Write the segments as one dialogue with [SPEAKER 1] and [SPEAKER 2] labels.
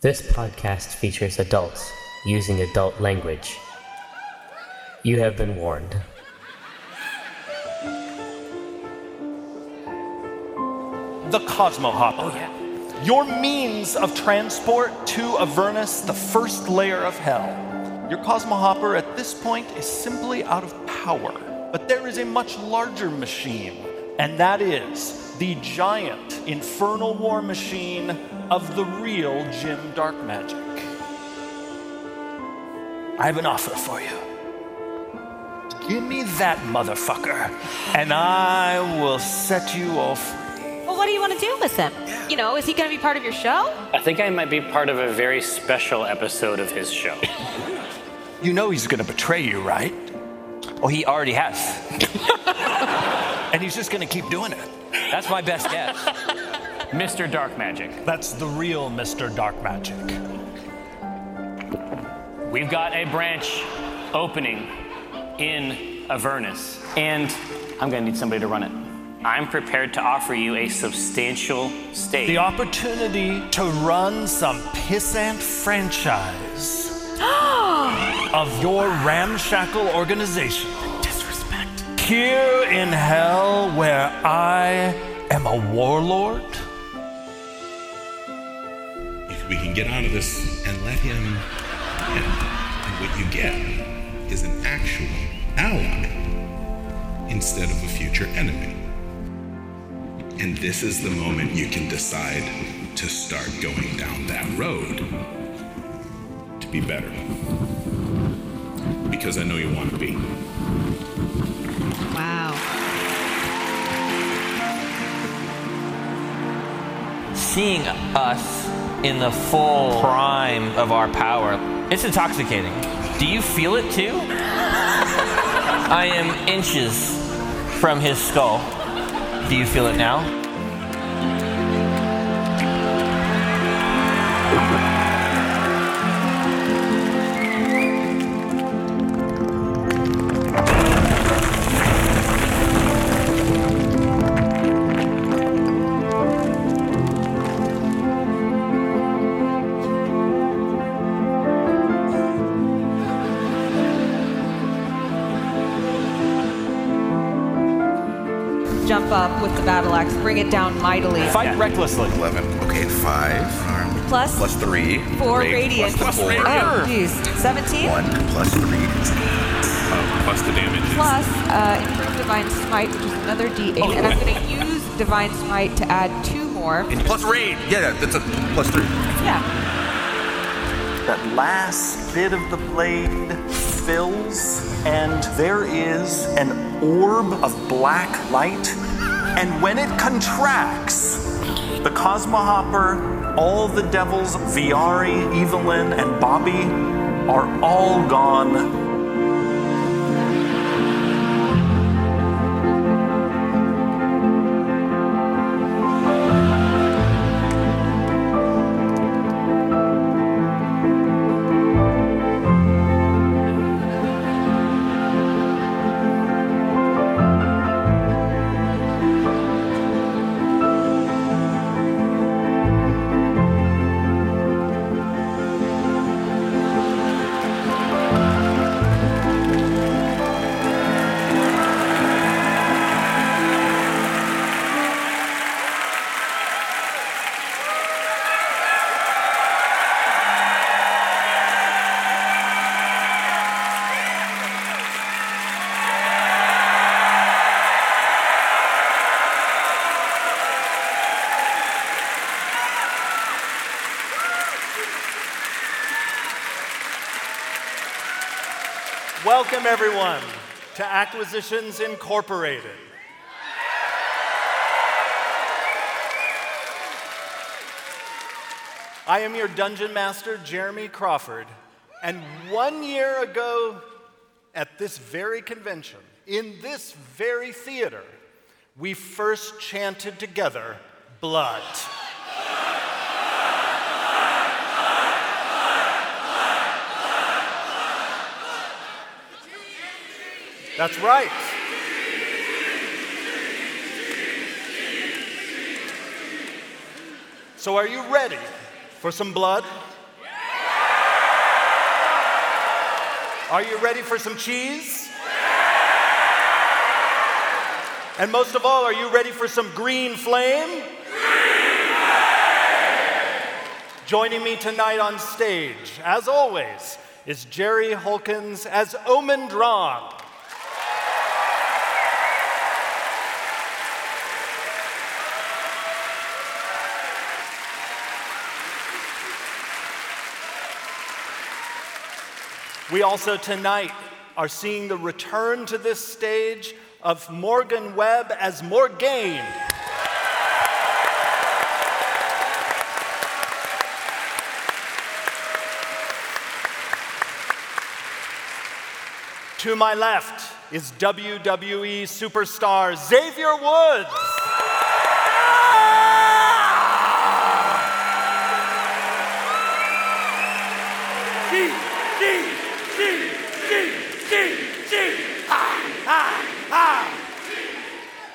[SPEAKER 1] This podcast features adults using adult language. You have been warned.
[SPEAKER 2] the Cosmo Hopper. Oh, yeah. Your means of transport to Avernus, the first layer of hell. Your Cosmo Hopper at this point is simply out of power. But there is a much larger machine, and that is the giant infernal war machine of the real Jim Dark Magic. I have an offer for you. Give me that motherfucker, and I will set you off
[SPEAKER 3] Well, what do you want to do with him? You know, is he going to be part of your show?
[SPEAKER 4] I think I might be part of a very special episode of his show.
[SPEAKER 2] You know he's gonna betray you, right? Or Oh, he already has. and he's just gonna keep doing it. That's my best guess.
[SPEAKER 4] Mr. Dark Magic.
[SPEAKER 2] That's the real Mr. Dark Magic.
[SPEAKER 4] We've got a branch opening in Avernus, and I'm gonna need somebody to run it. I'm prepared to offer you a substantial stake.
[SPEAKER 2] The opportunity to run some pissant franchise of your ramshackle organization. Disrespect. Here in hell, where I am a warlord.
[SPEAKER 5] if we can get out of this and let him and, and what you get is an actual ally instead of a future enemy and this is the moment you can decide to start going down that road to be better because i know you want to be
[SPEAKER 3] Wow.
[SPEAKER 6] seeing us in the full prime of our power. It's intoxicating. Do you feel it too? I am inches from his skull. Do you feel it now?
[SPEAKER 3] Jump up with the battle axe, bring it down mightily.
[SPEAKER 2] Fight recklessly.
[SPEAKER 7] 11. Okay, 5.
[SPEAKER 3] Plus-
[SPEAKER 7] plus 3.
[SPEAKER 3] Four
[SPEAKER 7] Great.
[SPEAKER 3] radiant.
[SPEAKER 7] Plus the 4.
[SPEAKER 3] Oh, geez. 17
[SPEAKER 7] 1 plus 3.
[SPEAKER 5] uh, plus the damage
[SPEAKER 3] plus uh, improved divine smite, which is another d8,
[SPEAKER 7] Oh,
[SPEAKER 3] and I'm going to use divine smite to add two more.
[SPEAKER 7] And plus raid. Yeah, that's a plus 3.
[SPEAKER 3] Yeah.
[SPEAKER 2] That last bit of the blade fills, and there is an orb of black light. And when it contracts, the Cosmohopper, all the devils, Viari, Evelyn, and Bobby are all gone. Welcome, everyone, to Acquisitions Incorporated. I am your dungeon master, Jeremy Crawford, and one year ago, at this very convention, in this very theater, we first chanted together blood. That's right. So, are you ready for some blood? Are you ready for some cheese? And most of all, are you ready for some green flame? Green flame! Joining me tonight on stage, as always, is Jerry Holkins as Omen Drong. We also tonight are seeing the return to this stage of Morgan Webb as Morgaine. To my left is WWE superstar Xavier Woods.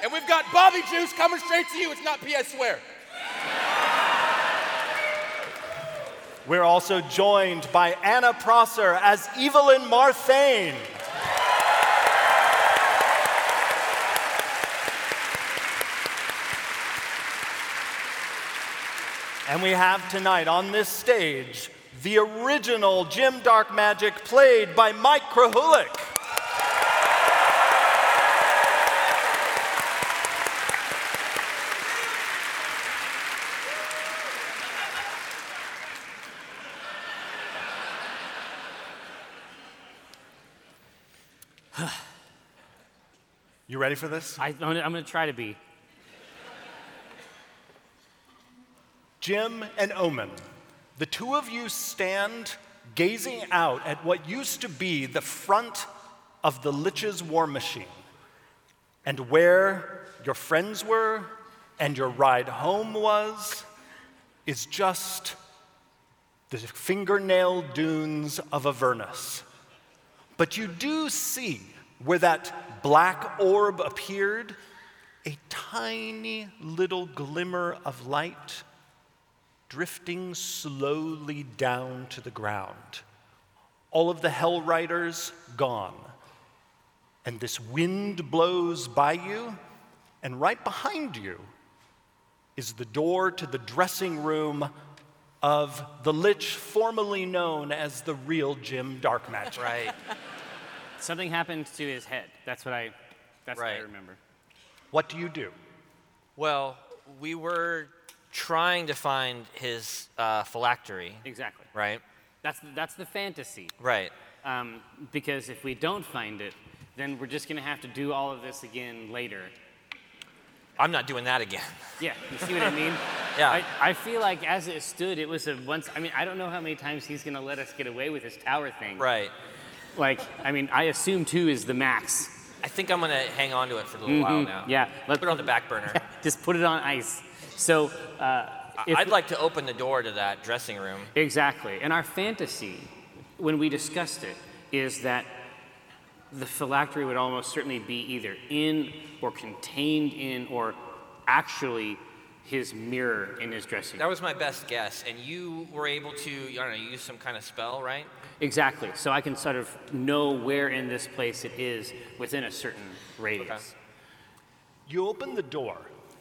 [SPEAKER 8] And we've got Bobby Juice coming straight to you. It's not P. I swear.
[SPEAKER 2] We're also joined by Anna Prosser as Evelyn Marthane. And we have tonight on this stage the original Jim Dark Magic played by Mike Krahulik. You ready for this?
[SPEAKER 4] I, I'm, gonna, I'm gonna try to be.
[SPEAKER 2] Jim and Omen, the two of you stand gazing out at what used to be the front of the Lich's War Machine and where your friends were and your ride home was is just the fingernail dunes of Avernus. But you do see where that black orb appeared a tiny little glimmer of light drifting slowly down to the ground. All of the Hell Riders gone. And this wind blows by you, and right behind you is the door to the dressing room of the Lich formerly known as the real Jim Dark Magic.
[SPEAKER 6] Right.
[SPEAKER 4] Something happened to his head. That's what I. That's what I
[SPEAKER 6] Right.
[SPEAKER 4] remember.
[SPEAKER 2] What do you do?
[SPEAKER 6] Well, we were trying to find his uh, phylactery,
[SPEAKER 4] Exactly.
[SPEAKER 6] right?
[SPEAKER 4] That's that's the fantasy.
[SPEAKER 6] Right.
[SPEAKER 4] Um, because if we don't find it, then we're just gonna have to do all of this again later.
[SPEAKER 6] I'm not doing that again.
[SPEAKER 4] Yeah, you see what I mean?
[SPEAKER 6] Yeah.
[SPEAKER 4] I, I feel like as it stood, it was a once. I mean, I don't know how many times he's gonna let us get away with his tower thing.
[SPEAKER 6] Right.
[SPEAKER 4] Like, I mean, I assume two is the max.
[SPEAKER 6] I think I'm gonna hang on to it for a little while now.
[SPEAKER 4] Mm-hmm. Yeah.
[SPEAKER 6] Put it on the back burner.
[SPEAKER 4] Just put it on ice. So, uh, if-
[SPEAKER 6] I'd like to open the door to that dressing room.
[SPEAKER 4] Exactly. And our fantasy, when we discussed it, is that the phylactery would almost certainly be either in or contained in or actually his mirror in his dressing
[SPEAKER 6] That
[SPEAKER 4] room.
[SPEAKER 6] was my best guess, and you were able to, I don't know, use some kind of spell, right?
[SPEAKER 4] Exactly. So I can sort of know where in this place it is within a certain radius.
[SPEAKER 2] You open the door,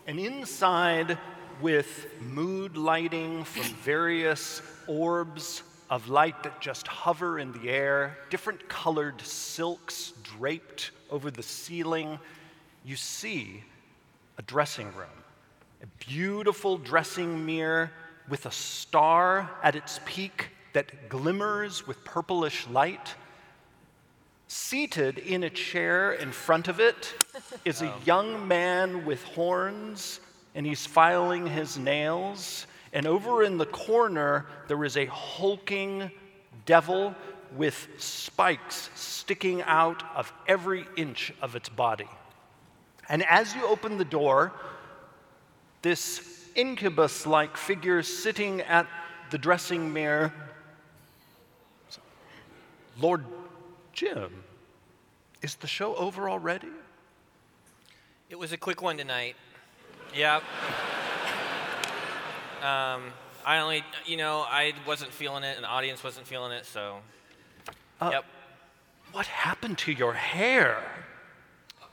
[SPEAKER 2] and inside, with mood lighting from various orbs of light that just hover in the air, different colored silks draped over the ceiling, you see a dressing room. A beautiful dressing mirror with a star at its peak that glimmers with purplish light. Seated in a chair in front of it is a young man with horns, and he's filing his nails. And over in the corner, there is a hulking devil with spikes sticking out of every inch of its body. And as you open the door, this incubus like figure sitting at the dressing mirror, Lord Jim, is the show over already?
[SPEAKER 6] It was a quick one tonight. Yep. um, I only, Uh. you know, I wasn't feeling it, and the audience wasn't feeling it, so. yep.
[SPEAKER 2] What happened to your hair?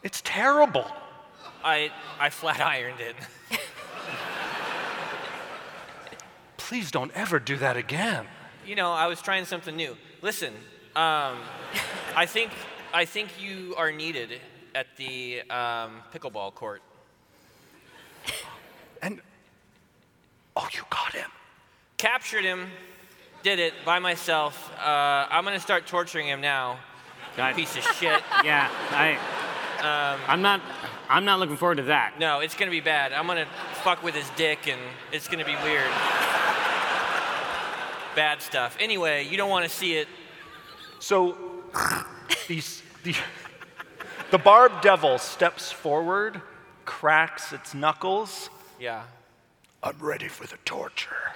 [SPEAKER 2] It's terrible.
[SPEAKER 6] I I flat ironed it.
[SPEAKER 2] Please don't ever do that again.
[SPEAKER 6] You know, I was trying something new. Listen, um, I think I think you are needed at the um, pickleball court.
[SPEAKER 2] And oh, you got him.
[SPEAKER 6] Captured him, did it by myself. Uh, I'm gonna start torturing him now.
[SPEAKER 4] God,
[SPEAKER 6] Piece of shit.
[SPEAKER 4] yeah, I, I'm not, I'm not looking forward to that.
[SPEAKER 6] No, it's gonna be bad. I'm gonna fuck with his dick, and it's gonna be weird. bad stuff. Anyway, you don't want to see it.
[SPEAKER 2] So these, the, the barbed devil steps forward, cracks its knuckles.
[SPEAKER 6] Yeah.
[SPEAKER 2] I'm ready for the torture.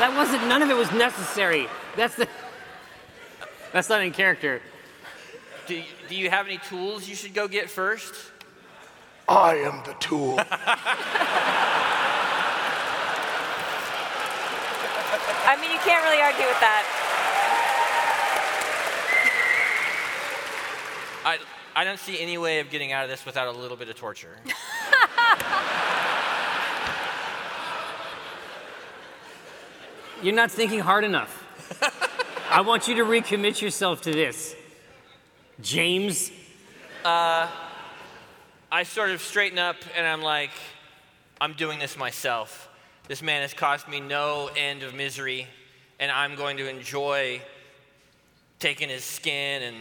[SPEAKER 4] That wasn't. None of it was necessary. That's the. That's not in character.
[SPEAKER 6] Do you, do you have any tools you should go get first?
[SPEAKER 2] I am the tool.
[SPEAKER 9] I mean, you can't really argue with that.
[SPEAKER 6] I, I don't see any way of getting out of this without a little bit of torture.
[SPEAKER 4] You're not thinking hard enough. I want you to recommit yourself to this, James.
[SPEAKER 6] I sort of straighten up and I'm like, I'm doing this myself. This man has cost me no end of misery, and I'm going to enjoy taking his skin and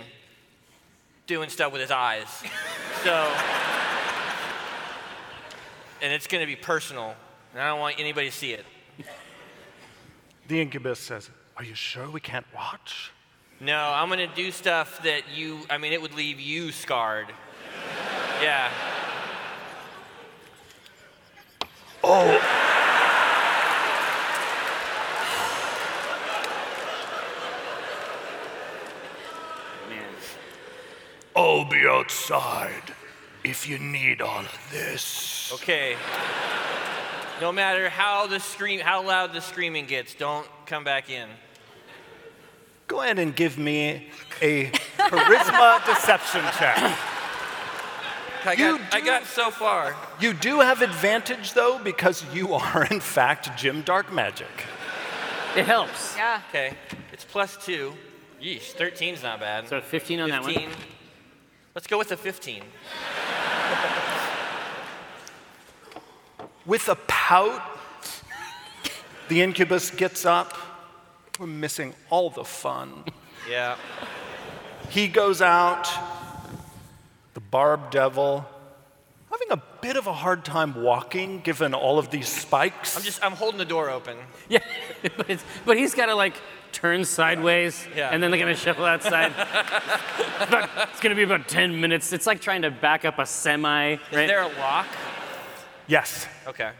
[SPEAKER 6] doing stuff with his eyes. so, and it's going to be personal, and I don't want anybody to see it.
[SPEAKER 2] the incubus says, Are you sure we can't watch?
[SPEAKER 6] No, I'm going to do stuff that you, I mean, it would leave you scarred. Yeah.
[SPEAKER 4] Man,
[SPEAKER 2] I'll be outside if you need all of this.
[SPEAKER 6] Okay. No matter how the scream, how loud the screaming gets, don't come back in.
[SPEAKER 2] Go ahead and give me a charisma deception check.
[SPEAKER 6] I
[SPEAKER 2] You
[SPEAKER 6] got, I
[SPEAKER 2] do-
[SPEAKER 6] got so far.
[SPEAKER 2] You do have advantage though, because you are in fact Jim Dark Magic.
[SPEAKER 4] it helps.
[SPEAKER 9] Yeah.
[SPEAKER 6] Okay, it's plus two. Yeesh, 13's not bad.
[SPEAKER 4] So 15 on that
[SPEAKER 6] 15.
[SPEAKER 4] one.
[SPEAKER 6] Let's go with the 15.
[SPEAKER 2] With a pout, the incubus gets up. We're missing all the fun.
[SPEAKER 6] Yeah.
[SPEAKER 2] He goes out. The barb devil, having a bit of a hard time walking given all of these spikes.
[SPEAKER 6] I'm just, I'm holding the door open.
[SPEAKER 4] Yeah, but, it's, but he's got to like turn sideways
[SPEAKER 6] Yeah.
[SPEAKER 4] and then they're gonna shuffle outside. it's, about- it's gonna be about 10 minutes. It's like trying to back up a semi, right?
[SPEAKER 6] Is there a lock?
[SPEAKER 2] yes,
[SPEAKER 6] Okay.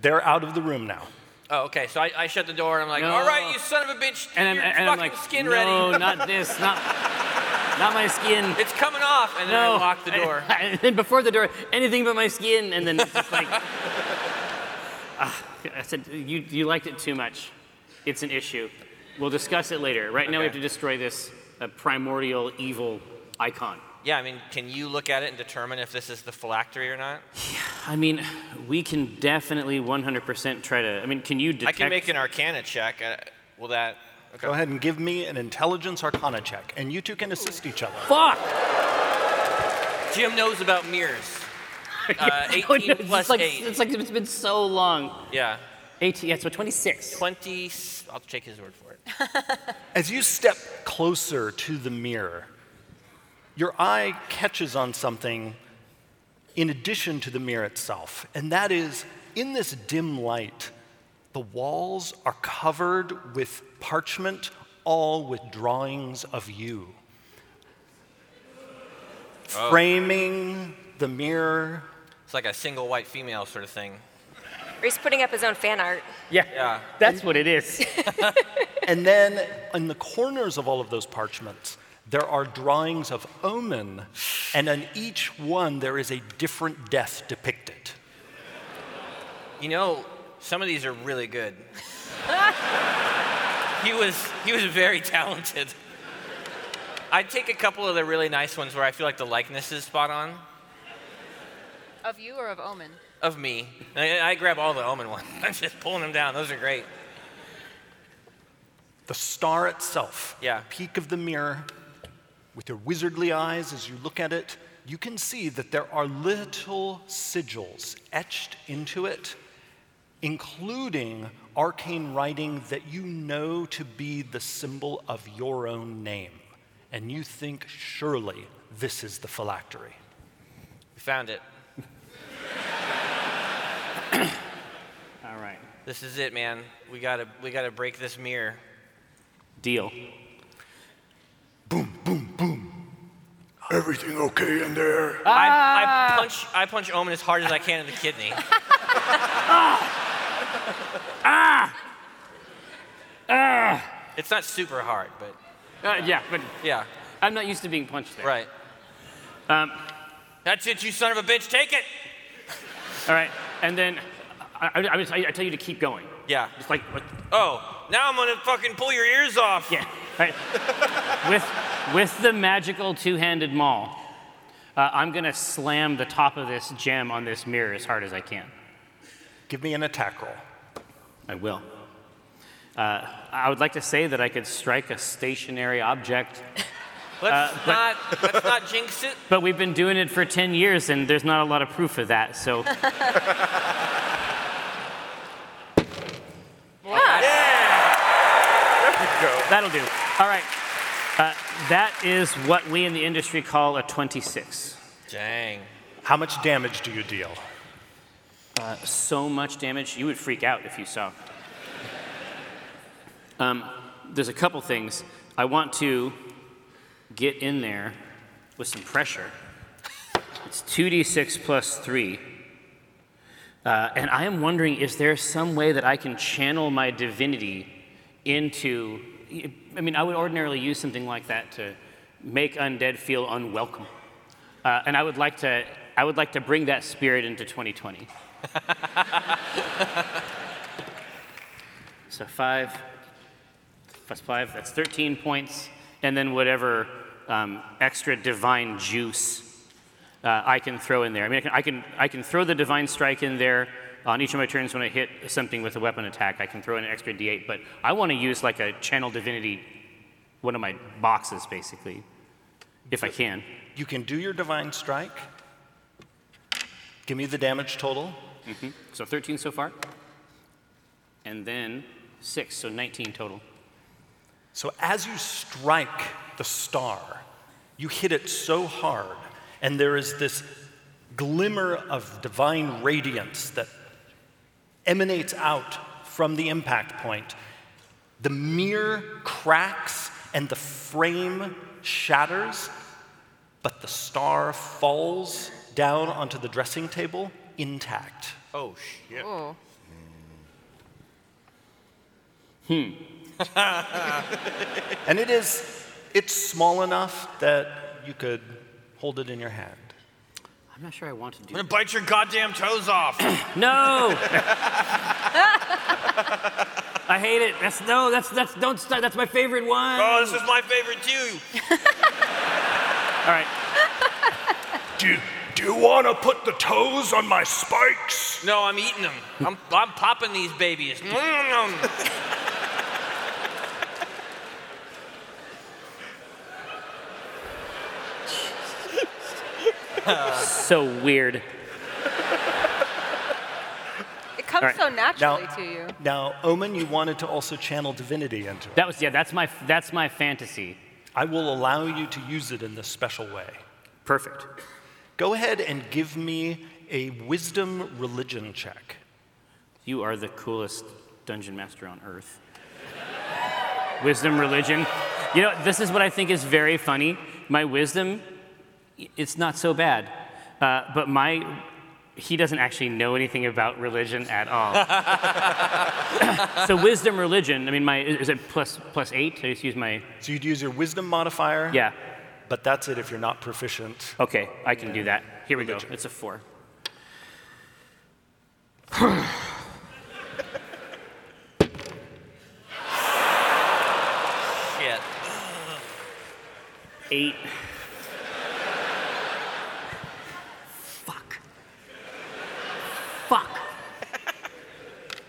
[SPEAKER 2] they're out of the room now.
[SPEAKER 6] Oh, okay. So I, I shut the door and I'm like,
[SPEAKER 4] No.
[SPEAKER 6] all right, you son of a bitch,
[SPEAKER 4] and I'm,
[SPEAKER 6] your
[SPEAKER 4] and
[SPEAKER 6] fucking
[SPEAKER 4] I'm like,
[SPEAKER 6] skin
[SPEAKER 4] no,
[SPEAKER 6] ready.
[SPEAKER 4] not this, not not my skin.
[SPEAKER 6] It's coming off. And then
[SPEAKER 4] no,
[SPEAKER 6] I lock the door.
[SPEAKER 4] And then before the door, anything but my skin, and then it's just like, Ah, I said, you you liked it too much. It's an issue. We'll discuss it later. Right now, we have
[SPEAKER 6] Okay.
[SPEAKER 4] to destroy this uh, primordial evil icon.
[SPEAKER 6] yeah, I mean, can you look at it and determine if this is the phylactery or not?
[SPEAKER 4] I mean, we can definitely 100% try to. I mean, can you
[SPEAKER 6] I
[SPEAKER 4] detect?
[SPEAKER 6] can make an Arcana check. Uh, will that? Okay.
[SPEAKER 2] Go ahead and give me an intelligence arcana check, and you two can assist each other.
[SPEAKER 4] Fuck!
[SPEAKER 6] Jim knows about mirrors. Uh,
[SPEAKER 4] Oh,
[SPEAKER 6] 18
[SPEAKER 4] no, it's
[SPEAKER 6] plus
[SPEAKER 4] like,
[SPEAKER 6] 8.
[SPEAKER 4] It's like it's been so long.
[SPEAKER 6] yeah.
[SPEAKER 4] 18. Yeah, so 26.
[SPEAKER 6] 20. s- I'll take his word for it.
[SPEAKER 2] As you step closer to the mirror, your eye catches on something in addition to the mirror itself, and that is in this dim light, the walls are covered with parchment, all with drawings of you. Framing the mirror,
[SPEAKER 6] It's like a single white female sort of thing.
[SPEAKER 9] Or he's putting up his own fan art.
[SPEAKER 4] Yeah.
[SPEAKER 6] Yeah.
[SPEAKER 4] That's what it is.
[SPEAKER 2] And then in the corners of all of those parchments, there are drawings of omen, and on each one there is a different death depicted.
[SPEAKER 6] You know, Some of these are really good. he was he was very talented. I'd take a couple of the really nice ones where I feel like the likeness is spot on
[SPEAKER 10] Of you or of Omen?
[SPEAKER 6] of me. I, I grab all the Omen ones. I'm just pulling them down. Those are great.
[SPEAKER 2] The star itself,
[SPEAKER 6] Yeah.
[SPEAKER 2] peak of the mirror, with your wizardly eyes as you look at it, you can see that there are little sigils etched into it, including arcane writing that you know to be the symbol of your own name. And you think, surely this is the phylactery.
[SPEAKER 6] We found it.
[SPEAKER 4] All right.
[SPEAKER 6] This is it, man. We gotta we gotta break this mirror.
[SPEAKER 4] Deal.
[SPEAKER 11] Everything okay in there?
[SPEAKER 6] I,
[SPEAKER 4] Ah.
[SPEAKER 6] I punch I punch Omen as hard as I can in the kidney.
[SPEAKER 4] Ah. Ah.
[SPEAKER 6] It's not super hard, but
[SPEAKER 4] Uh, yeah, but
[SPEAKER 6] yeah,
[SPEAKER 4] I'm not used to being punched there.
[SPEAKER 6] right.
[SPEAKER 4] Um,
[SPEAKER 6] That's it, you son of a bitch. Take it.
[SPEAKER 4] all right. And then I, I, I, just- I tell you to keep going.
[SPEAKER 6] Yeah.
[SPEAKER 4] Just like, like
[SPEAKER 6] Oh, now I'm gonna fucking pull your ears off.
[SPEAKER 4] yeah. All right. with, with the magical two-handed maul, uh, I'm gonna slam the top of this gem on this mirror as hard as I can.
[SPEAKER 2] Give me an attack roll.
[SPEAKER 4] I will. Uh, I would like to say that I could strike a stationary object,
[SPEAKER 6] Let's
[SPEAKER 4] Uh, but-
[SPEAKER 6] not let's not jinx it.
[SPEAKER 4] but we've been doing it for 10 years and there's not a lot of proof of that, so. That'll do. All right. Uh, that is what we in the industry call a 26.
[SPEAKER 6] Dang.
[SPEAKER 2] How much damage do you deal?
[SPEAKER 4] uh, So much damage, you would freak out if you saw. Um, there's a couple things. I want to get in there with some pressure. It's 2d6 plus 3. Uh, and I am wondering is there some way that I can channel my divinity into. I mean, I would ordinarily use something like that to make undead feel unwelcome. Uh, and I would, like to, I would like to bring that spirit into 2020. So five plus five, that's 13 points. And then whatever um, extra divine juice uh, I can throw in there. I mean, I can, I, can, I can throw the divine strike in there on each of my turns when I hit something with a weapon attack. I can throw in an extra d8, but I want to use like a channel divinity, one of my boxes basically, if I can.
[SPEAKER 2] You can do your divine strike. Give me the damage total.
[SPEAKER 4] So 13 so far. And then six, so 19 total.
[SPEAKER 2] So as you strike the star, you hit it so hard, and there is this glimmer of divine radiance that emanates out from the impact point. The mirror cracks and the frame shatters, but the star falls down onto the dressing table intact.
[SPEAKER 6] Oh shit.
[SPEAKER 10] Oh.
[SPEAKER 2] And it is, it's small enough that you could hold it in your hand.
[SPEAKER 4] I'm not sure I want to do
[SPEAKER 6] I'm gonna bite your goddamn toes off.
[SPEAKER 4] No. I hate it. That's no. That's that's don't stop. That's my favorite one.
[SPEAKER 6] oh, this is my favorite too.
[SPEAKER 4] All right.
[SPEAKER 11] Do, do you want to put the toes on my spikes?
[SPEAKER 6] No, I'm eating them. I'm, I'm popping these babies. Mm-mm-mm.
[SPEAKER 4] So weird.
[SPEAKER 10] It comes
[SPEAKER 4] Alright.
[SPEAKER 10] so naturally
[SPEAKER 2] Now-
[SPEAKER 10] to you.
[SPEAKER 2] Now, Omen, you wanted to also channel divinity into it.
[SPEAKER 4] That was yeah. That's my that's my fantasy.
[SPEAKER 2] I will allow you to use it in this special way.
[SPEAKER 4] Perfect.
[SPEAKER 2] Go ahead and give me a wisdom religion check.
[SPEAKER 4] You are the coolest dungeon master on earth. wisdom, religion. You know, this is what I think is very funny. My wisdom, i- it's not so bad. Uh, but my, he doesn't actually know anything about religion at all. so wisdom, religion. I mean, my is it plus plus eight? I just use my
[SPEAKER 2] So you'd use your wisdom modifier,
[SPEAKER 4] yeah.
[SPEAKER 2] but that's it if you're not proficient.
[SPEAKER 4] Okay, I can do that. Here we go. It's a four.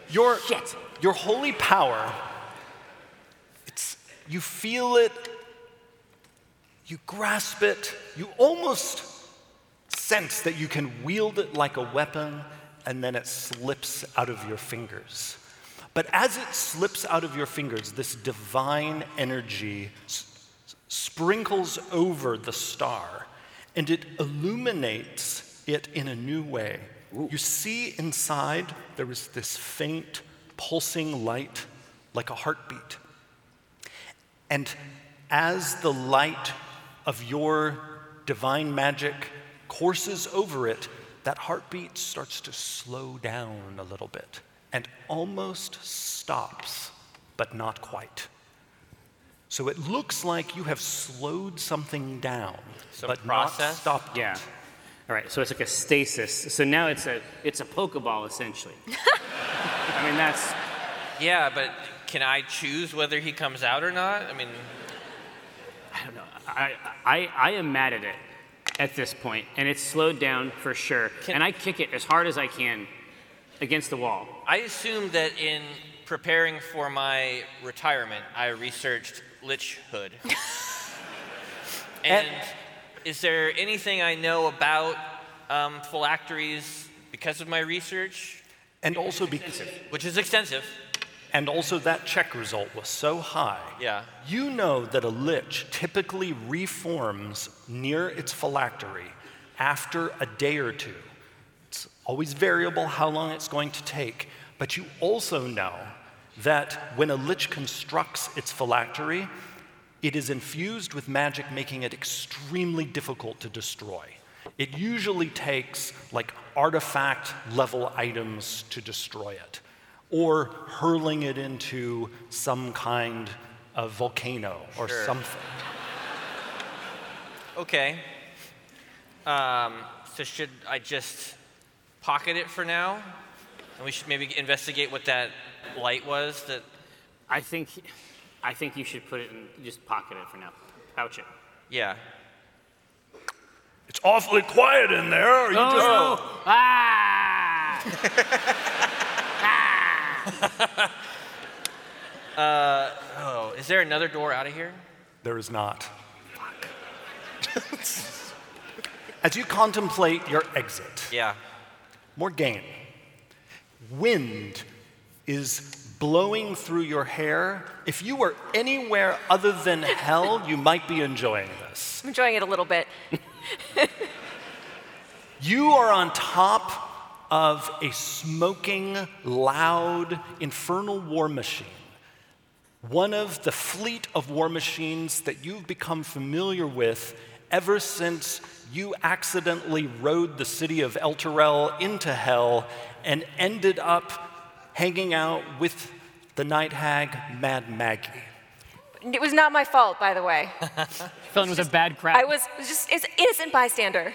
[SPEAKER 2] Your, your holy power, it's, you feel it, you grasp it, you almost sense that you can wield it like a weapon, and then it slips out of your fingers. But as it slips out of your fingers, this divine energy s- s- sprinkles over the star and it illuminates it in a new way. You see inside, there is this faint, pulsing light like a heartbeat. And as the light of your divine magic courses over it, that heartbeat starts to slow down a little bit and almost stops, but not quite. So it looks like you have slowed something down, but not stopped.
[SPEAKER 4] Yeah. All right. So it's like a stasis. So now it's a it's a pokeball essentially. I mean that's.
[SPEAKER 6] Yeah, but can I choose whether he comes out or not? I mean,
[SPEAKER 4] I don't know. I, I, I am mad at it at this point, and it's slowed down for sure. and I kick it as hard as I can against the wall.
[SPEAKER 6] I assume that in preparing for my retirement, I researched Lich Hood. and is there anything I know about um, phylacteries because of my research?
[SPEAKER 2] And also be-
[SPEAKER 6] Which is extensive.
[SPEAKER 2] And also, that check result was so high.
[SPEAKER 6] Yeah.
[SPEAKER 2] You know that a lich typically reforms near its phylactery after a day or two. It's always variable how long it's going to take, but you also know that when a lich constructs its phylactery, it is infused with magic, making it extremely difficult to destroy. It usually takes like artifact level items to destroy it, or hurling it into some kind of volcano or
[SPEAKER 6] Sure.
[SPEAKER 2] something.
[SPEAKER 6] Okay. Um, so should I just pocket it for now? And we should maybe investigate what that light was that
[SPEAKER 4] I think I think you should put it in just pocket it for now. Pouch it.
[SPEAKER 6] Yeah.
[SPEAKER 11] It's awfully quiet in there. Are you
[SPEAKER 4] Oh, Ah!
[SPEAKER 11] just
[SPEAKER 4] no.
[SPEAKER 6] Uh, oh, is there another door out of here?
[SPEAKER 2] There is not. As you contemplate your exit,
[SPEAKER 6] yeah.
[SPEAKER 2] Morgane, wind is blowing through your hair. If you were anywhere other than hell, you might be enjoying this.
[SPEAKER 9] I'm enjoying it a little bit.
[SPEAKER 2] You are on top of a smoking, loud, infernal war machine. One of the fleet of war machines that you've become familiar with ever since you accidentally rode the city of El Terrell into hell and ended up hanging out with the night hag, Mad Maggie.
[SPEAKER 9] It was not my fault, by the way.
[SPEAKER 4] Felon was a bad crowd.
[SPEAKER 9] I was just an innocent bystander.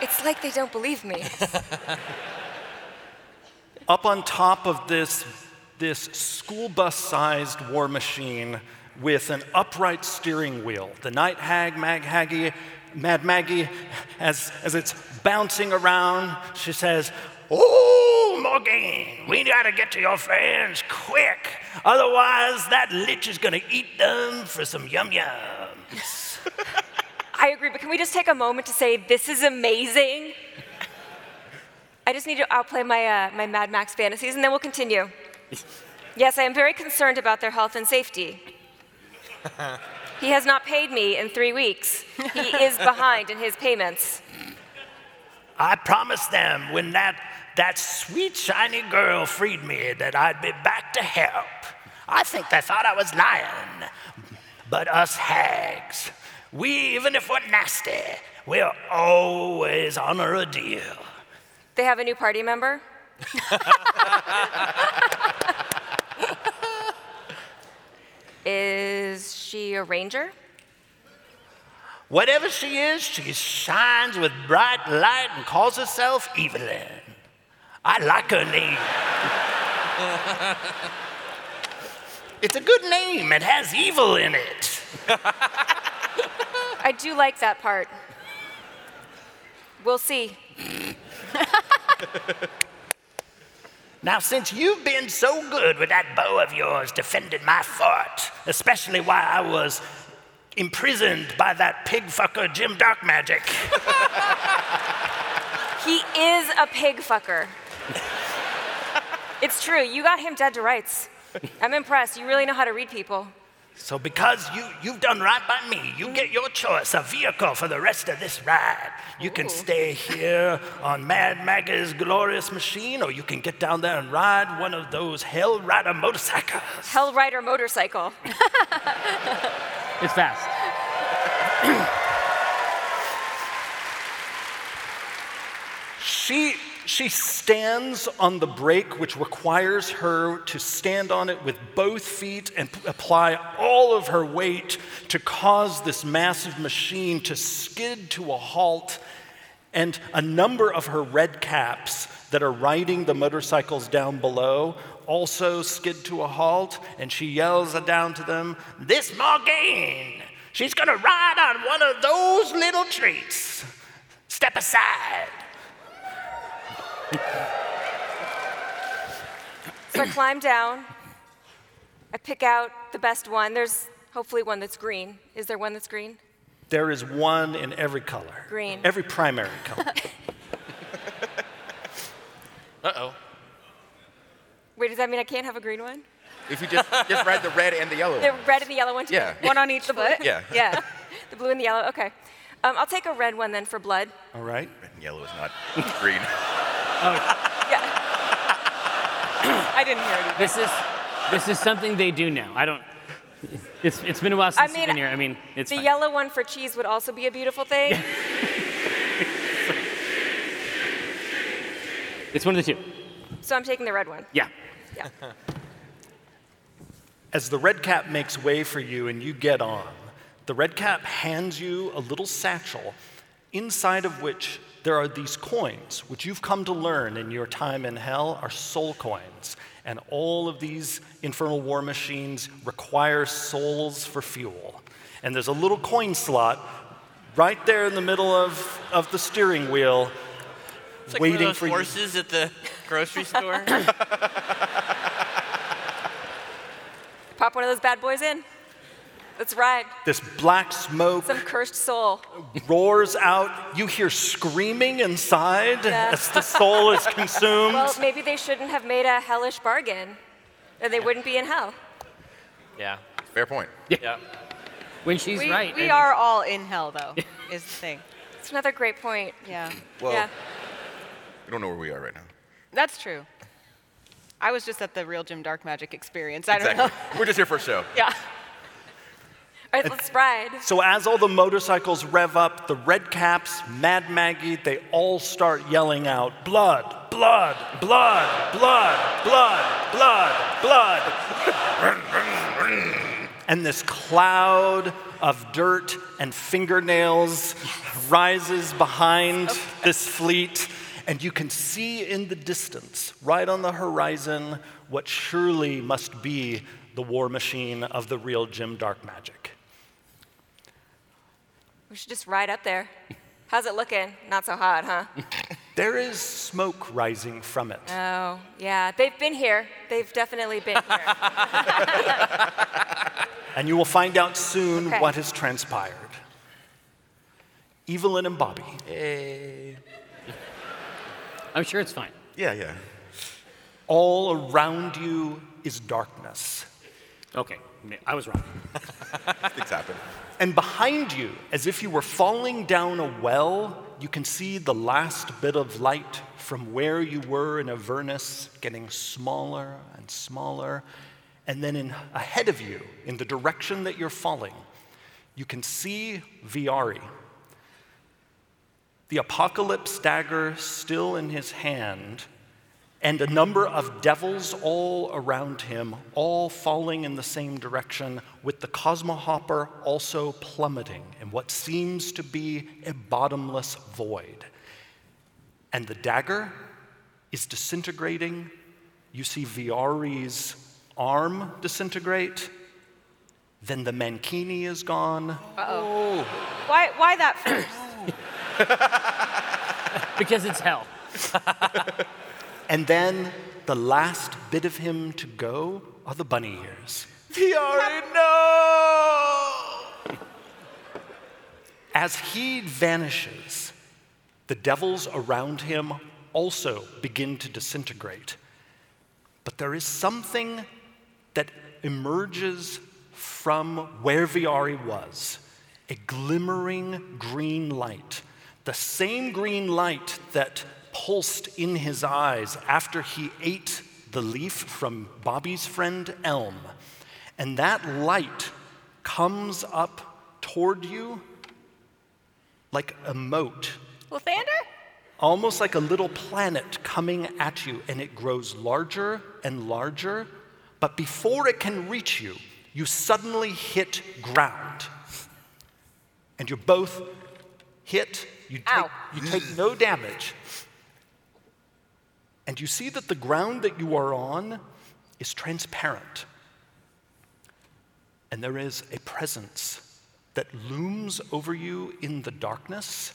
[SPEAKER 9] it's like they don't believe me.
[SPEAKER 2] up on top of this, this school bus sized war machine with an upright steering wheel. The night hag, Mag Haggy, Mad Maggie, as, as it's bouncing around, she says,
[SPEAKER 11] Oh, Morgane, we gotta get to your fans quick. Otherwise, that lich is gonna eat them for some yum yums.
[SPEAKER 9] I agree, but can we just take a moment to say this is amazing? I just need to outplay my, uh, my Mad Max fantasies and then we'll continue. Yes, I am very concerned about their health and safety. He has not paid me in three weeks. He is behind in his payments.
[SPEAKER 11] I promised them when that, that sweet, shiny girl freed me that I'd be back to help. I think they thought I was lying. But us hags, we, even if we're nasty, we'll always honor a deal.
[SPEAKER 9] They have a new party member? is she a ranger?
[SPEAKER 11] Whatever she is, she shines with bright light and calls herself Evelyn. I like her name. it's a good name, it has evil in it.
[SPEAKER 9] I do like that part. We'll see.
[SPEAKER 11] Now, since you've been so good with that bow of yours defending my fort, especially while I was imprisoned by that pig fucker Jim Dark Magic,
[SPEAKER 9] He is a pig fucker. it's true. You got him dead to rights. I'm impressed. You really know how to read people.
[SPEAKER 11] so because you, you've done right by me, you get your choice a vehicle for the rest of this ride. You can stay here on Mad Maggie's glorious machine, or you can get down there and ride one of those Hell Rider motorcycles.
[SPEAKER 9] Hell Rider motorcycle.
[SPEAKER 4] It's fast.
[SPEAKER 2] She she stands on the brake, which requires her to stand on it with both feet and p- apply all of her weight to cause this massive machine to skid to a halt. And a number of her red caps that are riding the motorcycles down below also skid to a halt, and she yells down to them,
[SPEAKER 11] This Morgane, she's gonna ride on one of those little treats. Step aside.
[SPEAKER 9] So I climb down. I pick out the best one. There's hopefully one that's green. Is there one that's green?
[SPEAKER 2] There is one in every color.
[SPEAKER 9] Green.
[SPEAKER 2] Every primary color.
[SPEAKER 8] Uh oh.
[SPEAKER 9] Wait, does that mean I can't have a green one?
[SPEAKER 8] If you just just ride the red and the yellow.
[SPEAKER 9] The red and the yellow one? too?
[SPEAKER 8] Yeah.
[SPEAKER 10] One on each
[SPEAKER 9] The blue-
[SPEAKER 10] foot?
[SPEAKER 8] Yeah.
[SPEAKER 9] Yeah. The blue and the yellow. Okay. Um, I'll take a red one then for blood.
[SPEAKER 2] All right.
[SPEAKER 8] Red and yellow is not green.
[SPEAKER 9] I didn't hear anything.
[SPEAKER 4] This is this is something they do now. I don't. It's it's been a while
[SPEAKER 9] I
[SPEAKER 4] since
[SPEAKER 9] mean,
[SPEAKER 4] I've been here. I mean, it's
[SPEAKER 9] the
[SPEAKER 4] fine.
[SPEAKER 9] yellow one for cheese would also be a beautiful thing.
[SPEAKER 4] It's one of the two.
[SPEAKER 9] So I'm taking the red one.
[SPEAKER 4] Yeah.
[SPEAKER 9] Yeah.
[SPEAKER 2] As the red cap makes way for you and you get on, the red cap hands you a little satchel inside of which there are these coins, which you've come to learn in your time in hell are soul coins. And all of these infernal war machines require souls for fuel. And there's a little coin slot right there in the middle of, of the steering wheel
[SPEAKER 6] It's like one
[SPEAKER 2] waiting
[SPEAKER 6] of those
[SPEAKER 2] for you.
[SPEAKER 6] horses at the grocery store.
[SPEAKER 9] Pop one of those bad boys in. Let's ride.
[SPEAKER 2] This black smoke
[SPEAKER 9] Some cursed soul.
[SPEAKER 2] roars out. You hear screaming inside
[SPEAKER 9] Yeah.
[SPEAKER 2] as the soul is consumed.
[SPEAKER 9] Well, maybe they shouldn't have made a hellish bargain, and they wouldn't be in hell.
[SPEAKER 6] yeah.
[SPEAKER 8] Fair point.
[SPEAKER 6] Yeah.
[SPEAKER 4] When she's
[SPEAKER 10] we,
[SPEAKER 4] right.
[SPEAKER 10] We
[SPEAKER 4] and-
[SPEAKER 10] are all in hell, though, is the thing.
[SPEAKER 9] It's another great point.
[SPEAKER 10] Yeah.
[SPEAKER 8] Well,
[SPEAKER 9] Yeah.
[SPEAKER 8] we don't know where we are right now.
[SPEAKER 10] That's true. I was just at the real Jim Dark Magic experience. I don't know.
[SPEAKER 8] Exactly. We're just here for a show.
[SPEAKER 10] Yeah.
[SPEAKER 9] All right, let's ride.
[SPEAKER 2] so as all the motorcycles rev up, the red caps, Mad Maggie, they all start yelling out, "Blood, blood, blood, blood, blood, blood, blood!" and this cloud of dirt and fingernails rises behind this fleet. And you can see in the distance, right on the horizon, what surely must be the war machine of the real Jim Dark Magic.
[SPEAKER 9] We should just ride up there. How's it looking? Not so hot, huh?
[SPEAKER 2] There is smoke rising from it.
[SPEAKER 9] Oh, yeah. They've been here. They've definitely been here.
[SPEAKER 2] And you will find out soon
[SPEAKER 9] Okay.
[SPEAKER 2] what has transpired. Evelyn and Bobby.
[SPEAKER 4] I'm sure it's fine.
[SPEAKER 8] Yeah, yeah.
[SPEAKER 2] All around you is darkness.
[SPEAKER 4] Okay. I was wrong.
[SPEAKER 8] Things happen.
[SPEAKER 2] And behind you, as if you were falling down a well, you can see the last bit of light from where you were in Avernus getting smaller and smaller. And then in, ahead of you, in the direction that you're falling, you can see Viari. The apocalypse dagger still in his hand, and a number of devils all around him, all falling in the same direction, with the Cosmohopper also plummeting in what seems to be a bottomless void. And the dagger is disintegrating. You see Viari's arm disintegrate. Then the Mankini is gone.
[SPEAKER 10] Why, why that first?
[SPEAKER 4] because it's hell.
[SPEAKER 2] And then the last bit of him to go are the bunny ears.
[SPEAKER 12] Tiari, no!
[SPEAKER 2] As he vanishes, the devils around him also begin to disintegrate. But there is something that emerges from where Viari was a glimmering green light. The same green light that pulsed in his eyes after he ate the leaf from Bobby's friend Elm. And that light comes up toward you like a moat,
[SPEAKER 9] Lathander?
[SPEAKER 2] almost like a little planet coming at you, and it grows larger and larger. But before it can reach you, you suddenly hit ground. And you're both hit, you take, you take no damage. And you see that the ground that you are on is transparent. And there is a presence that looms over you in the darkness.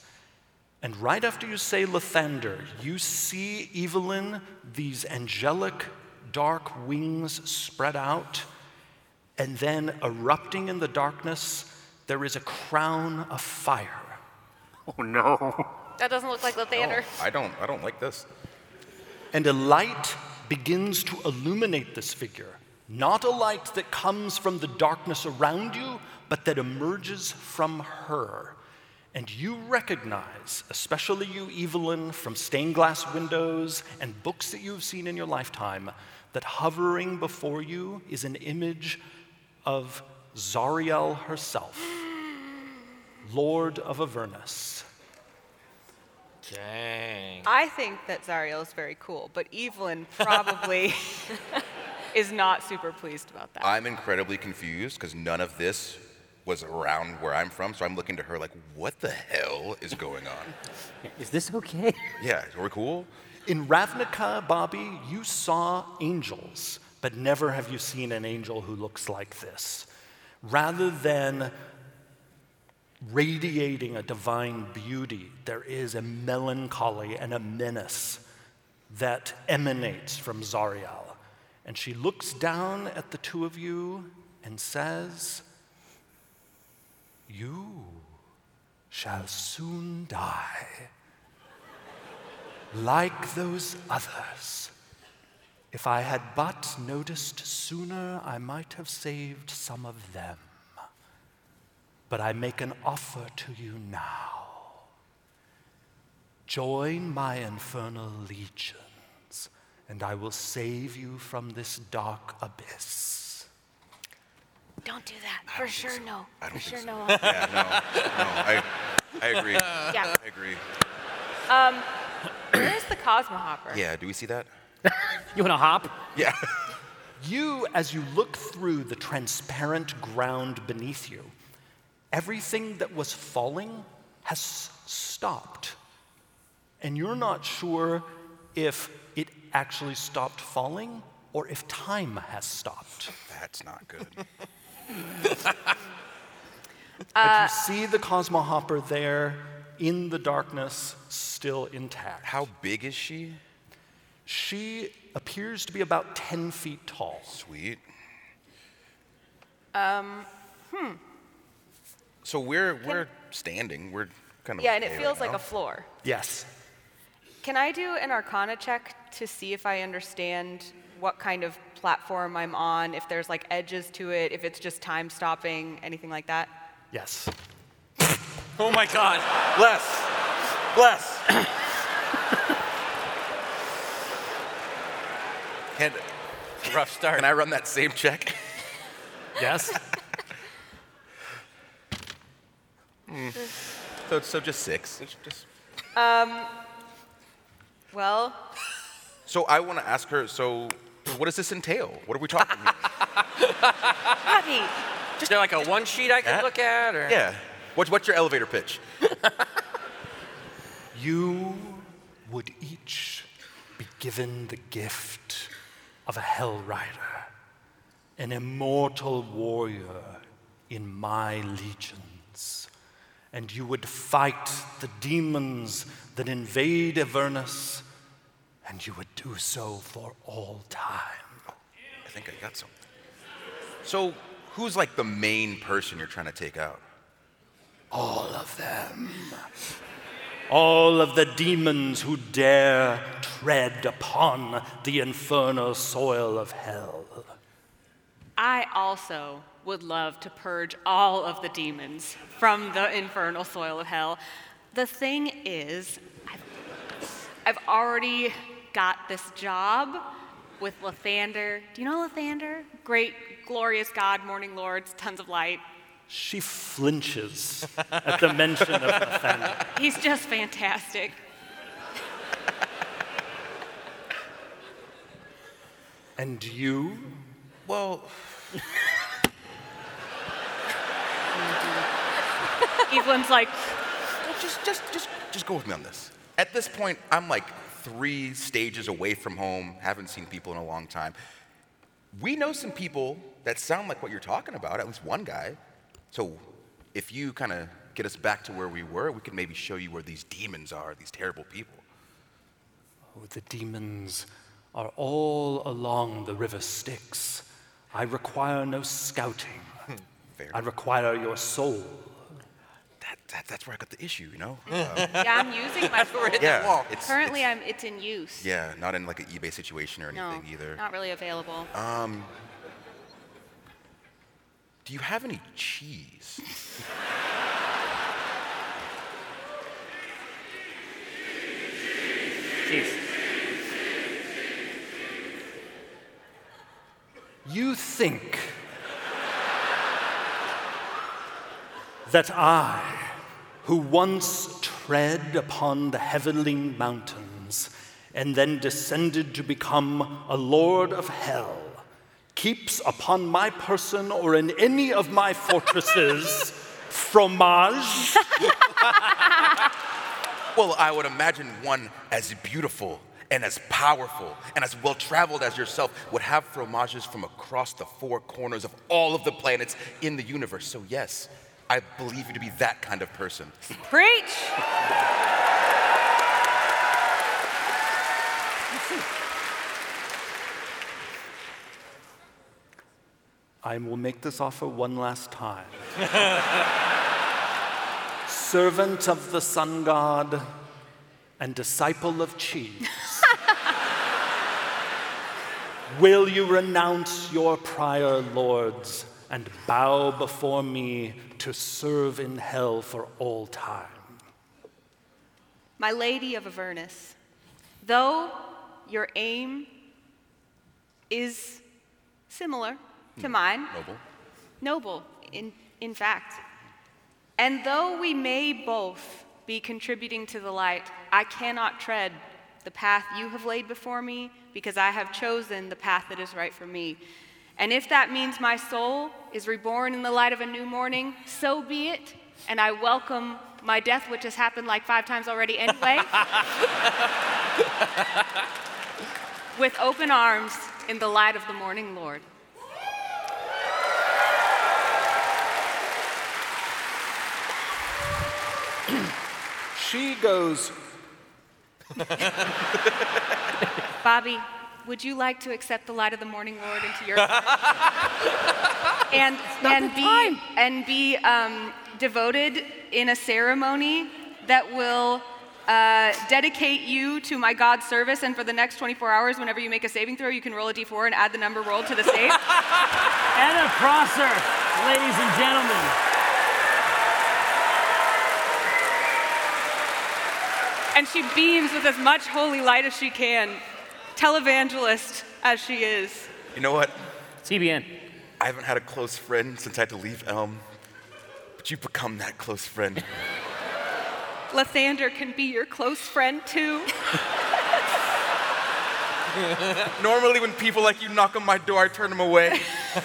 [SPEAKER 2] And right after you say Lathander, you see Evelyn, these angelic dark wings spread out, and then erupting in the darkness, there is a crown of fire.
[SPEAKER 4] Oh no.
[SPEAKER 13] That doesn't look like Lathander.
[SPEAKER 8] I don't. I don't like this.
[SPEAKER 2] And a light begins to illuminate this figure. Not a light that comes from the darkness around you, but that emerges from her. And you recognize, especially you, Evelyn, from stained glass windows and books that you've seen in your lifetime, that hovering before you is an image of Zariel herself, Lord of Avernus.
[SPEAKER 6] Dang.
[SPEAKER 9] I think that Zariel is very cool, but Evelyn probably is not super pleased about that.
[SPEAKER 8] I'm incredibly confused because none of this was around where I'm from, so I'm looking to her like, what the hell is going on?
[SPEAKER 4] Is this okay?
[SPEAKER 8] Yeah, are we cool?
[SPEAKER 2] In Ravnica, Bobby, you saw angels, but never have you seen an angel who looks like this. Rather than radiating a divine beauty, there is a melancholy and a menace that emanates from Zariel. And she looks down at the two of you and says, You shall soon die like those others. If I had but noticed sooner, I might have saved some of them. But I make an offer to you now. Join my infernal legions, and I will save you from this dark abyss.
[SPEAKER 13] Don't do that. For sure, no.
[SPEAKER 8] I don't
[SPEAKER 13] For
[SPEAKER 8] think
[SPEAKER 13] sure,
[SPEAKER 8] so.
[SPEAKER 13] no.
[SPEAKER 8] Yeah, no, no. I, I agree.
[SPEAKER 13] Yeah.
[SPEAKER 8] I agree.
[SPEAKER 9] Um, where's the Cosmo Hopper?
[SPEAKER 8] Yeah. Do we see that?
[SPEAKER 4] You wanna hop?
[SPEAKER 8] Yeah.
[SPEAKER 2] You, as you look through the transparent ground beneath you, everything that was falling has s- stopped. And you're not sure if it actually stopped falling or if time has stopped.
[SPEAKER 8] That's not good.
[SPEAKER 2] but you see the Cosmo Hopper there in the darkness, still intact.
[SPEAKER 8] How big is she?
[SPEAKER 2] She appears to be about 10 feet tall.
[SPEAKER 8] Sweet.
[SPEAKER 9] Um,
[SPEAKER 8] So we're we're standing. We're kind of
[SPEAKER 9] yeah, and it
[SPEAKER 8] okay
[SPEAKER 9] feels like
[SPEAKER 8] right now.
[SPEAKER 9] a floor.
[SPEAKER 2] Yes.
[SPEAKER 9] Can I do an Arcana check to see if I understand what kind of platform I'm on, if there's like edges to it, if it's just time stopping, anything like that?
[SPEAKER 2] Yes.
[SPEAKER 6] Oh my god.
[SPEAKER 14] Bless. Bless.
[SPEAKER 8] Can,
[SPEAKER 6] Rough start.
[SPEAKER 8] can I run that same check?
[SPEAKER 2] Yes.
[SPEAKER 8] so so just six. It's just-
[SPEAKER 9] Well,
[SPEAKER 8] So I want to ask her. So what does this entail? What are we talking? here?
[SPEAKER 9] Bobby,
[SPEAKER 6] Is there like a one sheet I can
[SPEAKER 8] That-
[SPEAKER 6] look at? Or?
[SPEAKER 8] yeah. What's what's your elevator pitch?
[SPEAKER 2] You would each be given the gift of a Hell Rider, an immortal warrior in my legions. and you would fight the demons that invade Avernus, and you would do so for all time.
[SPEAKER 8] I think I got something. So, who's like the main person you're trying to take out?
[SPEAKER 2] All of them. All of the demons who dare tread upon the infernal soil of hell.
[SPEAKER 15] I also would love to purge all of the demons from the infernal soil of hell. The thing is, I've, I've already got this job with Lathander. Do you know Lathander? Great, glorious God, morning lords, tons of light.
[SPEAKER 2] She flinches at the mention of Nathaniel.
[SPEAKER 15] He's just fantastic.
[SPEAKER 2] And you?
[SPEAKER 8] Well,
[SPEAKER 15] Evelyn's like,
[SPEAKER 8] just, just, just, just go with me on this. At this point, I'm like three stages away from home, haven't seen people in a long time. We know some people that sound like what you're talking about, at least one guy. So if you kind of get us back to where we were, we can maybe show you where these demons are, these terrible people.
[SPEAKER 2] Oh, the demons are all along the river Styx. I require no scouting. I require your soul.
[SPEAKER 8] That, that, that's where I got the issue, you know?
[SPEAKER 15] yeah, I'm using my
[SPEAKER 8] We're hitting the Yeah, wall. it's-
[SPEAKER 15] Mm. Currently,
[SPEAKER 8] it's-
[SPEAKER 15] I'm it's in use.
[SPEAKER 8] Yeah, not in like an eBay situation or
[SPEAKER 15] no,
[SPEAKER 8] anything either.
[SPEAKER 9] Uh,
[SPEAKER 15] not really available.
[SPEAKER 8] Um, do you have any cheese?
[SPEAKER 2] You think that I, who once tread upon the heavenly mountains and then descended to become a lord of hell, keeps upon my person or in any of my fortresses fromage?
[SPEAKER 8] well, I would imagine one as beautiful and as powerful and as well traveled as yourself would have fromages from across the four corners of all of the planets in the universe. So, yes, I believe you to be that kind of person.
[SPEAKER 15] Preach!
[SPEAKER 2] I will make this offer one last time. Servant of the sun god and disciple of cheese, will you renounce your prior lords and bow before me to serve in hell for all time?
[SPEAKER 9] My Lady of Avernus, though your aim is similar to mine,
[SPEAKER 8] Noble.
[SPEAKER 9] noble in, in fact, and though we may both be contributing to the light, I cannot tread the path you have laid before me because I have chosen the path that is right for me. And if that means my soul is reborn in the light of a new morning, so be it. And I welcome my death, which has happened like five times already anyway, with open arms in the light of the morning Lord.
[SPEAKER 2] She goes,
[SPEAKER 9] Bobby, would you like to accept the light of the morning Lord into your and and be and be um, devoted in a ceremony that will uh, dedicate you to my God's service, and for the next 24 hours, whenever you make a saving throw, you can roll a d4 and add the number rolled to the save.
[SPEAKER 4] Anna Prosser, ladies and gentlemen.
[SPEAKER 9] And she beams with as much holy light as she can, televangelist as she is.
[SPEAKER 8] You know what?
[SPEAKER 16] TBN.
[SPEAKER 8] I haven't had a close friend since I had to leave Elm, but you've become that close friend.
[SPEAKER 9] Lathander can be your close friend too.
[SPEAKER 8] Normally, when people like you knock on my door, I turn them away.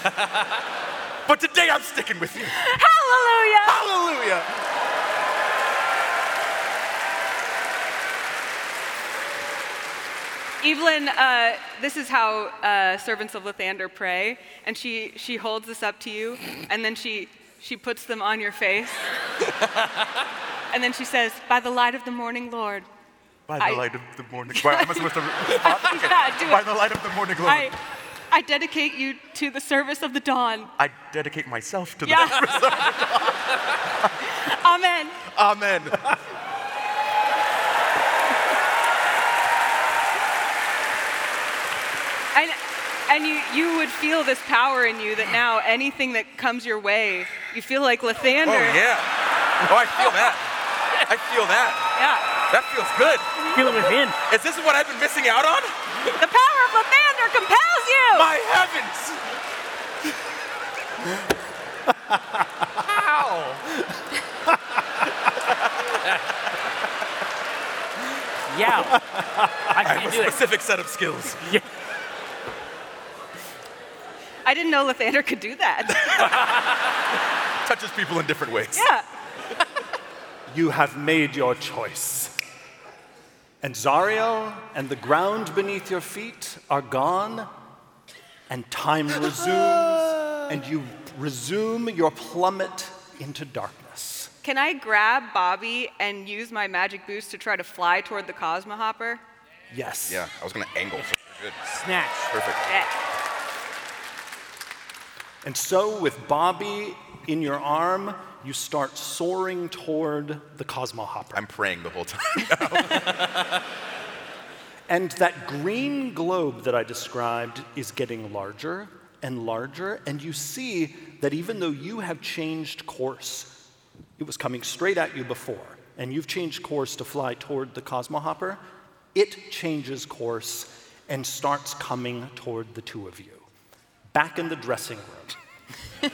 [SPEAKER 8] but today, I'm sticking with you.
[SPEAKER 9] Hallelujah!
[SPEAKER 8] Hallelujah!
[SPEAKER 9] Evelyn, uh, this is how uh, servants of Lathander pray, and she, she holds this up to you, and then she, she puts them on your face,
[SPEAKER 10] and then she says, By the light of the morning, Lord.
[SPEAKER 8] By the
[SPEAKER 10] I-
[SPEAKER 8] light of the morning. Why am I supposed to?
[SPEAKER 10] Yeah, do
[SPEAKER 8] By
[SPEAKER 10] it.
[SPEAKER 8] the light of the morning glory.
[SPEAKER 10] I,
[SPEAKER 8] I,
[SPEAKER 10] I dedicate you to the service of the dawn.
[SPEAKER 8] dedicate myself to the.
[SPEAKER 10] Amen.
[SPEAKER 8] Amen.
[SPEAKER 10] And, and you, you would feel this power in you that now anything that comes your way, you feel like Lathander.
[SPEAKER 7] Oh, yeah. Oh, I feel that. I feel that.
[SPEAKER 10] Yeah.
[SPEAKER 7] That feels good.
[SPEAKER 17] Feel it within.
[SPEAKER 7] Is this what I've been missing out on?
[SPEAKER 10] The power of Lathander compels you.
[SPEAKER 7] My heavens! Ow!
[SPEAKER 4] Yeah.
[SPEAKER 7] I, have a specific set of skills.
[SPEAKER 10] I didn't know Lathander could do that.
[SPEAKER 8] Touches people in different ways.
[SPEAKER 10] yeah.
[SPEAKER 2] You have made your choice. And Zariel and the ground beneath your feet are gone, and time resumes, and you resume your plummet into darkness.
[SPEAKER 10] Can I grab Bobby and use my magic boost to try to fly toward the Cosmo Hopper?
[SPEAKER 2] Yes.
[SPEAKER 8] Yeah, I was gonna angle. so Good.
[SPEAKER 4] Snatch.
[SPEAKER 8] Perfect.
[SPEAKER 2] And so, with Bobby in your arm, you start soaring toward the Cosmo Hopper. I'm
[SPEAKER 8] praying the whole time.
[SPEAKER 2] and that green globe that I described is getting larger and larger, and you see that even though you have changed course, it was coming straight at you before, and you've changed course to fly toward the Cosmo Hopper, it changes course and starts coming toward the two of you. Back in the dressing room.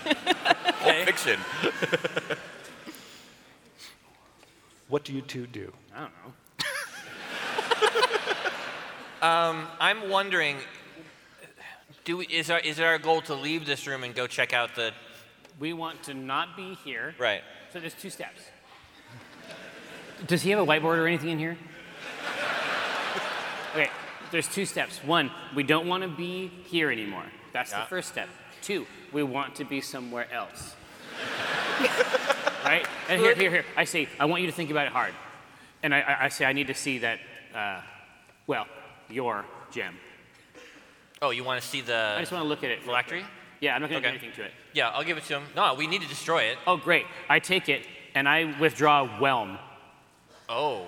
[SPEAKER 8] Pulp Fiction.
[SPEAKER 2] What do you two do?
[SPEAKER 4] I don't know.
[SPEAKER 6] Um, I'm wondering, do we, is our is it our goal to leave this room and go check out the?
[SPEAKER 4] We want to not be here.
[SPEAKER 6] Right.
[SPEAKER 4] So there's two steps. Does he have a whiteboard or anything in here? okay, there's two steps. One, we don't want to be here anymore. That's
[SPEAKER 6] Yeah.
[SPEAKER 4] the first step. Two, we want to be somewhere else. right? And here, here, here. I say, I want you to think about it hard. And I, I, I say, I need to see that, uh, well, your gem.
[SPEAKER 6] Oh, you want to see the?
[SPEAKER 4] I just want to look at it. real quick.
[SPEAKER 6] phylactery.
[SPEAKER 4] Yeah, I'm not going to
[SPEAKER 6] Okay.
[SPEAKER 4] do anything to it.
[SPEAKER 6] Yeah, I'll give it to him. No, we need to destroy it.
[SPEAKER 4] Oh, great. I take it and I withdraw Whelm.
[SPEAKER 6] Oh.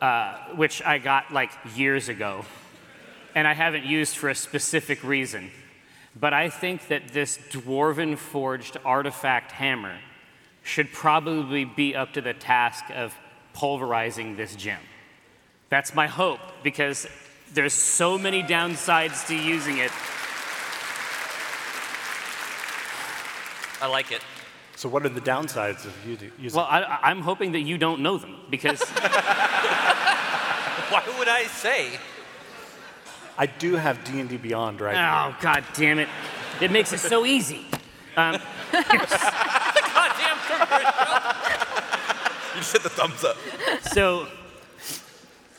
[SPEAKER 4] Uh, which I got like years ago. And I haven't used for a specific reason. But I think that this dwarven forged artifact hammer should probably be up to the task of pulverizing this gem. That's my hope because there's so many downsides to using it.
[SPEAKER 6] I like it.
[SPEAKER 2] So, what are the downsides of you do, using
[SPEAKER 4] Well, I, I- I'm hoping that you don't know them because
[SPEAKER 6] Why would I say?
[SPEAKER 2] I do have D and D Beyond right now.
[SPEAKER 4] Oh, god damn it. It makes it so easy. Um,
[SPEAKER 6] Goddamn
[SPEAKER 7] You just hit the thumbs up.
[SPEAKER 4] so,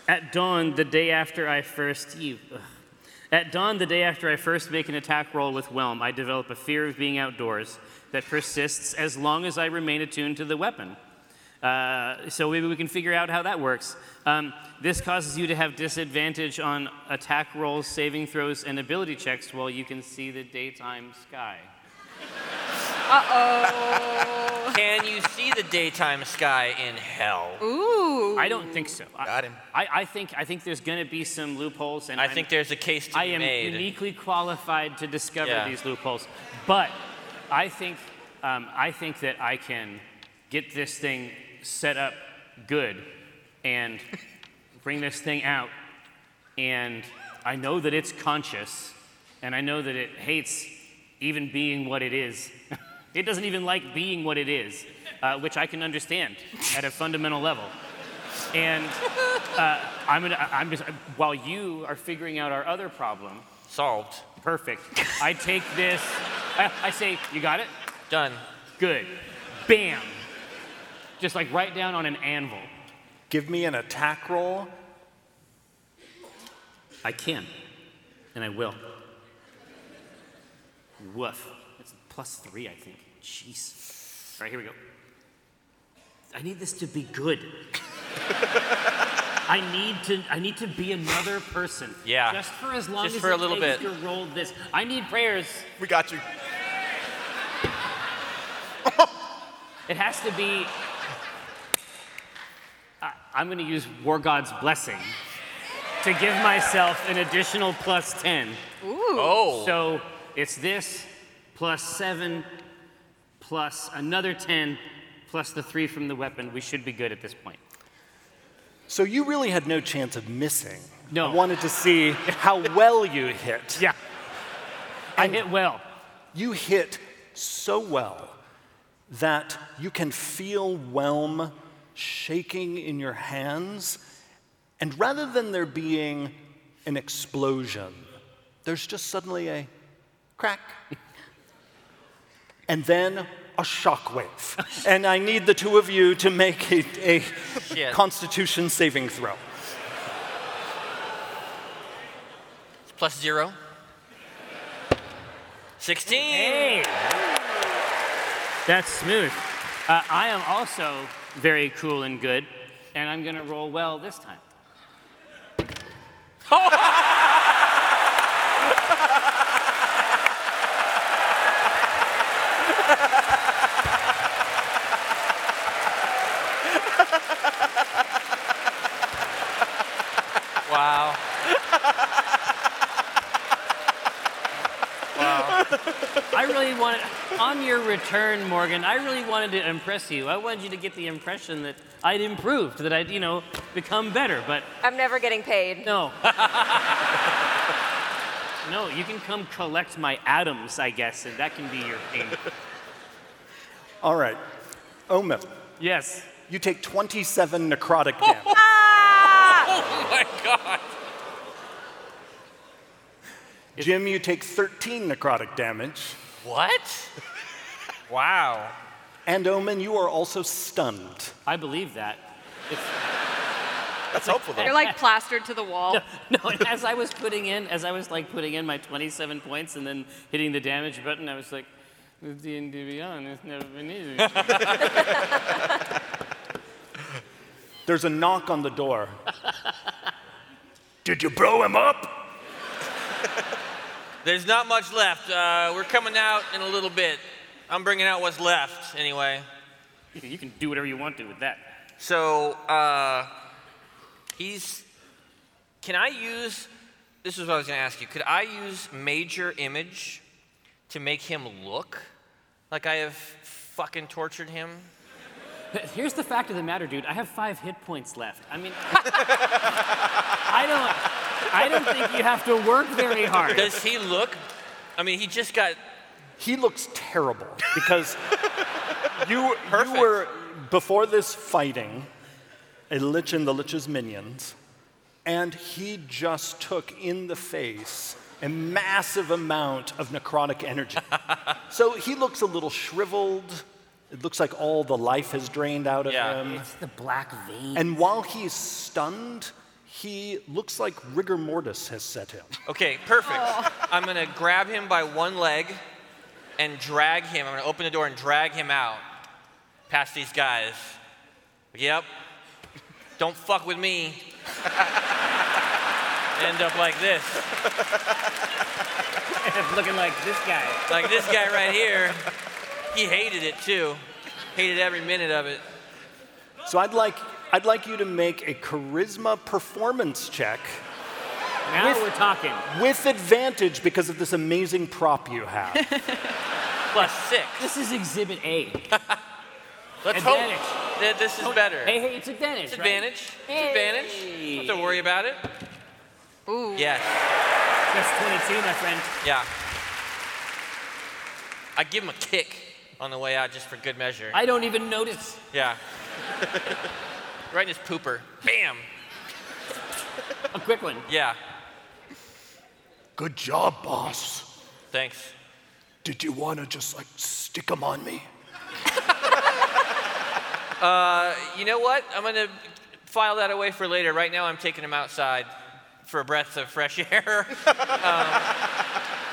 [SPEAKER 4] at dawn, the day after I first. You, ugh. At dawn, the day after I first make an attack roll with Whelm, I develop a fear of being outdoors that persists as long as I remain attuned to the weapon. Uh, so maybe we can figure out how that works. Um, this causes you to have disadvantage on attack rolls, saving throws, and ability checks while you can see the daytime sky.
[SPEAKER 6] Uh oh. Can you see the daytime sky in hell?
[SPEAKER 4] Ooh. I don't think so. I,
[SPEAKER 6] Got him.
[SPEAKER 4] I, I think I think there's going to be some loopholes, and
[SPEAKER 6] I
[SPEAKER 4] I'm-
[SPEAKER 6] think there's a case to
[SPEAKER 4] I
[SPEAKER 6] be
[SPEAKER 4] am
[SPEAKER 6] made.
[SPEAKER 4] uniquely qualified to discover
[SPEAKER 6] Yeah.
[SPEAKER 4] these loopholes. But I think um, I think that I can get this thing set up good and bring this thing out, and I know that it's conscious, and I know that it hates even being what it is. it doesn't even like being what it is, uh, which I can understand at a fundamental level. And uh, I'm, gonna, I- I'm just, while you are figuring out our other problem,
[SPEAKER 6] solved.
[SPEAKER 4] Perfect. I take this. I, I say, you got it?
[SPEAKER 6] Done.
[SPEAKER 4] Good. Bam. Just like right down on an anvil.
[SPEAKER 2] Give me an attack roll.
[SPEAKER 4] I can, and I will. Woof. That's plus three, I think. Jeez. All right, here we go. I need this to be good. I need to I need to be another person.
[SPEAKER 6] Yeah.
[SPEAKER 4] Just for as long
[SPEAKER 6] Just
[SPEAKER 4] as
[SPEAKER 6] for
[SPEAKER 4] it
[SPEAKER 6] a little
[SPEAKER 4] takes
[SPEAKER 6] bit.
[SPEAKER 4] to roll this. I need prayers.
[SPEAKER 8] We got you.
[SPEAKER 4] it has to be. I, I'm going to use War God's blessing to give myself an additional plus ten.
[SPEAKER 9] Ooh.
[SPEAKER 8] Oh.
[SPEAKER 4] So it's this plus seven plus another ten plus the three from the weapon. We should be good at this point.
[SPEAKER 2] So you really had no chance of missing. No. I wanted to see how well you hit.
[SPEAKER 4] Yeah. I hit well.
[SPEAKER 2] You hit so well that you can feel whelm shaking in your hands. And rather than there being an explosion, there's just suddenly a crack. And then a shockwave. and I need the two of you to make a, a
[SPEAKER 6] Shit.
[SPEAKER 2] constitution saving throw.
[SPEAKER 6] Plus zero. 16.
[SPEAKER 4] That's smooth. Uh, I am also very cool and good, and I'm going to roll well this time.
[SPEAKER 6] Wow.
[SPEAKER 4] Wow. I really wanted, on your return, Morgan, I really wanted to impress you. I wanted you to get the impression that I'd improved, that I'd, you know, become better, but
[SPEAKER 18] I'm never getting paid.
[SPEAKER 4] No. no, you can come collect my atoms, I guess, and that can be your thing.
[SPEAKER 2] All right. Omen.
[SPEAKER 4] Yes.
[SPEAKER 2] You take 27 necrotic damage.
[SPEAKER 10] Ah!
[SPEAKER 6] Oh my god.
[SPEAKER 2] Jim, you take 13 necrotic damage.
[SPEAKER 6] What? wow.
[SPEAKER 2] And Omen, you are also stunned.
[SPEAKER 4] I believe that.
[SPEAKER 8] That's helpful,
[SPEAKER 9] You're like plastered to the wall.
[SPEAKER 4] No, and as I was putting in, as I was like putting in my 27 points and then hitting the damage button, I was like, with D&D Beyond, it's never been easier.
[SPEAKER 2] There's a knock on the door. Did you blow him up?
[SPEAKER 6] There's not much left. Uh, we're coming out in a little bit. I'm bringing out what's left anyway.
[SPEAKER 4] You can do whatever you want to with that.
[SPEAKER 6] So, uh, he's. Can I use. This is what I was going to ask you. Could I use major image to make him look like I have fucking tortured him?
[SPEAKER 4] But Here's the fact of the matter, dude. I have five hit points left. I mean, I don't, I don't think you have to work very hard.
[SPEAKER 6] Does he look. I mean, he just got.
[SPEAKER 2] He looks terrible because you, you were, before this, fighting a Lich and the Lich's minions, and he just took in the face a massive amount of necrotic energy. so he looks a little shriveled. It looks like all the life has drained out of him.
[SPEAKER 4] It's the black vein.
[SPEAKER 2] And while he is stunned, he looks like rigor mortis has set him.
[SPEAKER 6] Okay, perfect. I'm going to grab him by one leg and drag him. I'm going to open the door and drag him out past these guys. Yep. Don't fuck with me. End up like this,
[SPEAKER 4] Looking like this guy.
[SPEAKER 6] like this guy right here. He hated it too. Hated every minute of it.
[SPEAKER 2] So I'd like, I'd like you to make a charisma performance check
[SPEAKER 4] Now
[SPEAKER 2] With-
[SPEAKER 4] we're talking.
[SPEAKER 2] with advantage because of this amazing prop you have.
[SPEAKER 6] Plus six.
[SPEAKER 4] This is Exhibit A.
[SPEAKER 6] Let's
[SPEAKER 4] Advantage.
[SPEAKER 6] hope that this is better.
[SPEAKER 4] Hey, hey, it's advantage.
[SPEAKER 6] It's
[SPEAKER 4] right?
[SPEAKER 6] advantage. It's advantage. Don't have to worry about it.
[SPEAKER 9] Ooh.
[SPEAKER 6] Yes.
[SPEAKER 4] That's 22, my friend.
[SPEAKER 6] Yeah. I give him a kick on the way out just for good measure.
[SPEAKER 4] I don't even notice.
[SPEAKER 6] yeah. right in his pooper. Bam.
[SPEAKER 4] A quick one.
[SPEAKER 6] Yeah.
[SPEAKER 2] Good job, boss.
[SPEAKER 6] Thanks.
[SPEAKER 2] Did you want to just like stick them on me?
[SPEAKER 6] Uh, you know what? I'm gonna file that away for later. Right now, I'm taking him outside for a breath of fresh air. um,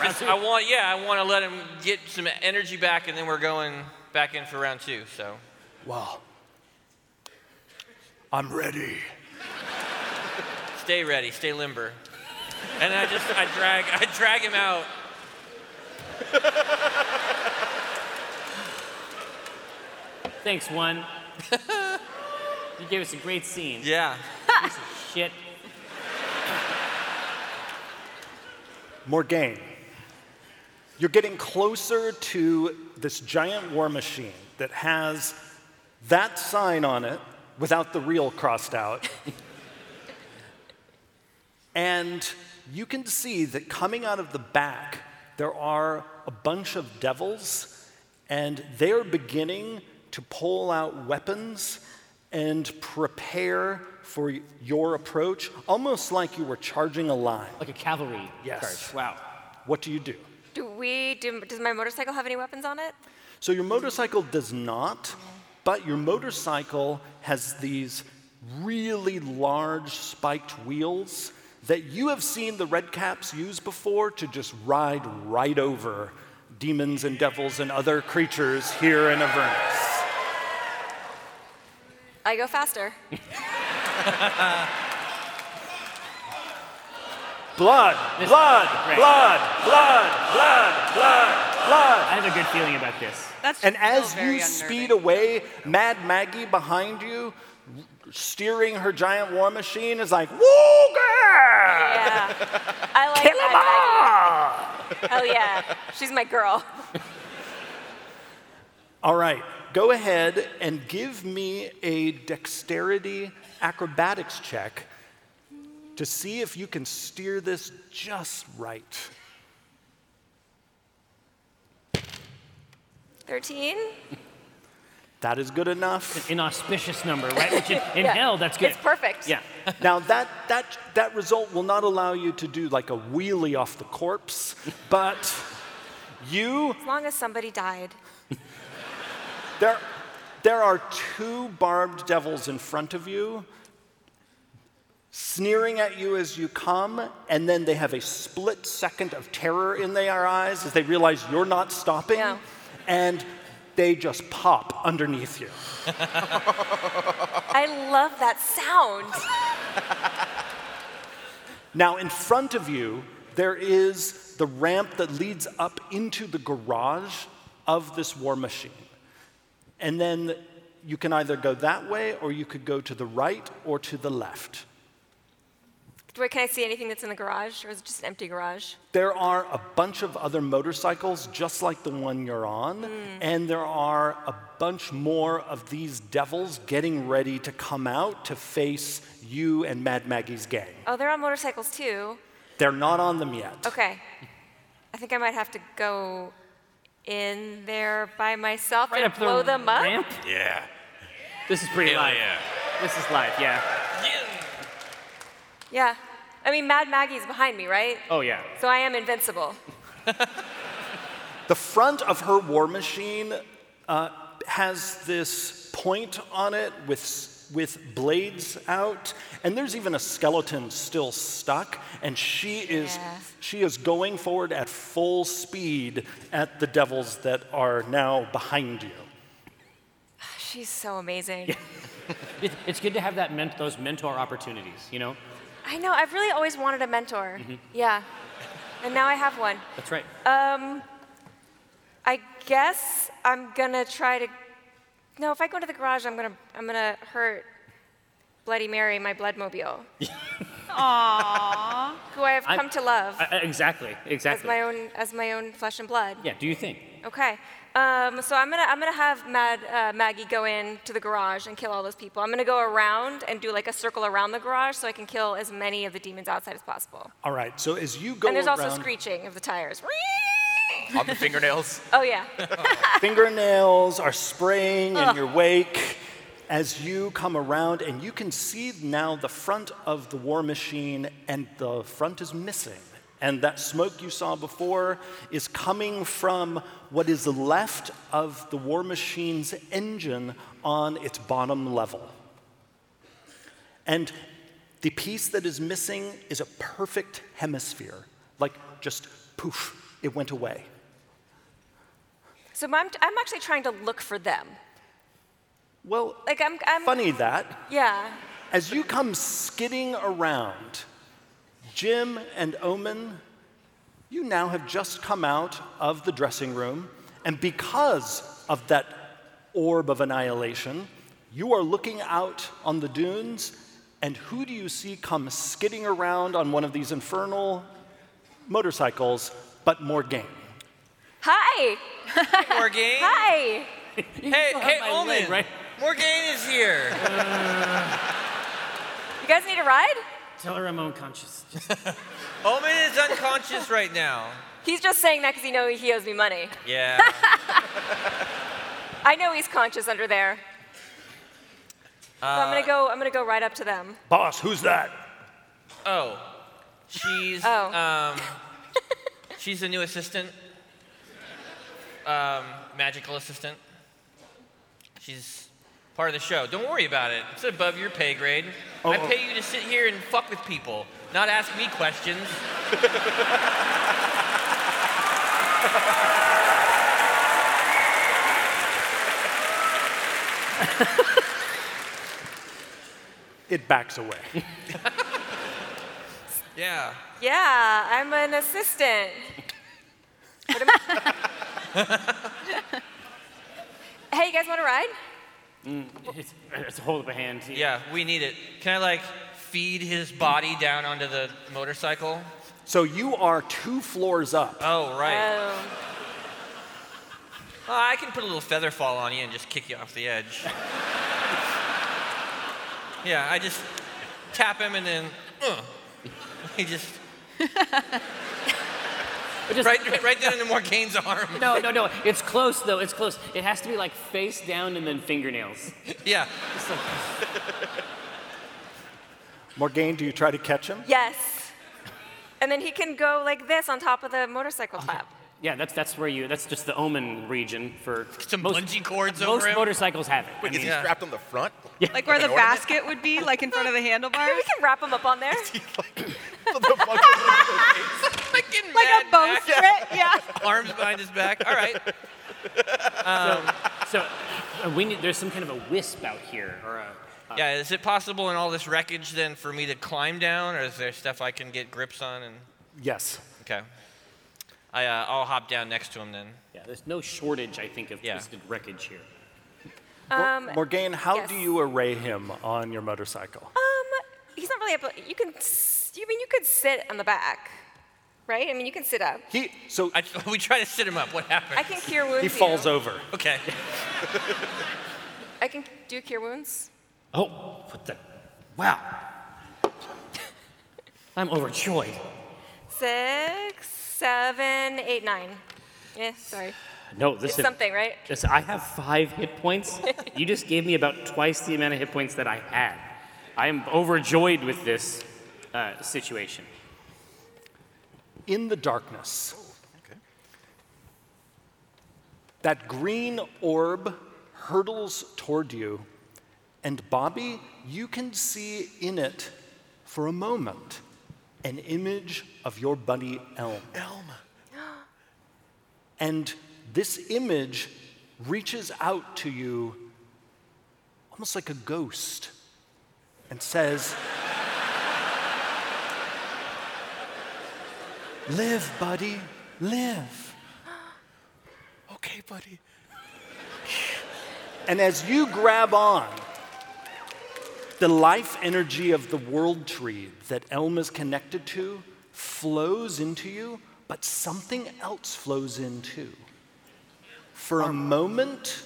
[SPEAKER 6] just- I want, yeah, I want to let him get some energy back, and then we're going back in for round two. So.
[SPEAKER 2] Wow. I'm ready.
[SPEAKER 6] Stay ready, stay limber. And I just I drag I drag him out.
[SPEAKER 4] Thanks, one. you gave us a great scene.
[SPEAKER 6] Yeah.
[SPEAKER 4] Piece of shit.
[SPEAKER 2] Morgane, you're getting closer to this giant war machine that has that sign on it without the real crossed out. and you can see that coming out of the back, there are a bunch of devils, and they're beginning to pull out weapons and prepare for your approach, almost like you were charging a line.
[SPEAKER 4] Like a cavalry
[SPEAKER 2] Yes.
[SPEAKER 4] charge. Wow.
[SPEAKER 2] What do you do?
[SPEAKER 9] Do we? Do, does my motorcycle have any weapons on it?
[SPEAKER 2] So your motorcycle does not, but your motorcycle has these really large spiked wheels that you have seen the red caps use before to just ride right over demons and devils and other creatures here in Avernus.
[SPEAKER 9] I go faster.
[SPEAKER 2] Blood, blood,
[SPEAKER 4] Great.
[SPEAKER 2] blood, blood, blood, blood, blood.
[SPEAKER 4] I have a good feeling about this.
[SPEAKER 19] That's
[SPEAKER 2] and as
[SPEAKER 19] still
[SPEAKER 2] you
[SPEAKER 19] very
[SPEAKER 2] speed away, Mad Maggie behind you, steering her giant war machine, is like, "Woo, girl!
[SPEAKER 9] Yeah. I like
[SPEAKER 2] Kill 'em
[SPEAKER 9] that.
[SPEAKER 2] all!"
[SPEAKER 9] Hell yeah. She's my girl.
[SPEAKER 2] All right, go ahead and give me a dexterity acrobatics check to see if you can steer this just right.
[SPEAKER 9] 13?
[SPEAKER 2] That is good enough.
[SPEAKER 4] An inauspicious number, right? Which in, in
[SPEAKER 9] Yeah.
[SPEAKER 4] hell, that's good.
[SPEAKER 9] It's perfect.
[SPEAKER 4] Yeah.
[SPEAKER 2] now that that that result will not allow you to do like a wheelie off the corpse, but you
[SPEAKER 9] As long as somebody died.
[SPEAKER 2] There, there are two barbed devils in front of you, sneering at you as you come, and then they have a split second of terror in their eyes as they realize you're not stopping,
[SPEAKER 9] Yeah.
[SPEAKER 2] and they just pop underneath you.
[SPEAKER 9] I love that sound.
[SPEAKER 2] Now, in front of you, there is the ramp that leads up into the garage of this war machine. And then you can either go that way, or you could go to the right or to the left.
[SPEAKER 9] Where can I see anything that's in the garage? Or is it just an empty garage?
[SPEAKER 2] There are a bunch of other motorcycles just like the one you're on, and there are a bunch more of these devils getting ready to come out to face you and Mad Maggie's gang.
[SPEAKER 9] Oh, they're on motorcycles too.
[SPEAKER 2] They're not on them yet.
[SPEAKER 9] Okay. I think I might have to go in there by myself and blow them up.
[SPEAKER 4] ramp?
[SPEAKER 5] Yeah.
[SPEAKER 4] This is pretty live. This is live, yeah.
[SPEAKER 9] Yeah. I mean, Mad Maggie's behind me, right?
[SPEAKER 4] Oh, yeah.
[SPEAKER 9] So I am invincible.
[SPEAKER 2] The front of her war machine uh, has this point on it with, s- with blades out, and there's even a skeleton still stuck, and she is,
[SPEAKER 9] Yeah.
[SPEAKER 2] she is going forward at full speed at the devils that are now behind you.
[SPEAKER 9] She's so amazing.
[SPEAKER 4] It, it's good to have that ment- those mentor opportunities, you know?
[SPEAKER 9] I know. I've really always wanted a mentor. Yeah. And now I have one.
[SPEAKER 4] That's right.
[SPEAKER 9] Um, I guess I'm gonna try to. No, if I go to the garage, I'm gonna I'm gonna hurt Bloody Mary, my bloodmobile,
[SPEAKER 20] Aww.
[SPEAKER 9] who I have
[SPEAKER 4] I-
[SPEAKER 9] come to love
[SPEAKER 4] I- I- exactly,
[SPEAKER 9] as
[SPEAKER 4] exactly.
[SPEAKER 9] my own as my own flesh and blood.
[SPEAKER 4] yeah, do you think?
[SPEAKER 9] Okay. Um, so I'm gonna I'm gonna have Mad, uh, Maggie go in to the garage and kill all those people. I'm gonna go around and do like a circle around the garage so I can kill as many of the demons outside as possible.
[SPEAKER 2] All right, so as you go
[SPEAKER 9] and there's
[SPEAKER 2] around,
[SPEAKER 9] also screeching of the tires.
[SPEAKER 8] On the fingernails.
[SPEAKER 9] Oh yeah.
[SPEAKER 2] fingernails are spraying in
[SPEAKER 9] Ugh.
[SPEAKER 2] your wake as you come around, and you can see now the front of the war machine, and the front is missing. And that smoke you saw before is coming from what is left of the war machine's engine on its bottom level. And the piece that is missing is a perfect hemisphere. Like, just poof, it went away.
[SPEAKER 9] So I'm, I'm actually trying to look for them.
[SPEAKER 2] Well,
[SPEAKER 9] like I'm, I'm
[SPEAKER 2] funny that.
[SPEAKER 9] Yeah.
[SPEAKER 2] As you come skidding around, Jim and Omen, you now have just come out of the dressing room, and because of that orb of annihilation, you are looking out on the dunes, and who do you see come skidding around on one of these infernal motorcycles, but Morgaine?
[SPEAKER 9] Hi.
[SPEAKER 6] Morgaine.
[SPEAKER 9] Hi.
[SPEAKER 6] hey, hey, Omen. Morgaine is here.
[SPEAKER 9] You guys need a ride?
[SPEAKER 4] Tell her I'm unconscious.
[SPEAKER 6] Omen is unconscious right now.
[SPEAKER 9] He's just saying that because he knows he owes me money.
[SPEAKER 6] Yeah.
[SPEAKER 9] I know he's conscious under there. So I'm gonna go. I'm gonna go right up to them.
[SPEAKER 11] Boss, who's that?
[SPEAKER 6] Oh, she's um, she's the new assistant, um, magical assistant. She's part of the show. Don't worry about it. It's above your pay grade.
[SPEAKER 11] Oh,
[SPEAKER 6] I
[SPEAKER 11] oh.
[SPEAKER 6] pay you to sit here and fuck with people, not ask me questions.
[SPEAKER 2] It backs away.
[SPEAKER 6] Yeah.
[SPEAKER 9] Yeah, I'm an assistant. What am I- hey, you guys want to ride?
[SPEAKER 4] Mm, it's, it's a hold of a hand.
[SPEAKER 6] Yeah, we need it. Can I like feed his body down onto the motorcycle?
[SPEAKER 2] So you are two floors up.
[SPEAKER 6] Oh right. Oh, I can put a little feather fall on you and just kick you off the edge. yeah, I just tap him and then uh, he just. right, right down into Morgaine's arm.
[SPEAKER 4] No, no, no. It's close though. It's close. It has to be like face down and then fingernails.
[SPEAKER 6] Yeah.
[SPEAKER 4] It's like,
[SPEAKER 2] Morgaine, do you try to catch him?
[SPEAKER 9] Yes. And then he can go like this on top of the motorcycle flap.
[SPEAKER 4] yeah, that's that's where you. That's just the omen region for
[SPEAKER 6] some
[SPEAKER 4] most,
[SPEAKER 6] bungee cords
[SPEAKER 4] Most
[SPEAKER 6] over him?
[SPEAKER 4] motorcycles have it.
[SPEAKER 6] Wait,
[SPEAKER 4] I
[SPEAKER 6] is he
[SPEAKER 4] mean-
[SPEAKER 6] strapped
[SPEAKER 8] on the front?
[SPEAKER 10] Like where the basket would be, like in front of the handlebars. we
[SPEAKER 9] can wrap them up on there.
[SPEAKER 10] like a bow strip, yeah.
[SPEAKER 6] Arms behind his back. All right. Um,
[SPEAKER 4] so, uh, we need. There's some kind of a wisp out here, or a.
[SPEAKER 6] yeah, is it possible in all this wreckage then for me to climb down, or is there stuff I can get grips on? And
[SPEAKER 2] Yes.
[SPEAKER 6] okay, I uh, I'll hop down next to him then.
[SPEAKER 4] Yeah, there's no shortage, I think, of twisted wreckage here.
[SPEAKER 9] Um,
[SPEAKER 2] Morgaine, how
[SPEAKER 9] yes.
[SPEAKER 2] do you array him on your motorcycle?
[SPEAKER 9] Um, he's not really up. You can. s- You mean you could sit on the back, right? I mean you can sit up.
[SPEAKER 2] He so
[SPEAKER 6] I, we try to sit him up. What happens?
[SPEAKER 9] I can cure wounds.
[SPEAKER 2] He falls over.
[SPEAKER 6] Okay.
[SPEAKER 9] I can do cure wounds.
[SPEAKER 4] Oh, what the? Wow. I'm overjoyed.
[SPEAKER 9] Six, seven, eight, nine. Yeah, sorry.
[SPEAKER 4] No, this
[SPEAKER 9] It's something, right?
[SPEAKER 4] This, I have five hit points. you just gave me about twice the amount of hit points that I had. I am overjoyed with this uh, situation.
[SPEAKER 2] In the darkness, that green orb hurtles toward you, and Bobby, you can see in it for a moment an image of your buddy Elm. Elm. And this image reaches out to you almost like a ghost and says, Live, buddy, live.
[SPEAKER 7] Okay, buddy.
[SPEAKER 2] And as you grab on, the life energy of the world tree that Elm is connected to flows into you, but something else flows in too. For a moment,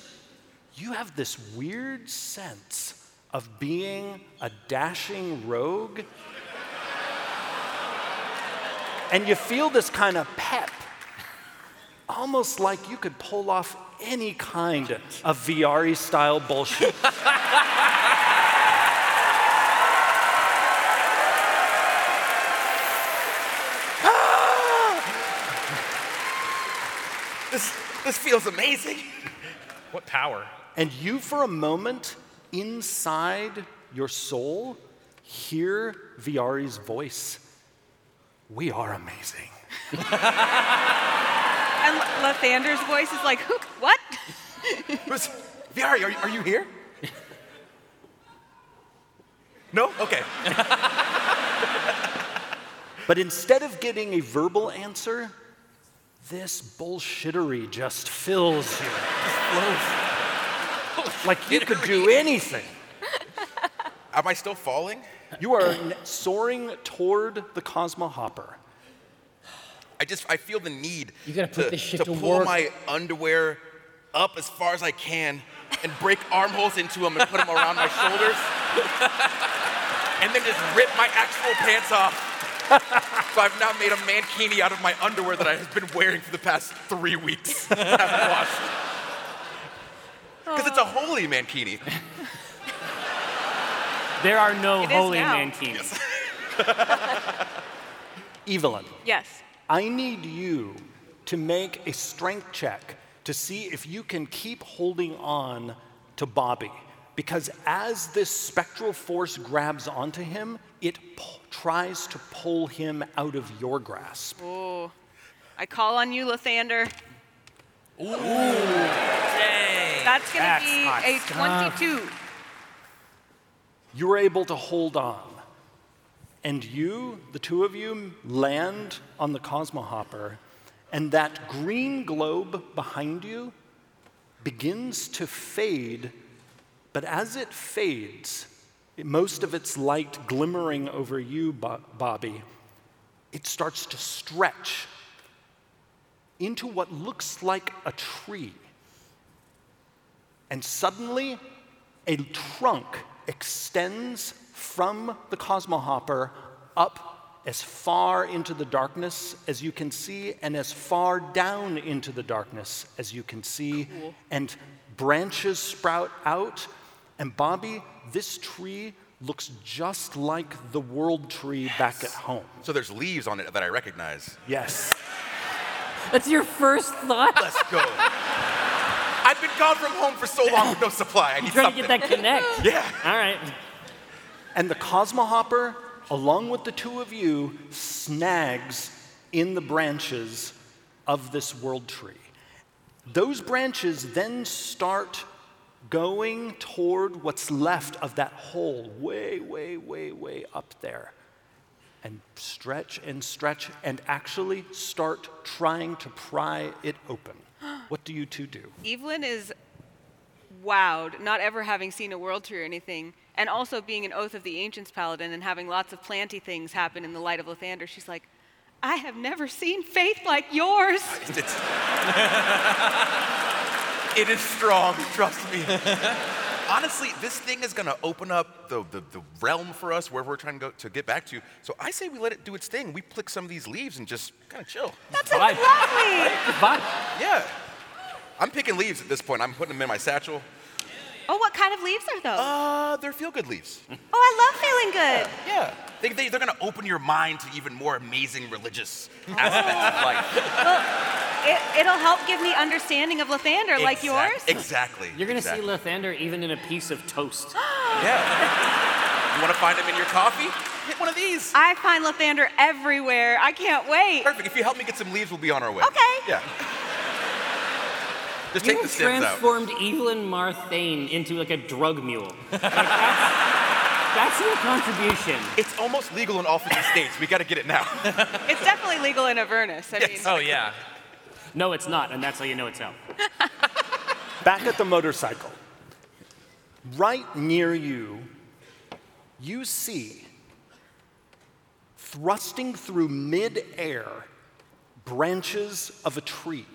[SPEAKER 2] you have this weird sense of being a dashing rogue. And you feel this kind of pep, almost like you could pull off any kind of Viari style bullshit. Ah!
[SPEAKER 7] This this feels amazing.
[SPEAKER 6] What power?
[SPEAKER 2] And you, for a moment, inside your soul, hear Viari's voice. We are amazing.
[SPEAKER 10] And Lathander's voice is like, who, what?
[SPEAKER 7] Viari, are you, are you here?
[SPEAKER 2] No? Okay. but instead of getting a verbal answer, this bullshittery just fills you. like you could do anything.
[SPEAKER 8] Am I still falling?
[SPEAKER 2] You are n- soaring toward the Cosmo Hopper.
[SPEAKER 8] I just I feel the need
[SPEAKER 2] You gotta put this shit to
[SPEAKER 8] pull
[SPEAKER 2] work.
[SPEAKER 8] my underwear up as far as I can and break armholes into them and put them around my shoulders. and then just rip my actual pants off. so I've now made a mankini out of my underwear that I have been wearing for the past three weeks. I haven't washed. Because it's a holy mankini.
[SPEAKER 4] There are no
[SPEAKER 2] It is
[SPEAKER 4] holy
[SPEAKER 2] now.
[SPEAKER 4] mankinis.
[SPEAKER 2] Evelyn,
[SPEAKER 21] Yes.
[SPEAKER 2] I need you to make a strength check to see if you can keep holding on to Bobby. Because as this spectral force grabs onto him, it pu- tries to pull him out of your grasp.
[SPEAKER 10] Ooh. I call on you, Lathander. Ooh. That's going to
[SPEAKER 2] That's
[SPEAKER 10] be
[SPEAKER 2] hot
[SPEAKER 10] a
[SPEAKER 2] stuff.
[SPEAKER 10] 22.
[SPEAKER 2] You're able to hold on. And you, the two of you, land on the Cosmo Hopper, and that green globe behind you begins to fade. But as it fades, most of its light glimmering over you, Bo- Bobby, it starts to stretch into what looks like a tree. And suddenly, a trunk extends from the Cosmohopper up as far into the darkness as you can see, and as far down into the darkness as you can see.
[SPEAKER 11] Cool.
[SPEAKER 2] And branches sprout out. And Bobby, this tree looks just like the world tree back at home.
[SPEAKER 8] So there's leaves on it that I recognize.
[SPEAKER 2] Yes.
[SPEAKER 4] That's your first thought?
[SPEAKER 8] Let's go. I've been gone from home for so long with no supply. I need
[SPEAKER 4] Trying to
[SPEAKER 8] something.
[SPEAKER 4] get that connect.
[SPEAKER 8] Yeah.
[SPEAKER 4] All right.
[SPEAKER 2] And the Cosmohopper, along with the two of you, snags in the branches of this world tree. Those branches then start going toward what's left of that hole, way, way, way, way up there. And stretch and stretch and actually start trying to pry it open. What do you two do?
[SPEAKER 10] Evelyn is wowed, not ever having seen a world tree or anything, and also being an Oath of the Ancients paladin and having lots of planty things happen in the light of Lathander. She's like, I have never seen faith like yours.
[SPEAKER 8] It's, it is strong, trust me. Honestly, this thing is gonna open up the, the, the realm for us wherever we're trying to go to get back to. So I say we let it do its thing. We pluck some of these leaves and just kind of chill. That's
[SPEAKER 4] Bye.
[SPEAKER 8] Yeah. I'm picking leaves at this point. I'm putting them in my satchel.
[SPEAKER 10] Oh, what kind of leaves are those?
[SPEAKER 8] Uh, they're feel good leaves.
[SPEAKER 10] Oh, I love feeling good.
[SPEAKER 8] Yeah. They, they, they're gonna open your mind to even more amazing religious
[SPEAKER 4] Oh.
[SPEAKER 8] aspects of life.
[SPEAKER 10] It, it'll help give me understanding of Lathander like yours.
[SPEAKER 8] Exactly.
[SPEAKER 4] You're going to
[SPEAKER 8] exactly.
[SPEAKER 4] see Lathander even in a piece of toast.
[SPEAKER 8] You wanna find them in your coffee? Hit one of these.
[SPEAKER 10] I find Lathander everywhere. I can't wait.
[SPEAKER 8] Perfect. If you help me get some leaves, we'll be on our way.
[SPEAKER 10] Okay.
[SPEAKER 8] Yeah. Just
[SPEAKER 4] you
[SPEAKER 8] take the stems out.
[SPEAKER 4] transformed Evelyn Marthane into like a drug mule. Like, that's, that's your contribution.
[SPEAKER 8] It's almost legal in all 50 states. We got to get it now.
[SPEAKER 10] It's definitely legal in Avernus. I mean,
[SPEAKER 4] Oh, yeah. No, it's not, and that's how you know it's out.
[SPEAKER 2] Back at the motorcycle, right near you, you see thrusting through midair branches of a tree,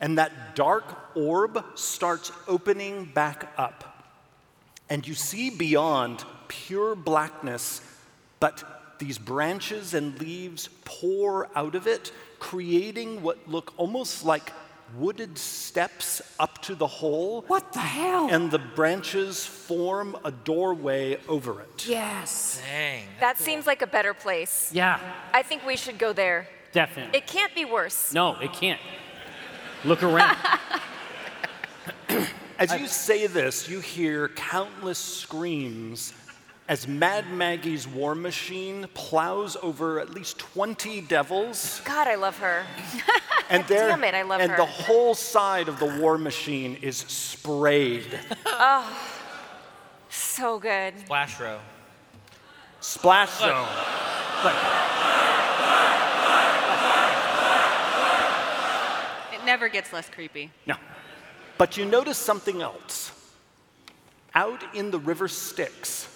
[SPEAKER 2] and that dark orb starts opening back up. And you see beyond pure blackness, but these branches and leaves pour out of it, creating what look almost like wooded steps up to the hole. What the hell? And the branches form a doorway over it.
[SPEAKER 6] Yes. Dang.
[SPEAKER 9] That seems like a better place.
[SPEAKER 4] Yeah,
[SPEAKER 9] I think we should go there.
[SPEAKER 4] definitely.
[SPEAKER 9] It can't be worse.
[SPEAKER 4] No, it can't. Look around.
[SPEAKER 2] As you say this, you hear countless screams as Mad Maggie's war machine plows over at least 20 devils.
[SPEAKER 9] God, I love her.
[SPEAKER 2] And there,
[SPEAKER 9] Damn it, I love
[SPEAKER 2] and
[SPEAKER 9] her.
[SPEAKER 2] the whole side of the war machine is sprayed
[SPEAKER 9] oh, So good.
[SPEAKER 6] Splash row.
[SPEAKER 2] Splash zone.
[SPEAKER 10] It never gets less creepy.
[SPEAKER 2] No. But you notice something else. Out in the river Styx,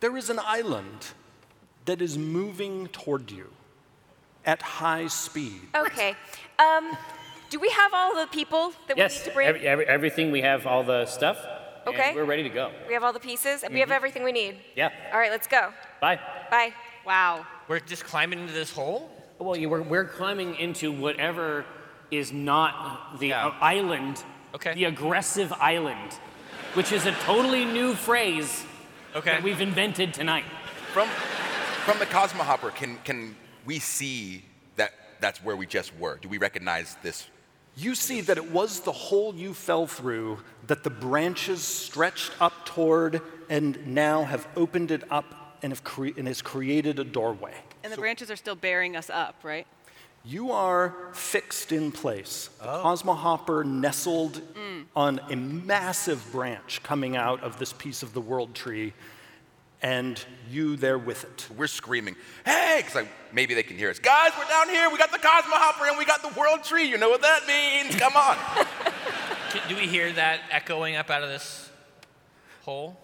[SPEAKER 2] there is an island that is moving toward you at high speed.
[SPEAKER 9] Okay. Um, do we have all the people that we need
[SPEAKER 4] Yes,
[SPEAKER 9] to bring?
[SPEAKER 4] every- every- everything, we have all the stuff. and
[SPEAKER 9] Okay.
[SPEAKER 4] we're ready to go.
[SPEAKER 9] we have all the pieces. We have
[SPEAKER 4] Mhm.
[SPEAKER 9] everything we need.
[SPEAKER 4] Yeah,
[SPEAKER 9] All right, let's go.
[SPEAKER 4] bye.
[SPEAKER 9] Bye.
[SPEAKER 10] Wow.
[SPEAKER 6] We're just climbing into this hole?
[SPEAKER 4] Well, you, we're, we're climbing into whatever is not the uh, island, okay. the aggressive island, which is a totally new phrase that we've invented tonight.
[SPEAKER 8] From, from the Cosmohopper, can, can we see that that's where we just were? Do we recognize this?
[SPEAKER 2] You see that it was the hole you fell through that the branches stretched up toward and now have opened it up and, have cre- and has created a doorway.
[SPEAKER 10] And the branches are still bearing us up, right?
[SPEAKER 2] You are fixed in place. The Cosmohopper nestled
[SPEAKER 10] Mm.
[SPEAKER 2] on a massive branch coming out of this piece of the world tree, and you there with it.
[SPEAKER 8] We're screaming, hey, because maybe they can hear us. Guys, we're down here. We got the Cosmohopper and we got the World Tree. You know what that means. Come on.
[SPEAKER 6] Can- Do we hear that echoing up out of this hole?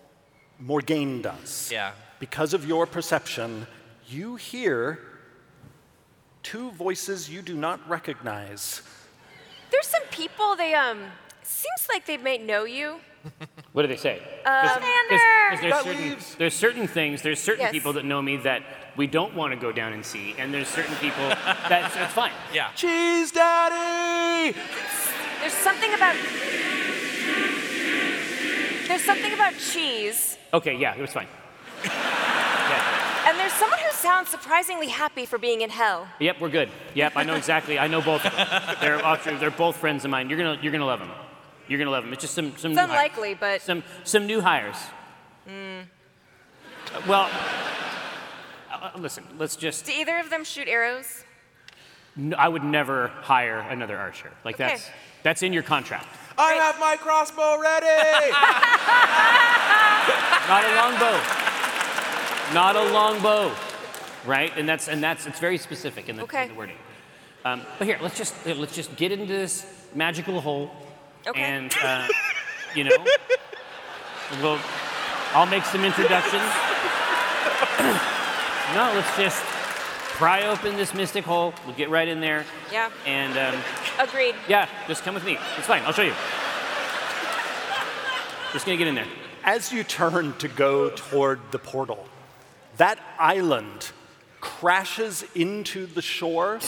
[SPEAKER 2] Morgaine does.
[SPEAKER 6] Yeah.
[SPEAKER 2] Because of your perception, you hear two voices you do not recognize.
[SPEAKER 9] There's some people. They um. Seems like they may know you.
[SPEAKER 4] What do they say?
[SPEAKER 9] Um,
[SPEAKER 4] there's, certain, there's certain things, there's certain
[SPEAKER 9] Yes.
[SPEAKER 4] people that know me that we don't want to go down and see, and there's certain people that it's fine.
[SPEAKER 6] Yeah.
[SPEAKER 8] Cheese Daddy!
[SPEAKER 9] There's something about. There's something about cheese,
[SPEAKER 4] Okay, yeah, it was fine.
[SPEAKER 9] and there's someone who sounds surprisingly happy for being in hell.
[SPEAKER 4] Yep, we're good. Yep, I know exactly. I know both of them. They're, all true. they're both friends of mine. You're gonna, you're gonna love them. You're gonna love them. It's just some, some
[SPEAKER 9] It's
[SPEAKER 4] new hires.
[SPEAKER 9] unlikely, but
[SPEAKER 4] Some, some new hires.
[SPEAKER 9] mm.
[SPEAKER 4] Uh, Well, uh, uh, listen, let's just.
[SPEAKER 9] do either of them shoot arrows?
[SPEAKER 4] n- I would never hire another archer. Like
[SPEAKER 9] Okay.
[SPEAKER 4] that's, that's in your contract.
[SPEAKER 8] I have my crossbow ready.
[SPEAKER 4] Not a longbow. Not a longbow, right? And that's, and that's, it's very specific in the, in
[SPEAKER 9] Okay.
[SPEAKER 4] the wording. Um, but here, let's just, here, let's just get into this magical hole.
[SPEAKER 9] Okay.
[SPEAKER 4] And, uh, you know, we'll, I'll make some introductions. no, let's just pry open this mystic hole. We'll get right in there.
[SPEAKER 9] Yeah.
[SPEAKER 4] And um,
[SPEAKER 9] Agreed.
[SPEAKER 4] yeah, just come with me. It's fine. I'll show you. Just gonna get in there.
[SPEAKER 2] As you turn to go toward the portal, that island crashes into the shore,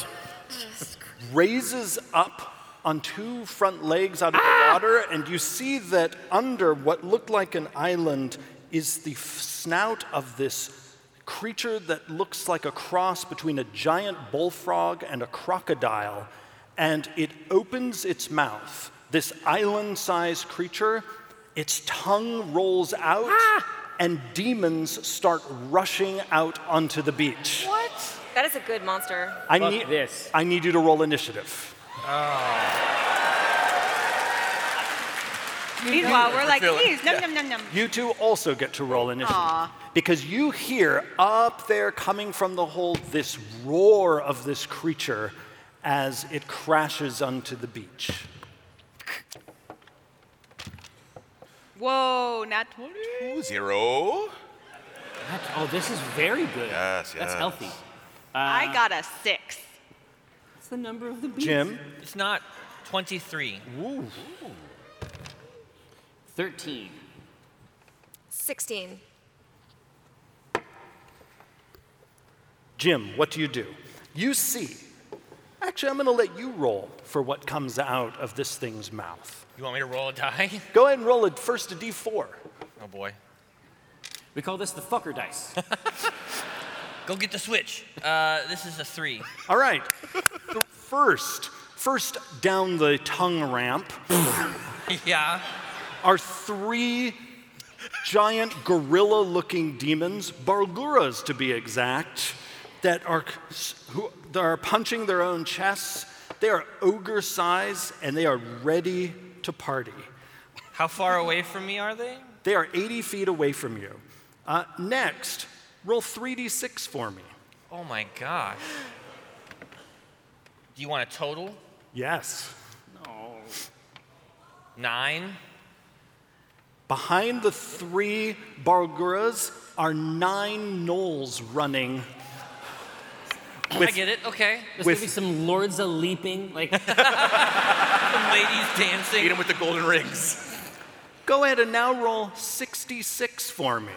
[SPEAKER 2] raises up on two front legs out of the water, and you see that under what looked like an island is the f- snout of this creature that looks like a cross between a giant bullfrog and a crocodile, and it opens its mouth. This island sized creature, its tongue rolls out, and demons start rushing out onto the beach.
[SPEAKER 9] What? That is a good monster.
[SPEAKER 2] I need, I need you to roll initiative.
[SPEAKER 10] Meanwhile, we're like,
[SPEAKER 2] Feel it.
[SPEAKER 10] please, num
[SPEAKER 2] Yeah.
[SPEAKER 10] num num num.
[SPEAKER 2] You two also get to roll initiative.
[SPEAKER 10] Aw.
[SPEAKER 2] Because you hear up there coming from the hole this roar of this creature as it crashes onto the beach.
[SPEAKER 10] Whoa, not 20.
[SPEAKER 8] Zero.
[SPEAKER 4] oh, this is very good.
[SPEAKER 8] Yes, yes.
[SPEAKER 4] That's healthy.
[SPEAKER 10] I got a six.
[SPEAKER 4] What's the number of the beast?
[SPEAKER 2] Jim?
[SPEAKER 6] It's not 23.
[SPEAKER 2] Ooh.
[SPEAKER 4] 13.
[SPEAKER 9] 16.
[SPEAKER 2] Jim, what do you do? You see. Actually, I'm going to let you roll for what comes out of this thing's mouth.
[SPEAKER 6] You want me to roll a die?
[SPEAKER 2] Go ahead and roll it first a d4.
[SPEAKER 6] Oh boy.
[SPEAKER 4] We call this the fucker dice.
[SPEAKER 6] Go get the switch. Uh, this is a three.
[SPEAKER 2] All right. The first, first down the tongue ramp
[SPEAKER 6] yeah.
[SPEAKER 2] are three giant gorilla looking demons, Barguras to be exact, that are, c- who, that are punching their own chests. They are ogre size and they are ready to party.
[SPEAKER 6] How far away from me are they?
[SPEAKER 2] They are 80 feet away from you. Uh, next, roll 3d6 for me.
[SPEAKER 6] Oh my gosh. Do you want a total?
[SPEAKER 2] Yes.
[SPEAKER 4] No.
[SPEAKER 6] Nine?
[SPEAKER 2] Behind the three Barguras are nine gnolls running.
[SPEAKER 6] I get it. Okay.
[SPEAKER 4] There's
[SPEAKER 2] with-
[SPEAKER 4] gonna be some lords a leaping, like
[SPEAKER 6] some ladies dancing.
[SPEAKER 8] Eat them with the golden rings.
[SPEAKER 2] Go ahead and now roll 66 for me.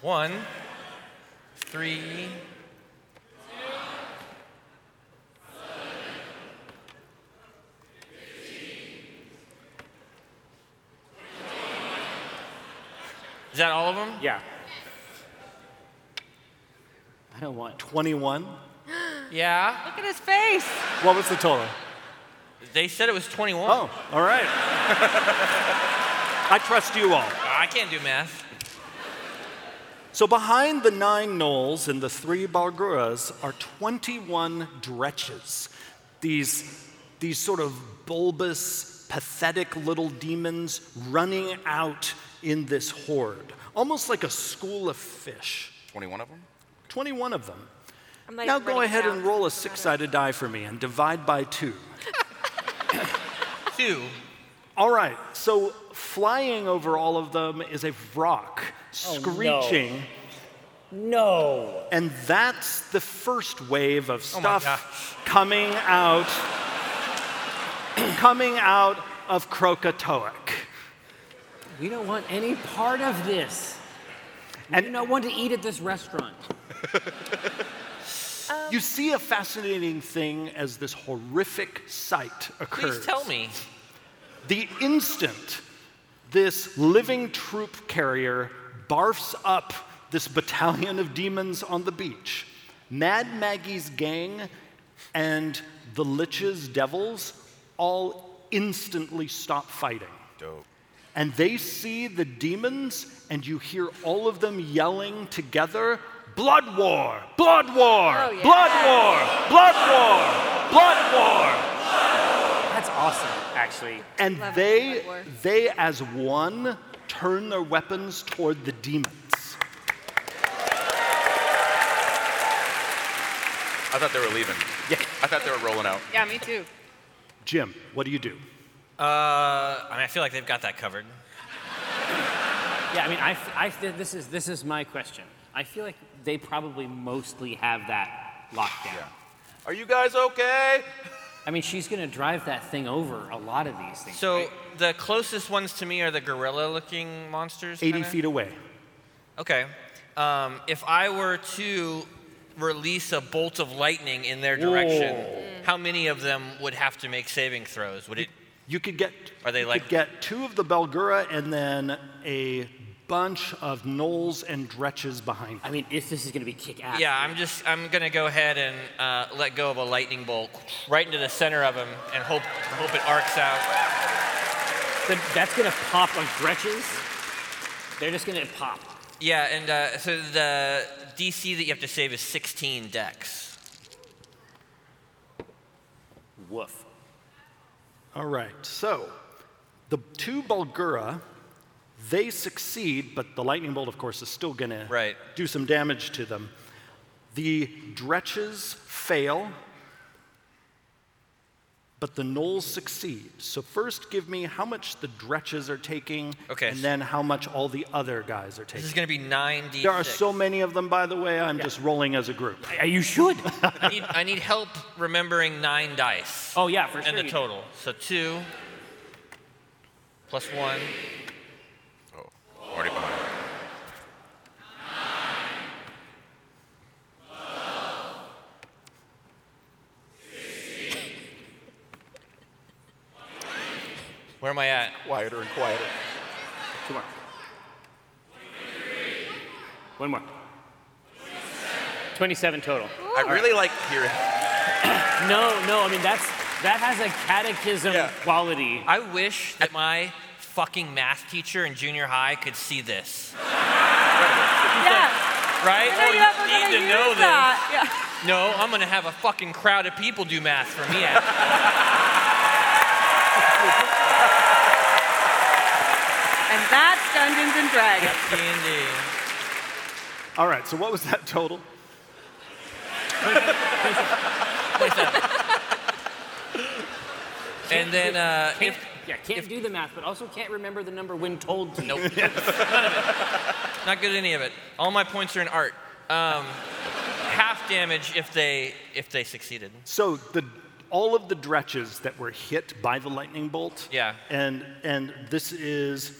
[SPEAKER 6] One, three. Is that all of them?
[SPEAKER 4] Yeah. I don't want.
[SPEAKER 2] 21.
[SPEAKER 6] Yeah.
[SPEAKER 3] Look at his face.
[SPEAKER 2] What was the total?
[SPEAKER 6] They said it was 21.
[SPEAKER 2] Oh, all right. I trust you all.
[SPEAKER 6] I can't do math.
[SPEAKER 2] So behind the nine gnolls and the three barguras are 21 dretches. These, these sort of bulbous, pathetic little demons running out in this horde, almost like a school of fish.
[SPEAKER 8] 21 of them?
[SPEAKER 2] 21 of them.
[SPEAKER 9] I'm like
[SPEAKER 2] Now go
[SPEAKER 9] running
[SPEAKER 2] ahead
[SPEAKER 9] down.
[SPEAKER 2] and roll a six sided die for me and divide by two.
[SPEAKER 6] Two.
[SPEAKER 2] All right, so flying over all of them is a rock
[SPEAKER 6] Oh,
[SPEAKER 2] screeching.
[SPEAKER 1] No.
[SPEAKER 2] And that's the first wave of
[SPEAKER 1] Oh my
[SPEAKER 2] stuff coming out coming out of Krakatoa.
[SPEAKER 4] We don't want any part of this. We do not want to eat at this restaurant.
[SPEAKER 2] You see a fascinating thing as this horrific sight occurs.
[SPEAKER 6] Please tell me.
[SPEAKER 2] The instant this living troop carrier barfs up this battalion of demons on the beach, Mad Maggie's gang and the Lich's devils all instantly stop fighting.
[SPEAKER 8] Dope.
[SPEAKER 2] And they see the demons, and you hear all of them yelling together Blood War! Blood War!
[SPEAKER 17] Oh, yeah.
[SPEAKER 2] Blood War! Blood War! Blood War!
[SPEAKER 4] That's awesome, actually.
[SPEAKER 2] And they, they as one, turn their weapons toward the demons.
[SPEAKER 8] I thought they were leaving. Yeah. I thought they were rolling out.
[SPEAKER 21] Yeah, me too.
[SPEAKER 2] Jim, what do you do?
[SPEAKER 6] Uh, I mean, I feel like they've got that covered.
[SPEAKER 4] Yeah, I mean, I, I, this, is, this is my question. I feel like they probably mostly have that locked down.
[SPEAKER 8] Are you guys okay?
[SPEAKER 4] I mean, she's going to drive that thing over a lot of these things.
[SPEAKER 6] So the closest ones to me are the gorilla-looking monsters.
[SPEAKER 2] 80
[SPEAKER 6] kinda?
[SPEAKER 2] feet away.
[SPEAKER 6] Okay. Um, if I were to release a bolt of lightning in their direction,
[SPEAKER 2] Whoa.
[SPEAKER 6] how many of them would have to make saving throws? Would it?
[SPEAKER 2] You could get
[SPEAKER 6] Are they
[SPEAKER 2] you
[SPEAKER 6] like?
[SPEAKER 2] could get two of the Belgura and then a bunch of gnolls and dretches behind.
[SPEAKER 4] I mean, if this is going to be kick ass.
[SPEAKER 6] Yeah, I'm just. I'm gonna go ahead and uh, let go of a lightning bolt right into the center of him and hope hope it arcs out.
[SPEAKER 4] Then that's going to pop on Gretches. They're just going to pop.
[SPEAKER 6] Yeah, and uh, so the DC that you have to save is 16 dex.
[SPEAKER 4] Woof.
[SPEAKER 2] All right, so the two Bulgura, they succeed, but the lightning bolt, of course, is still going to do some damage to them. The Dretches fail, but the Knolls succeed. So, first give me how much the Dretches are taking,
[SPEAKER 6] Okay.
[SPEAKER 2] and then how much all the other guys are
[SPEAKER 6] This
[SPEAKER 2] taking.
[SPEAKER 6] is gonna be nine D.
[SPEAKER 2] There are so many of them, by the way, I'm just rolling as a group.
[SPEAKER 4] You should.
[SPEAKER 6] I need, I need help remembering nine dice.
[SPEAKER 4] Oh, yeah, for sure
[SPEAKER 6] And
[SPEAKER 4] you
[SPEAKER 6] the
[SPEAKER 4] do.
[SPEAKER 6] total. So two plus one.
[SPEAKER 8] Oh, Already behind.
[SPEAKER 6] Where am I at?
[SPEAKER 8] Quieter and quieter.
[SPEAKER 4] Two more. One more. 27 total.
[SPEAKER 8] I really like hearing.
[SPEAKER 4] No, no, I mean, that's that has a catechism quality.
[SPEAKER 6] I wish that my fucking math teacher in junior high could see this.
[SPEAKER 9] Yeah.
[SPEAKER 6] Right?
[SPEAKER 9] I know
[SPEAKER 6] Oh,
[SPEAKER 9] you have- we're
[SPEAKER 6] need
[SPEAKER 9] gonna
[SPEAKER 6] to
[SPEAKER 9] use
[SPEAKER 6] know this.
[SPEAKER 9] that. Yeah.
[SPEAKER 6] No, I'm gonna have a fucking crowd of people do math for me. after.
[SPEAKER 21] and Greg.
[SPEAKER 2] All right, so what was that total?
[SPEAKER 6] And then uh,
[SPEAKER 4] Can't, yeah, can't do the math, but also can't remember the number when told to you.
[SPEAKER 6] Nope. Not good at any of it. All my points are in art. Um, half damage if they if they succeeded.
[SPEAKER 2] So the all of the dretches that were hit by the lightning bolt.
[SPEAKER 6] Yeah.
[SPEAKER 2] And and this is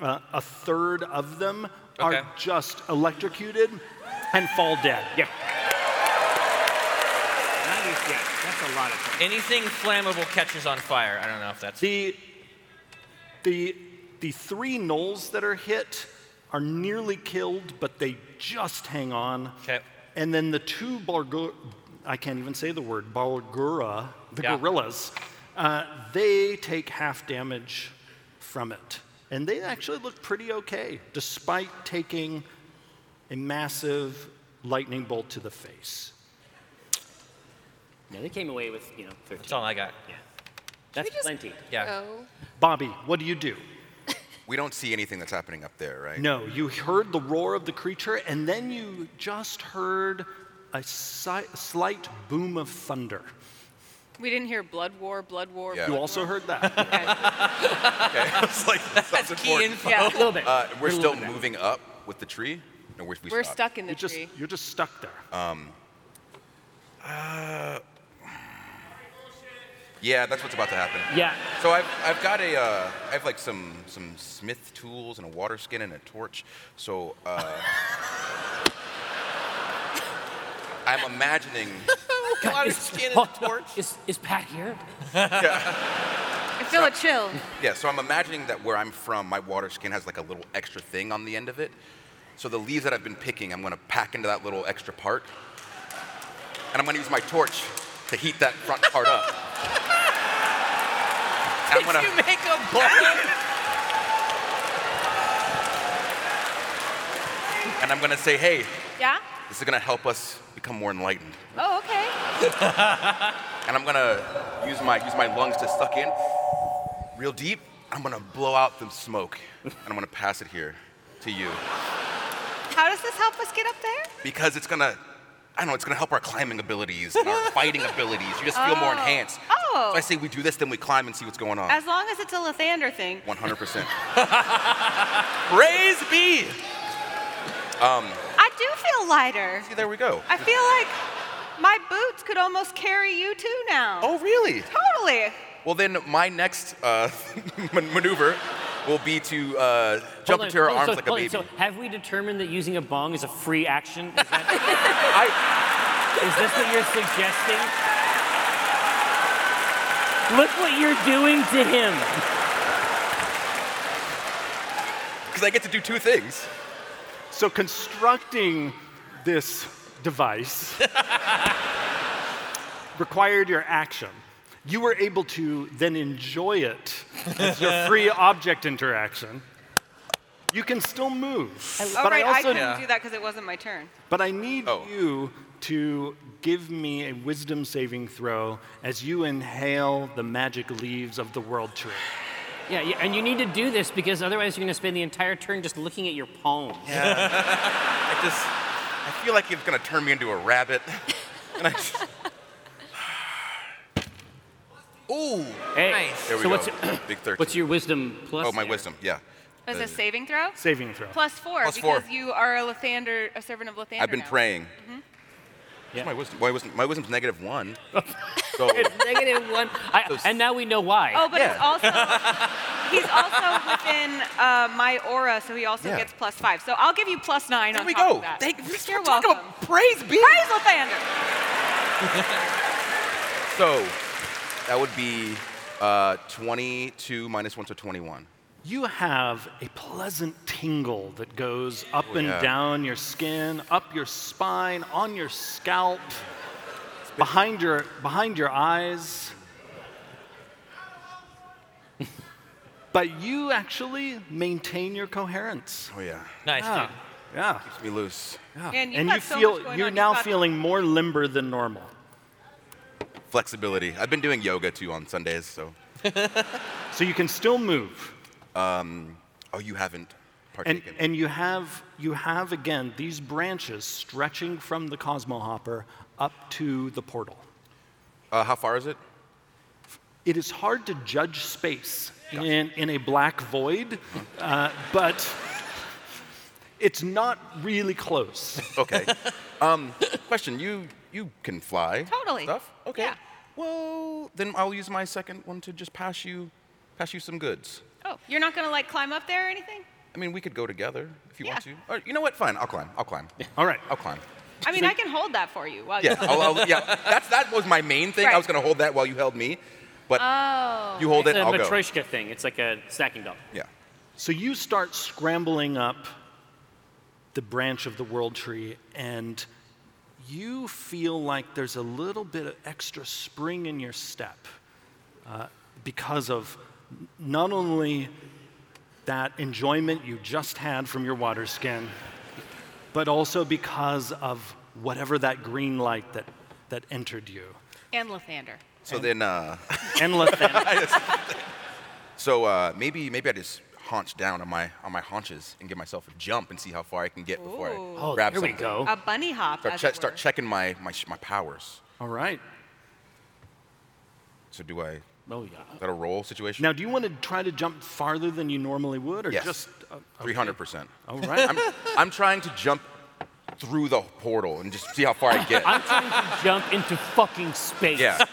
[SPEAKER 2] uh, a third of them are
[SPEAKER 6] Okay.
[SPEAKER 2] just electrocuted and fall dead. Yeah.
[SPEAKER 4] that's a lot of points.
[SPEAKER 6] Anything flammable catches on fire. I don't know if that's
[SPEAKER 2] The the the three gnolls that are hit are nearly killed, but they just hang on.
[SPEAKER 6] Okay.
[SPEAKER 2] And then the two Bargur I can't even say the word, Bargura, the
[SPEAKER 6] Yeah.
[SPEAKER 2] gorillas, uh, they take half damage from it. And they actually look pretty okay, despite taking a massive lightning bolt to the face.
[SPEAKER 4] Yeah, they came away with, you know, 13. That's
[SPEAKER 6] all I got.
[SPEAKER 4] Yeah. That's plenty.
[SPEAKER 9] Oh.
[SPEAKER 8] Oh.
[SPEAKER 2] Bobby, what do you do?
[SPEAKER 8] We don't see anything that's happening up there, right?
[SPEAKER 2] No, you heard the roar of the creature, and then you just heard a si- slight boom of thunder.
[SPEAKER 21] We didn't hear blood war, blood war.
[SPEAKER 8] Yeah.
[SPEAKER 2] You also heard that.
[SPEAKER 8] Okay. it's like, that's
[SPEAKER 21] key info. Yeah, a little bit.
[SPEAKER 8] Uh, we're
[SPEAKER 21] We're
[SPEAKER 8] still
[SPEAKER 21] looking at it.
[SPEAKER 8] moving up with the tree. No, we, we
[SPEAKER 21] We're
[SPEAKER 8] stopped.
[SPEAKER 21] stuck in the tree.
[SPEAKER 2] You're just stuck there.
[SPEAKER 8] Um, uh, yeah, that's what's about to happen.
[SPEAKER 4] Yeah.
[SPEAKER 8] So I've, I've got a, uh, I have like some, some smith tools and a water skin and a torch. So uh, I'm imagining.
[SPEAKER 4] God, is- oh, no, Is, is Pat here?
[SPEAKER 21] I feel a chill.
[SPEAKER 8] Yeah, so I'm imagining that where I'm from, my water skin has like a little extra thing on the end of it. So the leaves that I've been picking, I'm gonna pack into that little extra part. And I'm gonna use my torch to heat that front part up. And I'm gonna,
[SPEAKER 6] make a
[SPEAKER 8] and I'm gonna say, hey,
[SPEAKER 21] Yeah?
[SPEAKER 8] this is gonna help us become more enlightened.
[SPEAKER 21] Oh, okay.
[SPEAKER 8] and I'm gonna use my use my lungs to suck in real deep. I'm gonna blow out the smoke. And I'm gonna pass it here to you.
[SPEAKER 21] How does this help us get up there?
[SPEAKER 8] because it's gonna I don't know, it's gonna help our climbing abilities and our fighting abilities. You just feel more
[SPEAKER 21] Oh.
[SPEAKER 8] enhanced.
[SPEAKER 21] Oh.
[SPEAKER 8] So I say we do this, then we climb and see what's going on.
[SPEAKER 21] As long as it's a Lathander thing.
[SPEAKER 8] 100%. Praise be! Um,
[SPEAKER 21] I do feel lighter.
[SPEAKER 8] See, there we go.
[SPEAKER 21] I feel like my boots could almost carry you too now.
[SPEAKER 8] Oh, really?
[SPEAKER 21] Totally.
[SPEAKER 8] well, then my next uh, man- maneuver will be to uh,
[SPEAKER 4] Hold
[SPEAKER 8] jump
[SPEAKER 4] on,
[SPEAKER 8] into her
[SPEAKER 4] hold on,
[SPEAKER 8] arms
[SPEAKER 4] so-
[SPEAKER 8] like a
[SPEAKER 4] hold on,
[SPEAKER 8] baby.
[SPEAKER 4] So have we determined that using a bong is a free action? Is, that, is this what you're suggesting? Look what you're doing to him.
[SPEAKER 8] Because I get to do two things.
[SPEAKER 2] So constructing this device required your action. You were able to then enjoy it as your free object interaction. You can still move.
[SPEAKER 21] All right, I couldn't do that because it wasn't my turn.
[SPEAKER 2] But I need you to give me a wisdom saving throw as you inhale the magic leaves of the world tree.
[SPEAKER 4] Yeah, yeah, and you need to do this because otherwise you're going to spend the entire turn just looking at your palms.
[SPEAKER 8] I just, I feel like it's gonna turn me into a rabbit. And I just, Ooh,
[SPEAKER 4] Hey,
[SPEAKER 21] Nice.
[SPEAKER 8] There we
[SPEAKER 4] so
[SPEAKER 8] go.
[SPEAKER 4] what's
[SPEAKER 8] Big 13.
[SPEAKER 4] What's your wisdom plus?
[SPEAKER 8] Oh, my
[SPEAKER 4] there?
[SPEAKER 8] wisdom, yeah.
[SPEAKER 21] Was
[SPEAKER 8] Uh,
[SPEAKER 21] a saving throw?
[SPEAKER 2] Saving throw.
[SPEAKER 21] Plus four
[SPEAKER 8] Plus
[SPEAKER 21] because
[SPEAKER 8] four.
[SPEAKER 21] you are a Lathander, a servant of Lathander.
[SPEAKER 8] I've been
[SPEAKER 21] now.
[SPEAKER 8] praying.
[SPEAKER 21] Mhm.
[SPEAKER 4] Mm-hmm.
[SPEAKER 8] What's My wisdom. Well, I wasn't- my wisdom's negative one. So
[SPEAKER 4] Negative one. I, and now we know why.
[SPEAKER 21] Oh, but it's also he's also within uh, my aura, so he also
[SPEAKER 4] Yeah.
[SPEAKER 21] gets plus five. So I'll give you plus nine
[SPEAKER 4] There
[SPEAKER 21] on
[SPEAKER 4] we
[SPEAKER 21] top
[SPEAKER 4] go.
[SPEAKER 21] of that.
[SPEAKER 4] Thank-
[SPEAKER 21] You're welcome.
[SPEAKER 8] Praise be.
[SPEAKER 21] Praise Lathander.
[SPEAKER 8] so that would be uh, 22 minus one, so 21.
[SPEAKER 2] You have a pleasant tingle that goes up
[SPEAKER 8] Oh,
[SPEAKER 2] and
[SPEAKER 8] yeah.
[SPEAKER 2] down your skin, up your spine, on your scalp, behind your behind your eyes. but you actually maintain your coherence.
[SPEAKER 8] Oh yeah.
[SPEAKER 6] Nice,
[SPEAKER 9] Ah.
[SPEAKER 2] Yeah.
[SPEAKER 6] dude.
[SPEAKER 2] Yeah.
[SPEAKER 8] Keeps me loose.
[SPEAKER 2] Yeah.
[SPEAKER 21] Man, you've
[SPEAKER 2] and
[SPEAKER 21] got
[SPEAKER 2] you
[SPEAKER 21] so
[SPEAKER 2] feel
[SPEAKER 21] much going
[SPEAKER 2] you're
[SPEAKER 21] on. You've
[SPEAKER 2] now
[SPEAKER 21] got-
[SPEAKER 2] feeling more limber than normal.
[SPEAKER 8] Flexibility. I've been doing yoga too on Sundays, so.
[SPEAKER 2] So you can still move.
[SPEAKER 8] Um, oh, you haven't.
[SPEAKER 2] And,
[SPEAKER 8] partake in.
[SPEAKER 2] and you have you have again these branches stretching from the Cosmo Hopper up to the portal.
[SPEAKER 8] Uh, how far is it?
[SPEAKER 2] It is hard to judge space in, in a black void, uh, but it's not really close.
[SPEAKER 8] Okay. um, question: You you can fly.
[SPEAKER 10] Totally.
[SPEAKER 8] Stuff. Okay. Well, then I'll use my second one to just pass you, pass you some goods.
[SPEAKER 10] Oh, you're not gonna like climb up there or anything?
[SPEAKER 8] I mean, we could go together if you want to. Or, you know what? Fine. I'll climb. I'll climb.
[SPEAKER 2] All right.
[SPEAKER 8] I'll climb.
[SPEAKER 10] I mean, I can hold that for you. While you
[SPEAKER 8] Yeah. I'll, I'll, yeah. That's that was my main thing. I was gonna hold that while you held me, but
[SPEAKER 10] Oh.
[SPEAKER 8] you hold it.
[SPEAKER 4] It's a
[SPEAKER 8] I'll go.
[SPEAKER 4] matryoshka thing. It's like a stacking doll.
[SPEAKER 8] Yeah.
[SPEAKER 2] So you start scrambling up the branch of the world tree, and you feel like there's a little bit of extra spring in your step uh, because of n- not only that enjoyment you just had from your water skin, but also because of whatever that green light that, that entered you.
[SPEAKER 10] And Lathander.
[SPEAKER 8] So then. Uh,
[SPEAKER 2] Endless.
[SPEAKER 8] so uh, maybe maybe I just haunch down on my on my haunches and give myself a jump and see how far I can get before
[SPEAKER 10] Ooh.
[SPEAKER 8] I
[SPEAKER 10] Oh,
[SPEAKER 8] grab
[SPEAKER 10] there we
[SPEAKER 8] something.
[SPEAKER 10] go. A bunny hop,
[SPEAKER 8] Start,
[SPEAKER 10] as
[SPEAKER 8] che-
[SPEAKER 10] it
[SPEAKER 8] start
[SPEAKER 10] were.
[SPEAKER 8] checking my my sh- my powers.
[SPEAKER 2] All right.
[SPEAKER 8] So do I?
[SPEAKER 2] Oh yeah.
[SPEAKER 8] Is that a roll situation?
[SPEAKER 2] Now, do you want to try to jump farther than you normally would, or
[SPEAKER 8] Yes.
[SPEAKER 2] just uh,
[SPEAKER 8] Three hundred percent.
[SPEAKER 2] All right.
[SPEAKER 8] I'm, I'm trying to jump through the portal and just see how far I get.
[SPEAKER 17] I'm trying to jump into fucking space.
[SPEAKER 8] yeah.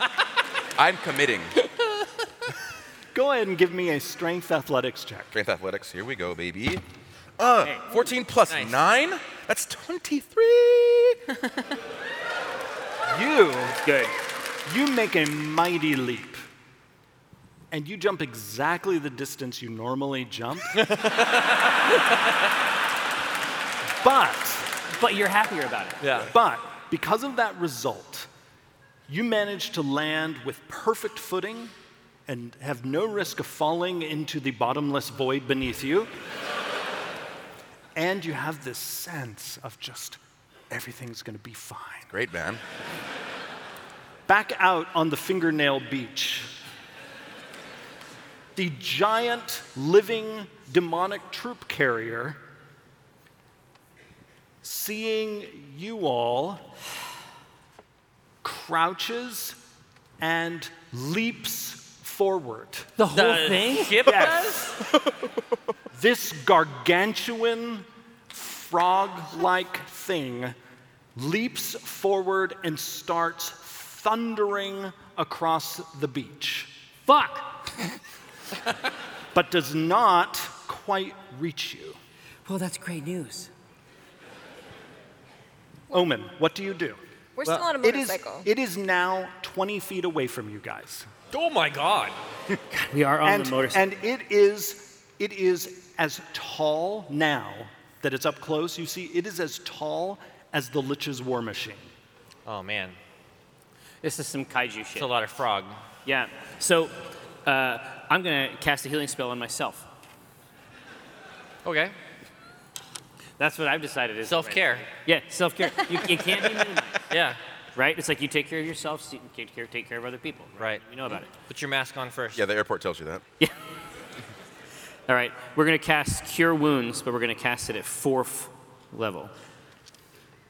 [SPEAKER 8] I'm committing.
[SPEAKER 2] Go ahead and give me a strength athletics check.
[SPEAKER 8] Strength athletics. Here we go, baby. Uh, 14 plus nine. That's 23.
[SPEAKER 2] You good. You make a mighty leap, and you jump exactly the distance you normally jump. but
[SPEAKER 4] But you're happier about it.
[SPEAKER 2] Yeah. But because of that result, you manage to land with perfect footing and have no risk of falling into the bottomless void beneath you. and you have this sense of just everything's going to be fine.
[SPEAKER 8] Great, man.
[SPEAKER 2] Back out on the fingernail beach, the giant living demonic troop carrier, seeing you all, crouches and leaps forward.
[SPEAKER 17] The whole The thing? ship
[SPEAKER 2] yes. this gargantuan frog like thing leaps forward and starts thundering across the beach. Fuck! but does not quite reach you.
[SPEAKER 22] Well, Oh, that's great news.
[SPEAKER 2] Omen, what do you do?
[SPEAKER 9] We're still on a
[SPEAKER 2] it is-
[SPEAKER 9] motorcycle.
[SPEAKER 2] It is, now 20 feet away from you guys.
[SPEAKER 6] Oh my God.
[SPEAKER 2] We are
[SPEAKER 6] on the
[SPEAKER 2] and,
[SPEAKER 6] motorcycle.
[SPEAKER 2] And it is, it is as tall now that it's up close. You see, it is as tall as the Lich's War Machine.
[SPEAKER 4] Oh man. This is some kaiju shit. It's a
[SPEAKER 6] lot of frog.
[SPEAKER 4] Yeah. So uh, I'm gonna cast a healing spell on myself.
[SPEAKER 6] Okay.
[SPEAKER 4] That's what I've decided is the right
[SPEAKER 6] Self-care.
[SPEAKER 4] thing. Yeah, self care. you, you can't be mean.
[SPEAKER 6] Yeah.
[SPEAKER 4] Right? It's like you take care of yourself, so you can take care, take care of other people. Right. You know about it.
[SPEAKER 6] Put your mask on first.
[SPEAKER 8] Yeah, the airport tells you that.
[SPEAKER 4] All right. We're gonna cast Cure Wounds, but we're gonna cast it at fourth level.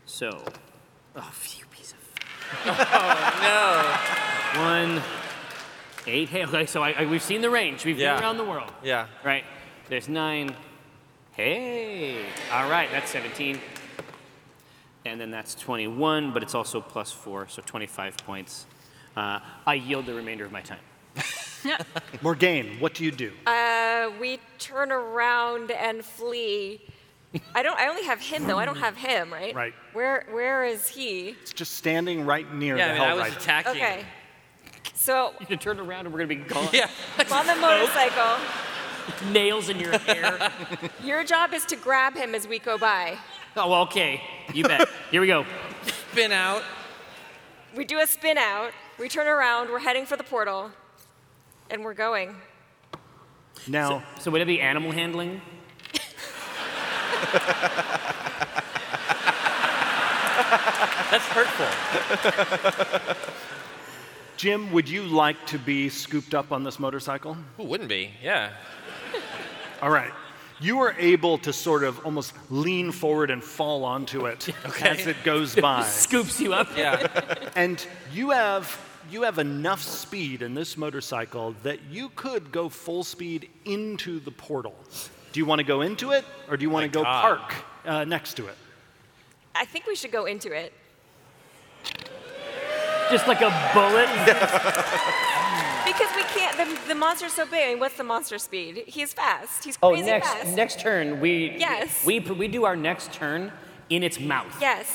[SPEAKER 4] So, oh, phew, piece of. Oh, One, eight. Hey, okay. So I, I, we've seen the range. We've
[SPEAKER 6] Yeah.
[SPEAKER 4] been around the world.
[SPEAKER 6] Yeah.
[SPEAKER 4] Right. There's nine. Hey. All right. That's 17. And then that's 21, but it's also plus four, so 25 points. Uh, I yield the remainder of my time.
[SPEAKER 2] Morgane, what do you do?
[SPEAKER 9] Uh, we turn around and flee. I don't. I only have him though. I don't have him, right?
[SPEAKER 2] Right.
[SPEAKER 9] Where Where is he?
[SPEAKER 2] It's just standing right near the Hellrider.
[SPEAKER 9] Okay. So
[SPEAKER 4] you can turn around and we're gonna be gone.
[SPEAKER 6] Yeah.
[SPEAKER 9] I'm on the motorcycle.
[SPEAKER 4] Nails in your hair.
[SPEAKER 9] Your job is to grab him as we go by.
[SPEAKER 4] oh, well, okay. You bet. Here we go.
[SPEAKER 6] Spin out.
[SPEAKER 9] We do a spin out. We turn around. We're heading for the portal, and we're going.
[SPEAKER 2] Now,
[SPEAKER 4] So, would it be animal handling?
[SPEAKER 6] That's hurtful.
[SPEAKER 2] Jim, would you like to be scooped up on this motorcycle?
[SPEAKER 6] Who wouldn't be? Yeah.
[SPEAKER 2] All right. you are able to sort of almost lean forward and fall onto it as it goes by.
[SPEAKER 17] Scoops you up.
[SPEAKER 2] Yeah. and you have you have enough speed in this motorcycle that you could go full speed into the portal. Do you want to go into it, or do you want to go
[SPEAKER 9] God.
[SPEAKER 2] park uh, next to it?
[SPEAKER 9] I think we should go into it.
[SPEAKER 17] Just like a bullet.
[SPEAKER 9] Because we can't, the, the monster's so big. I mean, what's the monster speed? He's fast. He's
[SPEAKER 4] Oh,
[SPEAKER 9] crazy
[SPEAKER 4] next
[SPEAKER 9] fast.
[SPEAKER 4] next turn we
[SPEAKER 9] Yes.
[SPEAKER 4] we we do our next turn in its mouth.
[SPEAKER 9] Yes.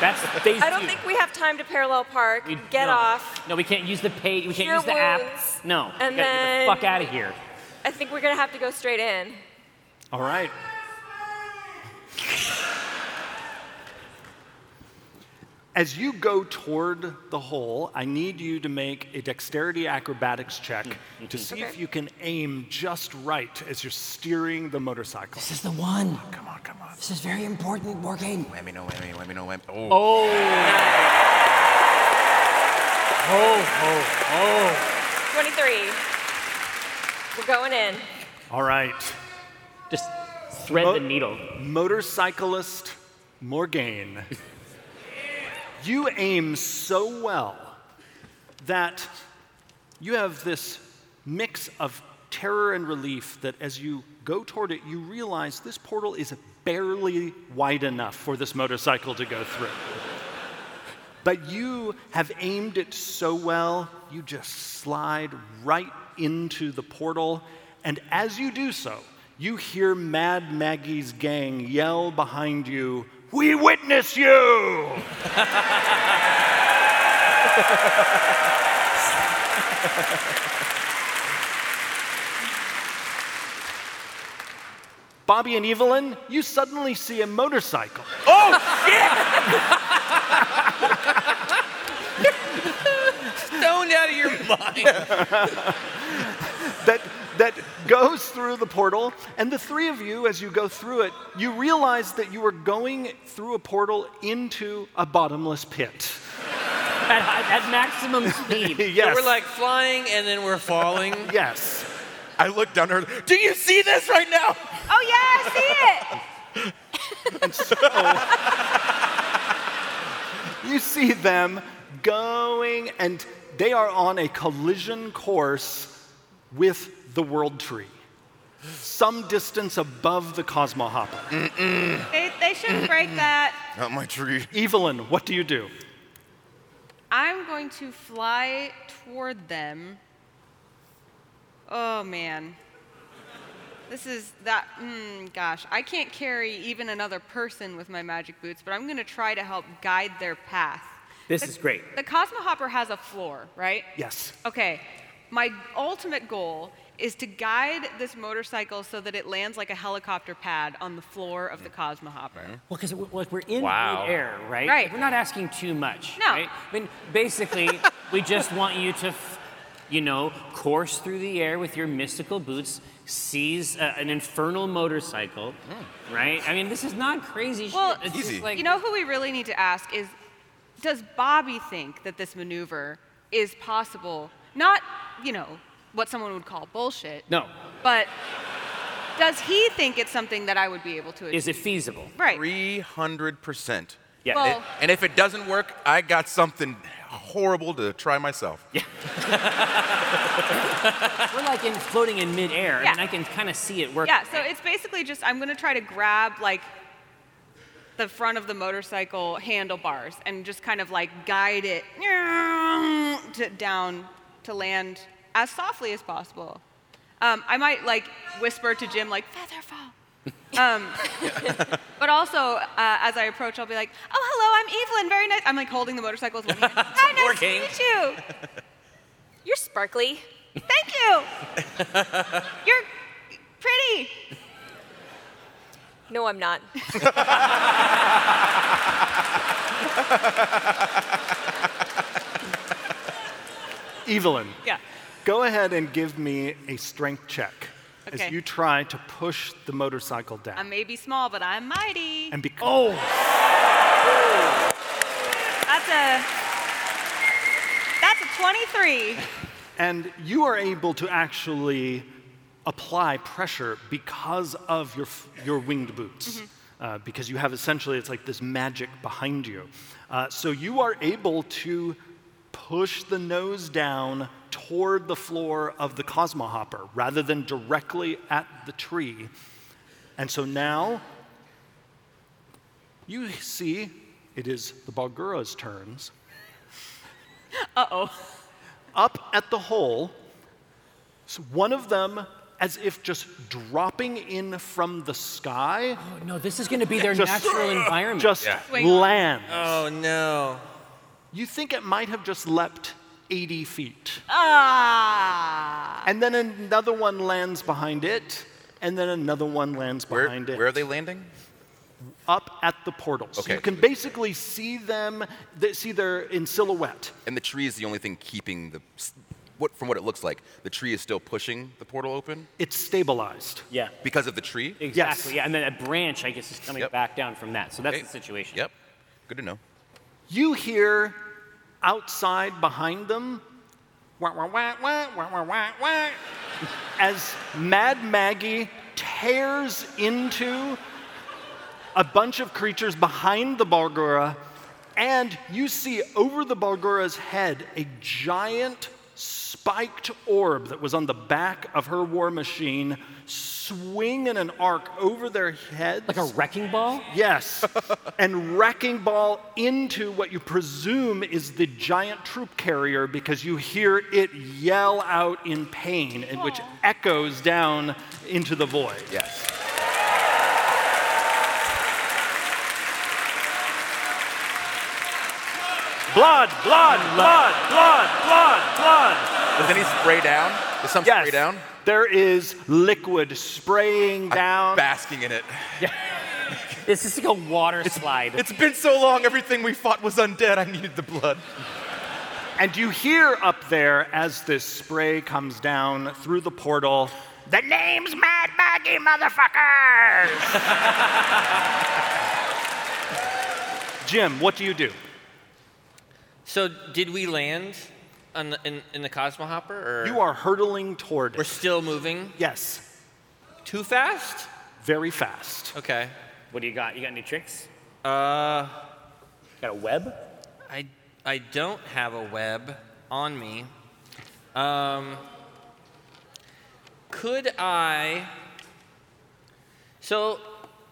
[SPEAKER 4] That's phase
[SPEAKER 9] I don't
[SPEAKER 4] two.
[SPEAKER 9] think we have time to parallel park,
[SPEAKER 4] We-
[SPEAKER 9] get
[SPEAKER 4] no.
[SPEAKER 9] off.
[SPEAKER 4] No, we can't use the page. We can't
[SPEAKER 9] Cure
[SPEAKER 4] use the
[SPEAKER 9] wounds.
[SPEAKER 4] app. No.
[SPEAKER 9] And then-
[SPEAKER 4] we gotta get the fuck out of here.
[SPEAKER 9] I think we're going to have to go straight in.
[SPEAKER 2] All right. As you go toward the hole, I need you to make a dexterity acrobatics check to see if
[SPEAKER 11] Okay.
[SPEAKER 2] you can aim just right as you're steering the motorcycle. This
[SPEAKER 22] is the one. come on, come on. This is very important, Morgan.
[SPEAKER 8] Whammy, no whammy, whammy, no whammy. Oh.
[SPEAKER 17] Oh. Oh, oh,
[SPEAKER 9] 23. We're going in.
[SPEAKER 2] All right.
[SPEAKER 4] Just thread the needle.
[SPEAKER 2] Motorcyclist Morgaine. you aim so well that you have this mix of terror and relief that as you go toward it, you realize this portal is barely wide enough for this motorcycle to go through. But you have aimed it so well, you just slide right into the portal. And as you do so, you hear Mad Maggie's gang yell behind you, We witness you! Bobby and Evelyn, you suddenly see a motorcycle. Oh,
[SPEAKER 17] Stoned out of your mind.
[SPEAKER 2] that that goes through the portal and the three of you as you go through it you realize that you are going through a portal into a bottomless pit
[SPEAKER 4] at, at maximum speed
[SPEAKER 2] yes
[SPEAKER 6] So we're like flying and then we're falling.
[SPEAKER 2] yes.
[SPEAKER 8] I looked down her. Do you see this right now?
[SPEAKER 9] Oh, yeah, I see it.
[SPEAKER 2] and so you see them going and they are on a collision course with the world tree some distance above the cosmo hopper
[SPEAKER 10] They, they should break that.
[SPEAKER 2] not my tree evelyn what do you do
[SPEAKER 10] I'm going to fly toward them. Oh man. This is that, mm, gosh. I can't carry even another person with my magic boots, but I'm going to try to help guide their path.
[SPEAKER 4] This
[SPEAKER 10] The-
[SPEAKER 4] is great.
[SPEAKER 10] The Cosmo Hopper has a floor, right?
[SPEAKER 2] Yes.
[SPEAKER 10] Okay. My ultimate goal is to guide this motorcycle so that it lands like a helicopter pad on the floor of the Cosmo Hopper.
[SPEAKER 4] Well, because like we're in
[SPEAKER 10] Wow.
[SPEAKER 4] air, right?
[SPEAKER 10] Right.
[SPEAKER 4] We're not asking too much.
[SPEAKER 10] No.
[SPEAKER 4] Right? I mean, basically, we just want you to, f- you know, course through the air with your mystical boots, seize a, an infernal motorcycle, right? I mean, this is not crazy
[SPEAKER 10] Well,
[SPEAKER 4] shit. It's just like
[SPEAKER 10] you know who we really need to ask is does Bobby think that this maneuver is possible? Not, you know, what someone would call bullshit,
[SPEAKER 4] no.
[SPEAKER 10] but does he think it's something that I would be able to achieve?
[SPEAKER 4] feasible?
[SPEAKER 10] Right.
[SPEAKER 8] 300%.
[SPEAKER 10] Yeah. Well-
[SPEAKER 8] And- and if it doesn't work, I got something horrible to try myself. Yeah.
[SPEAKER 4] we're like in floating in midair,
[SPEAKER 10] Yeah.
[SPEAKER 4] and I can kind of see it work.
[SPEAKER 10] Yeah, so it's basically just I'm going to try to grab like the front of the motorcycle handlebars and just kind of like guide it to, down to land as softly as possible. Um, I might like whisper to Jim like feather fall. Um, but also, uh, as I approach, I'll be like, "Oh, hello, I'm Evelyn. Very nice." I'm like holding the motorcycle with one hand. Hi, nice
[SPEAKER 6] working.
[SPEAKER 10] to meet you.
[SPEAKER 9] You're sparkly.
[SPEAKER 10] Thank you. You're pretty.
[SPEAKER 9] No, I'm not.
[SPEAKER 2] evelyn
[SPEAKER 10] Yeah.
[SPEAKER 2] Go ahead and give me a strength check
[SPEAKER 10] Okay.
[SPEAKER 2] as you try to push the motorcycle down.
[SPEAKER 10] I may be small, but I'm mighty.
[SPEAKER 2] and because oh,
[SPEAKER 10] That's a that's a 23.
[SPEAKER 2] and you are able to actually apply pressure because of your, f- your winged boots. Uh, because you have essentially, it's like this magic behind you. Uh, so you are able to push the nose down toward the floor of the Cosmohopper rather than directly at the tree. And so now you see it is the Balgura's turns.
[SPEAKER 21] Uh oh.
[SPEAKER 2] Up at the hole, so one of them as if just dropping in from the sky. Oh,
[SPEAKER 23] no, this is going to be their natural environment.
[SPEAKER 2] Just
[SPEAKER 23] Yeah. Wait.
[SPEAKER 2] lands.
[SPEAKER 6] Oh, no.
[SPEAKER 2] You think it might have just leapt 80 feet.
[SPEAKER 21] Ah.
[SPEAKER 2] And then another one lands behind it, and then another one lands behind it. Where are
[SPEAKER 8] they landing?
[SPEAKER 2] Up at the portals.
[SPEAKER 8] Okay.
[SPEAKER 2] You can basically see them, th- see they're in silhouette.
[SPEAKER 8] And the tree is the only thing keeping the. What, from what it looks like, the tree is still pushing the portal open.
[SPEAKER 2] It's stabilized.
[SPEAKER 4] Yeah.
[SPEAKER 8] Because of the tree.
[SPEAKER 4] Exactly. Yeah, and then a branch, I guess, is coming back down from that. So that's the situation.
[SPEAKER 8] Yep. Good to know.
[SPEAKER 2] You hear outside behind them wah, wah, wah, wah, wah, wah, wah, wah, as Mad Maggie tears into a bunch of creatures behind the Bargura, and you see over the Bargura's head a giant spiked orb that was on the back of her war machine swing in an arc over their heads. Like a
[SPEAKER 23] wrecking ball?
[SPEAKER 2] Yes. and wrecking ball into what you presume is the giant troop carrier because you hear it yell out in pain, and which echoes down into the void.
[SPEAKER 8] Yes.
[SPEAKER 2] Blood, blood, blood, blood, blood, blood.
[SPEAKER 8] Does any spray down? Does some
[SPEAKER 2] yes.
[SPEAKER 8] spray down?
[SPEAKER 2] There is liquid spraying down.
[SPEAKER 8] Basking in it.
[SPEAKER 4] It's just like a water slide.
[SPEAKER 8] It's been so long, everything we fought was undead. I needed the blood.
[SPEAKER 2] And you hear up there as this spray comes down through the portal the name's Mad Maggie, motherfuckers! Jim, what do you do?
[SPEAKER 6] So, did we land on the, in, in the Cosmohopper? Or
[SPEAKER 2] You are hurtling toward it. We're
[SPEAKER 6] still moving?
[SPEAKER 2] Yes.
[SPEAKER 6] Too fast?
[SPEAKER 2] Very fast.
[SPEAKER 6] Okay.
[SPEAKER 4] What do you got? You got any tricks?
[SPEAKER 6] Uh,
[SPEAKER 4] got a web?
[SPEAKER 6] I, I don't have a web on me. Um, could I. So,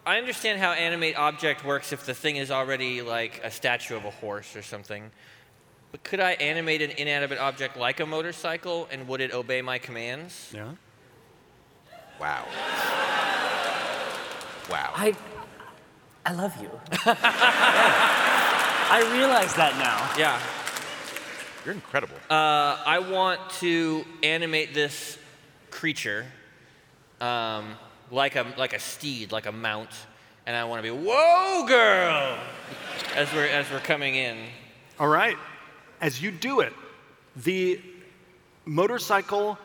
[SPEAKER 6] I understand how animate object works if the thing is already like a statue of a horse or something. But could I animate an inanimate object like a motorcycle and would it obey my commands?
[SPEAKER 2] Yeah.
[SPEAKER 8] Wow. Wow.
[SPEAKER 23] I, I love you. I realize that now.
[SPEAKER 6] Yeah.
[SPEAKER 8] You're incredible.
[SPEAKER 6] Uh, I want to animate this creature um, like a like a steed, like a mount, and I want to be whoa, girl, as we're as we're coming in.
[SPEAKER 2] All right. As you do it, the motorcycle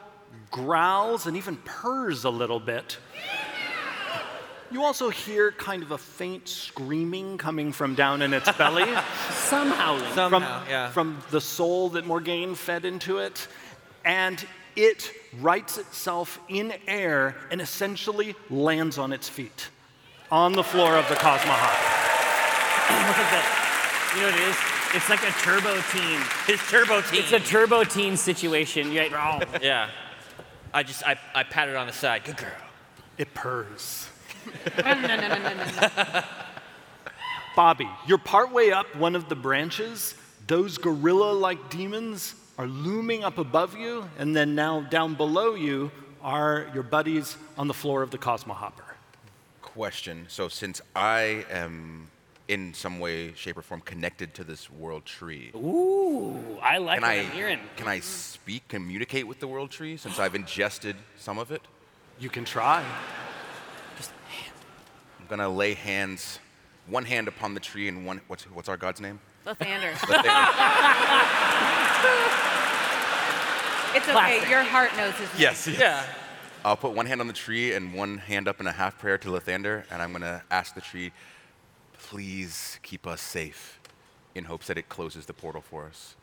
[SPEAKER 2] growls and even purrs a little bit. You also hear kind of a faint screaming coming from down in its belly.
[SPEAKER 23] Some howling.
[SPEAKER 2] from,
[SPEAKER 23] Somehow, yeah.
[SPEAKER 2] from the soul that Morgaine fed into it. And it rights itself in air and essentially lands on its feet on the floor of the Cosmohawk.
[SPEAKER 4] You know what it is? It's like a turbo team.
[SPEAKER 6] It's turbo team.
[SPEAKER 4] It's a turbo team situation. You're like, oh.
[SPEAKER 6] Yeah. I just I, I pat it on the side. Good girl.
[SPEAKER 2] It purrs.
[SPEAKER 21] no, no, no, no, no, no.
[SPEAKER 2] Bobby, you're partway up one of the branches. Those gorilla like demons are looming up above you, and then now down below you are your buddies on the floor of the Cosmohopper.
[SPEAKER 8] Question. So, since I am in some way, shape, or form connected to this world tree,
[SPEAKER 4] Ooh, I like
[SPEAKER 8] can
[SPEAKER 4] what
[SPEAKER 8] I
[SPEAKER 4] am hearing.
[SPEAKER 8] can I speak, communicate with the world tree since I've ingested some of it?
[SPEAKER 2] You can try.
[SPEAKER 8] I'm gonna lay hands, one hand upon the tree and one. What's what's our god's name?
[SPEAKER 21] Lathander. it's okay.
[SPEAKER 10] Classic.
[SPEAKER 21] Your heart knows his name.
[SPEAKER 8] Yes, yes. I'll put one hand on the tree and one hand up in a half prayer to Lathander, and I'm gonna ask the tree, please keep us safe, in hopes that it closes the portal for us.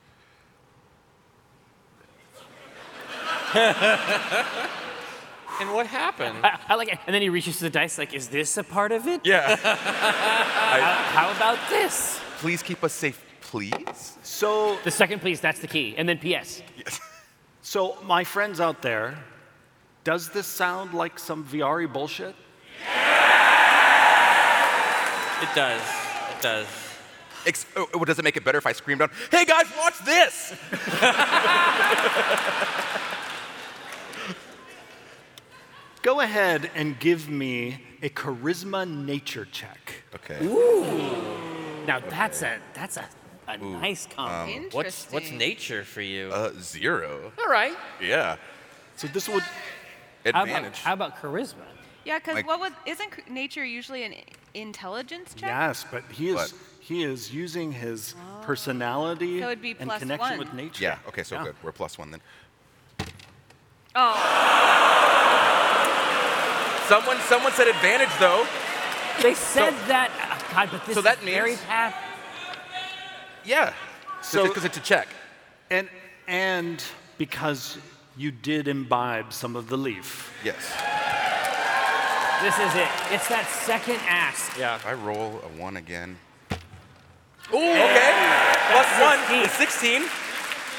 [SPEAKER 6] And what happened?
[SPEAKER 4] I, I like it. And then he reaches to the dice, like, is this a part of it?
[SPEAKER 8] Yeah.
[SPEAKER 4] how, how about this?
[SPEAKER 8] Please keep us safe, please.
[SPEAKER 2] So
[SPEAKER 4] the second please, that's the key. And then PS.
[SPEAKER 2] So, my friends out there, does this sound like some Viari bullshit?
[SPEAKER 6] It does. It does.
[SPEAKER 8] Ex- oh, oh, does it make it better if I screamed out, hey guys, watch this?
[SPEAKER 2] Go ahead and give me a charisma nature check.
[SPEAKER 8] Okay.
[SPEAKER 4] Now that's a that's a, a nice comp.
[SPEAKER 6] what's what's nature for you?
[SPEAKER 8] Uh, zero.
[SPEAKER 4] All right.
[SPEAKER 8] Yeah.
[SPEAKER 2] So this would
[SPEAKER 8] advantage.
[SPEAKER 4] How about, how about charisma?
[SPEAKER 10] Yeah, because
[SPEAKER 8] Like-
[SPEAKER 10] what was isn't c- nature usually an intelligence check? Oh.
[SPEAKER 2] Yes, but he is
[SPEAKER 8] But-
[SPEAKER 2] he is using his personality
[SPEAKER 10] So it'd be
[SPEAKER 2] and
[SPEAKER 10] plus
[SPEAKER 2] connection
[SPEAKER 10] one.
[SPEAKER 2] with nature.
[SPEAKER 8] Yeah. Okay. So
[SPEAKER 2] Yeah.
[SPEAKER 8] good. We're plus one then.
[SPEAKER 7] Oh. Someone, someone said advantage though.
[SPEAKER 4] They said that. ah, God, but this
[SPEAKER 7] so that
[SPEAKER 4] is very
[SPEAKER 7] means-
[SPEAKER 4] path.
[SPEAKER 8] Yeah.
[SPEAKER 2] So-
[SPEAKER 8] because it's a check.
[SPEAKER 2] And and because you did imbibe some of the leaf.
[SPEAKER 8] Yes.
[SPEAKER 4] This is it. It's that second ask.
[SPEAKER 8] Yeah. I roll a one again.
[SPEAKER 7] Ooh. Okay. Plus one. It's 16.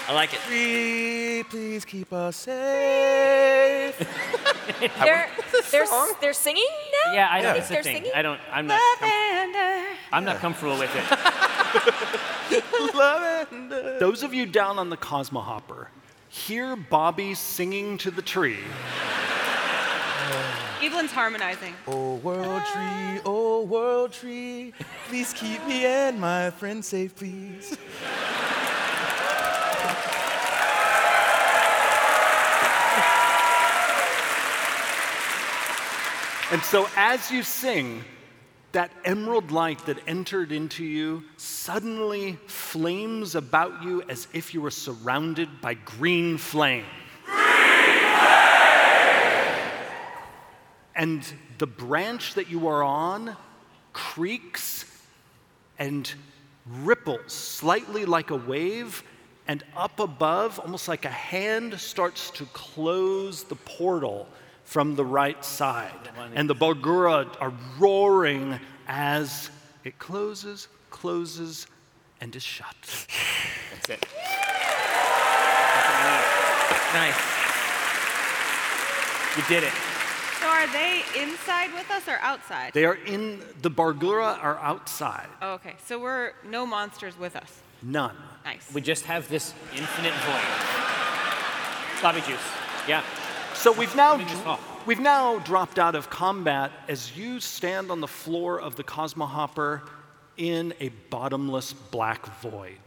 [SPEAKER 6] I like it.
[SPEAKER 7] Please, please keep us safe.
[SPEAKER 9] They're, they're, s- they're singing now?
[SPEAKER 4] Yeah, I
[SPEAKER 9] don't
[SPEAKER 4] know
[SPEAKER 9] think
[SPEAKER 4] it's a
[SPEAKER 9] they're
[SPEAKER 4] thing.
[SPEAKER 9] singing.
[SPEAKER 4] I don't. I'm not. com- I'm not comfortable with it.
[SPEAKER 2] Those of you down on the Cosmo Hopper, hear Bobby singing to the tree.
[SPEAKER 10] Evelyn's harmonizing.
[SPEAKER 7] Oh world tree, oh world tree, please keep me and my friends safe, please.
[SPEAKER 2] And so as you sing, that emerald light that entered into you suddenly flames about you as if you were surrounded by green flame. And the branch that you are on creaks and ripples slightly like a wave, and up above, almost like a hand, starts to close the portal from the right side. And the Bargura are roaring as it closes, closes, and is shut.
[SPEAKER 4] That's it.
[SPEAKER 6] Nice.
[SPEAKER 4] You did it.
[SPEAKER 10] So are they inside with us or outside?
[SPEAKER 2] They are in, the Bargura are outside,
[SPEAKER 10] Oh, okay, so we're no monsters with us.
[SPEAKER 2] none.
[SPEAKER 10] Nice.
[SPEAKER 4] We just have this infinite void. Sloppy juice. Yeah.
[SPEAKER 2] So we've now
[SPEAKER 4] Something is off.
[SPEAKER 2] we've now dropped out of combat as you stand on the floor of the Cosmohopper in a bottomless black void.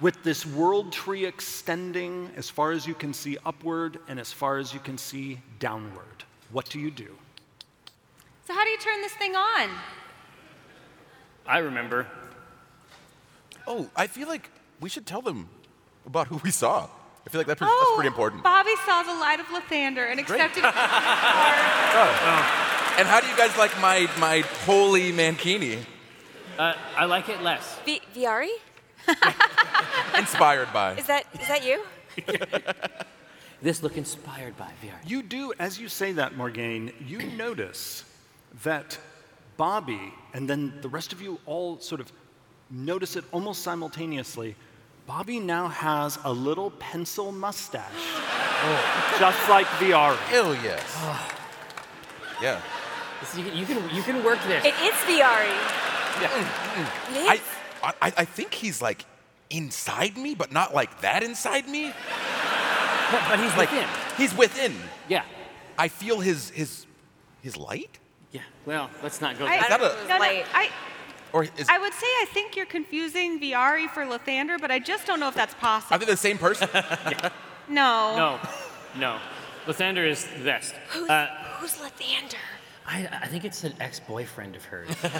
[SPEAKER 2] With this world tree extending as far as you can see upward and as far as you can see downward. What do you do?
[SPEAKER 10] So how do you turn this thing on?
[SPEAKER 4] I remember.
[SPEAKER 8] Oh, I feel like we should tell them about who we saw. I feel like that, that's
[SPEAKER 10] Oh,
[SPEAKER 8] pretty important.
[SPEAKER 10] Bobby saw the light of Lathander and accepted it.
[SPEAKER 8] Oh.
[SPEAKER 10] as
[SPEAKER 7] And how do you guys like my my holy mankini?
[SPEAKER 4] Uh, I like it less.
[SPEAKER 9] V- Viari?
[SPEAKER 7] Inspired by.
[SPEAKER 9] Is that, is that you?
[SPEAKER 4] This look inspired by VR.
[SPEAKER 2] You do, as you say that, Morgane, you notice that Bobby, and then the rest of you all sort of notice it almost simultaneously. Bobby now has a little pencil mustache, Oh, just like VR.
[SPEAKER 8] Hell yes. yeah.
[SPEAKER 4] This- You can, you can you can work this.
[SPEAKER 9] It is Viari. It is?
[SPEAKER 8] I, I, I think he's like inside me, but not like that inside me.
[SPEAKER 4] but, but he's
[SPEAKER 8] Like
[SPEAKER 4] within.
[SPEAKER 8] he's within.
[SPEAKER 4] Yeah.
[SPEAKER 8] I feel his his his light.
[SPEAKER 4] Yeah. Well, let's not go.
[SPEAKER 10] I,
[SPEAKER 4] there.
[SPEAKER 8] that a-
[SPEAKER 10] no, no,
[SPEAKER 9] light.
[SPEAKER 10] I,
[SPEAKER 8] Or is
[SPEAKER 10] I would say I think you're confusing Viari for Lathander, but I just don't know if that's
[SPEAKER 7] Are
[SPEAKER 10] possible.
[SPEAKER 7] they the same person?
[SPEAKER 10] No.
[SPEAKER 4] No. No. Lathander is the best.
[SPEAKER 9] Who's,
[SPEAKER 4] Uh,
[SPEAKER 9] who's Lathander?
[SPEAKER 4] I, I think it's an ex-boyfriend of hers.
[SPEAKER 9] Got it.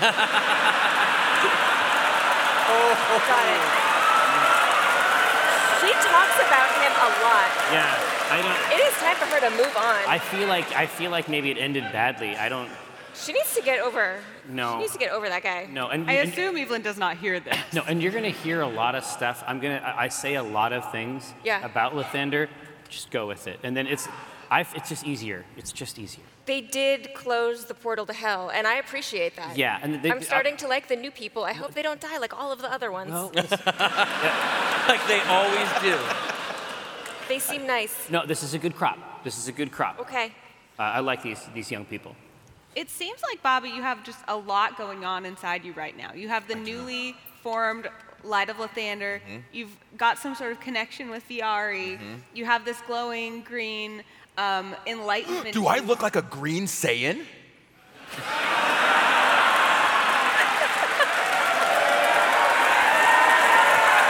[SPEAKER 9] She talks about him a lot.
[SPEAKER 4] yeah. I don't.
[SPEAKER 9] It is time for her to move on.
[SPEAKER 4] I feel like I feel like maybe it ended badly. I don't
[SPEAKER 9] she needs to get over.
[SPEAKER 4] No.
[SPEAKER 9] She needs to get over that guy.
[SPEAKER 4] know. And,
[SPEAKER 10] I
[SPEAKER 4] and-
[SPEAKER 10] assume Evelyn does not hear this.
[SPEAKER 4] no, and you're gonna hear a lot of stuff. I'm gonna I I say a lot of things
[SPEAKER 9] Yeah.
[SPEAKER 4] about Lathander. Just go with it, and then it's I've, it's just easier. It's just easier.
[SPEAKER 9] They did close the portal to hell, and I appreciate that.
[SPEAKER 4] Yeah, and they-
[SPEAKER 9] I'm starting to like the new people. I hope they don't die like all of the other ones.
[SPEAKER 6] like they always do.
[SPEAKER 9] They seem nice.
[SPEAKER 4] No, this is a good crop. This is a good crop.
[SPEAKER 9] Okay.
[SPEAKER 4] Uh, I like these these young people.
[SPEAKER 10] It seems like, Bobby, you have just a lot going on inside you right now. You have the newly formed Light of Lathander.
[SPEAKER 8] Mm-hmm.
[SPEAKER 9] Mhm.
[SPEAKER 10] You've got some sort of connection with Viari.
[SPEAKER 8] Mhm.
[SPEAKER 10] You have this glowing green um, enlightenment.
[SPEAKER 8] Do I look like a green Saiyan?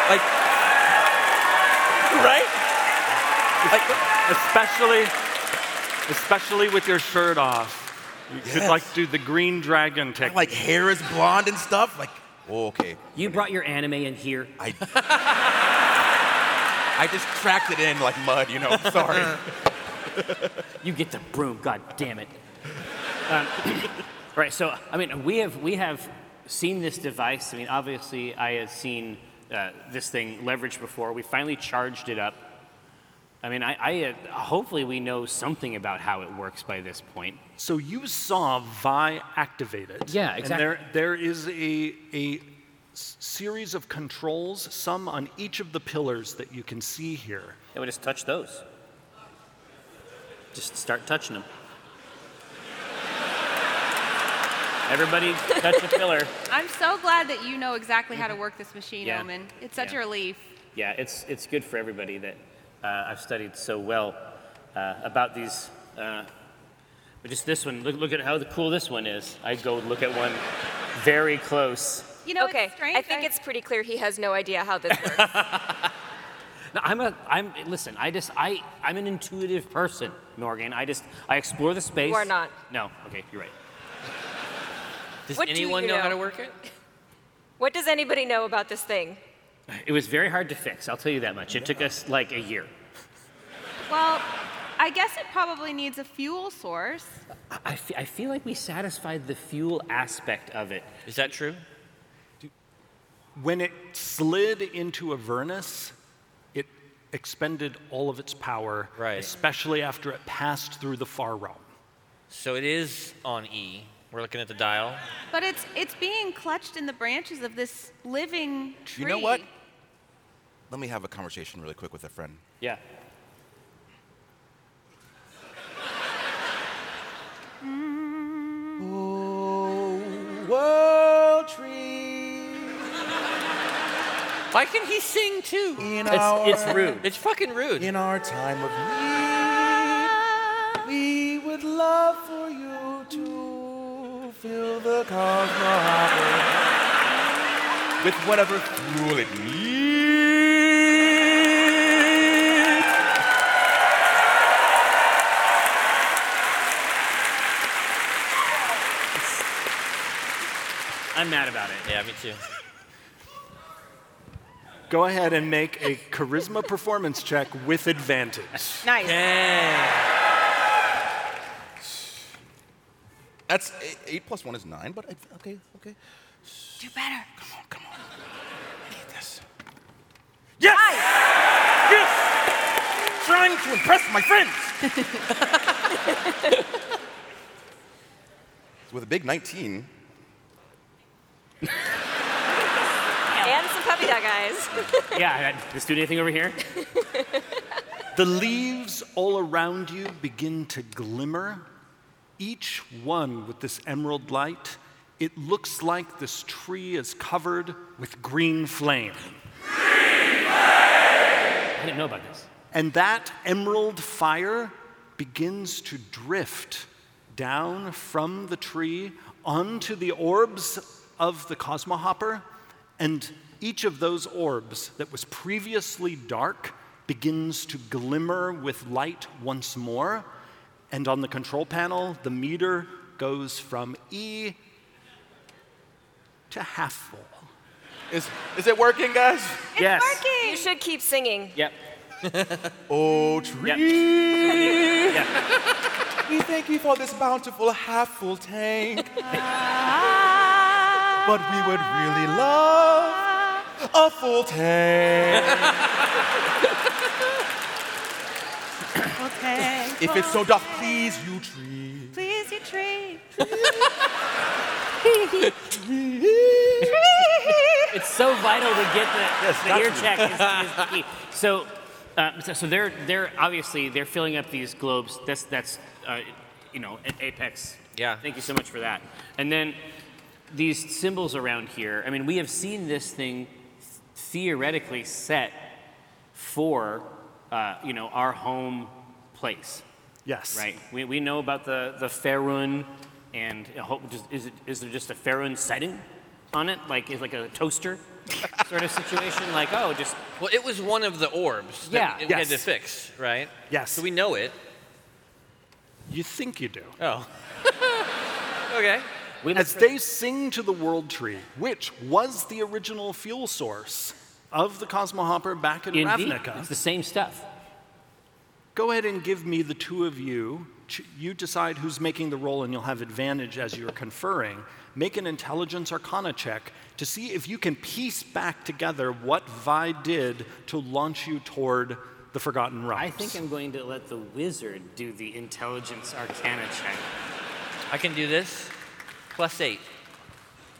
[SPEAKER 6] like,
[SPEAKER 24] right?
[SPEAKER 2] especially, especially with your shirt off. You could
[SPEAKER 8] Yes.
[SPEAKER 2] like do the green dragon technique. Like
[SPEAKER 8] hair is blonde and stuff. Like, oh, okay.
[SPEAKER 4] You brought your anime in here.
[SPEAKER 8] I. I just tracked it in like mud, you know. I'm sorry.
[SPEAKER 4] you get the broom. God damn it. Um, right. So I mean, we have we have seen this device. I mean, obviously, I had seen uh, this thing leveraged before. We finally charged it up. I mean, I, I uh, hopefully we know something about how it works by this point.
[SPEAKER 2] So you saw Vi activated.
[SPEAKER 4] Yeah, exactly.
[SPEAKER 2] And there, there is a, a s- series of controls, some on each of the pillars that you can see here.
[SPEAKER 4] And we just touch those. Just start touching them. Everybody touch a pillar.
[SPEAKER 10] I'm so glad that you know exactly
[SPEAKER 8] Mm-hmm.
[SPEAKER 10] how to work this machine,
[SPEAKER 4] Yeah.
[SPEAKER 10] Omen. It's such
[SPEAKER 4] Yeah.
[SPEAKER 10] a relief.
[SPEAKER 4] Yeah, it's, it's good for everybody that uh, I've studied so well uh, about these. Uh, but just this one, look, look at how cool this one is. I go look at one very close.
[SPEAKER 9] You know, okay. I think it's pretty clear he has no idea how this works.
[SPEAKER 4] No, I'm a, I'm, listen, I just, I, I'm an intuitive person, Morgan. I just, I explore the space.
[SPEAKER 9] are not.
[SPEAKER 4] No, okay, you're right.
[SPEAKER 6] Does
[SPEAKER 9] What do you
[SPEAKER 6] work it?
[SPEAKER 9] What does anybody know about this thing?
[SPEAKER 4] It was very hard to fix, I'll tell you that much. It took us like a year.
[SPEAKER 10] Well, I guess it probably needs a fuel source.
[SPEAKER 4] I I fe- I feel like we satisfied the fuel aspect of it.
[SPEAKER 6] Is that true?
[SPEAKER 2] When it slid into Avernus, it expended all of its power,
[SPEAKER 6] Right.
[SPEAKER 2] especially after it passed through the Far Realm.
[SPEAKER 6] So it is on E. We're looking at the dial.
[SPEAKER 10] But it's it's being clutched in the branches of this living tree.
[SPEAKER 8] You know what? Let me have a conversation really quick with a friend.
[SPEAKER 4] Yeah.
[SPEAKER 25] Oh, world tree.
[SPEAKER 6] Why can he sing too?
[SPEAKER 25] In
[SPEAKER 6] It's-
[SPEAKER 25] our,
[SPEAKER 6] it's rude. It's fucking rude.
[SPEAKER 25] In our time of need, we would love for you to fill the cosmos
[SPEAKER 8] with whatever fuel it
[SPEAKER 25] needs.
[SPEAKER 4] I'm mad about it.
[SPEAKER 6] Yeah, me too.
[SPEAKER 2] Go ahead and make a charisma performance check with advantage.
[SPEAKER 10] Nice.
[SPEAKER 8] That's eight, eight plus one is nine, but I, okay, okay.
[SPEAKER 10] Do better.
[SPEAKER 8] Yes. Yes. Yes. Trying to impress my friends. With a big 19,
[SPEAKER 9] And some puppy dog eyes.
[SPEAKER 4] yeah, this dude anything over here?
[SPEAKER 2] The leaves all around you begin to glimmer, each one with this emerald light. It looks like this tree is covered with green flame.
[SPEAKER 4] I didn't know about this.
[SPEAKER 2] And that emerald fire begins to drift down from the tree onto the orbs of the Cosmohopper. And each of those orbs that was previously dark begins to glimmer with light once more. And on the control panel, the meter goes from E to half full.
[SPEAKER 8] Is, is it working, guys?
[SPEAKER 2] yes.
[SPEAKER 9] Working. You should keep singing.
[SPEAKER 4] Yep.
[SPEAKER 8] oh, tree. We thank you for this bountiful half full tank.
[SPEAKER 10] Ah,
[SPEAKER 8] but we would really
[SPEAKER 6] Ah.
[SPEAKER 8] love a full tank.
[SPEAKER 10] so thankful.
[SPEAKER 8] If it's so doth please you tree.
[SPEAKER 10] Please, you tree.
[SPEAKER 4] it's so vital to get the,
[SPEAKER 8] Yes,
[SPEAKER 4] the ear
[SPEAKER 8] that's-
[SPEAKER 4] check is, is the key. So, uh, so, so they're they're obviously they're filling up these globes. That's that's uh, you know at apex. Yeah. Thank you so much for that. And then these symbols around here. I mean, we have seen this thing theoretically set for uh, you know our home place.
[SPEAKER 2] Yes.
[SPEAKER 4] Right. We, we know about the the Faerun, and I hope just, is it, is there just a Faerun setting on it? Like is like a toaster sort of situation? Like oh, just
[SPEAKER 6] well, it was one of the orbs
[SPEAKER 4] Yeah.
[SPEAKER 6] that we had to
[SPEAKER 4] Yes.
[SPEAKER 6] fix, right?
[SPEAKER 2] Yes.
[SPEAKER 6] So we know it.
[SPEAKER 2] You think you do.
[SPEAKER 6] Oh. okay.
[SPEAKER 2] As they sing to the world tree, which was the original fuel source of the Cosmo Hopper back in
[SPEAKER 4] Indeed.
[SPEAKER 2] Ravnica.
[SPEAKER 4] It's the same stuff.
[SPEAKER 2] Go ahead and give me the two of you. ch- You decide who's making the roll, and you'll have advantage as you're conferring. Make an intelligence arcana check to see if you can piece back together what Vi did to launch you toward the Forgotten Realms.
[SPEAKER 4] I think I'm going to let the wizard do the intelligence arcana check.
[SPEAKER 6] I can do this. Plus eight.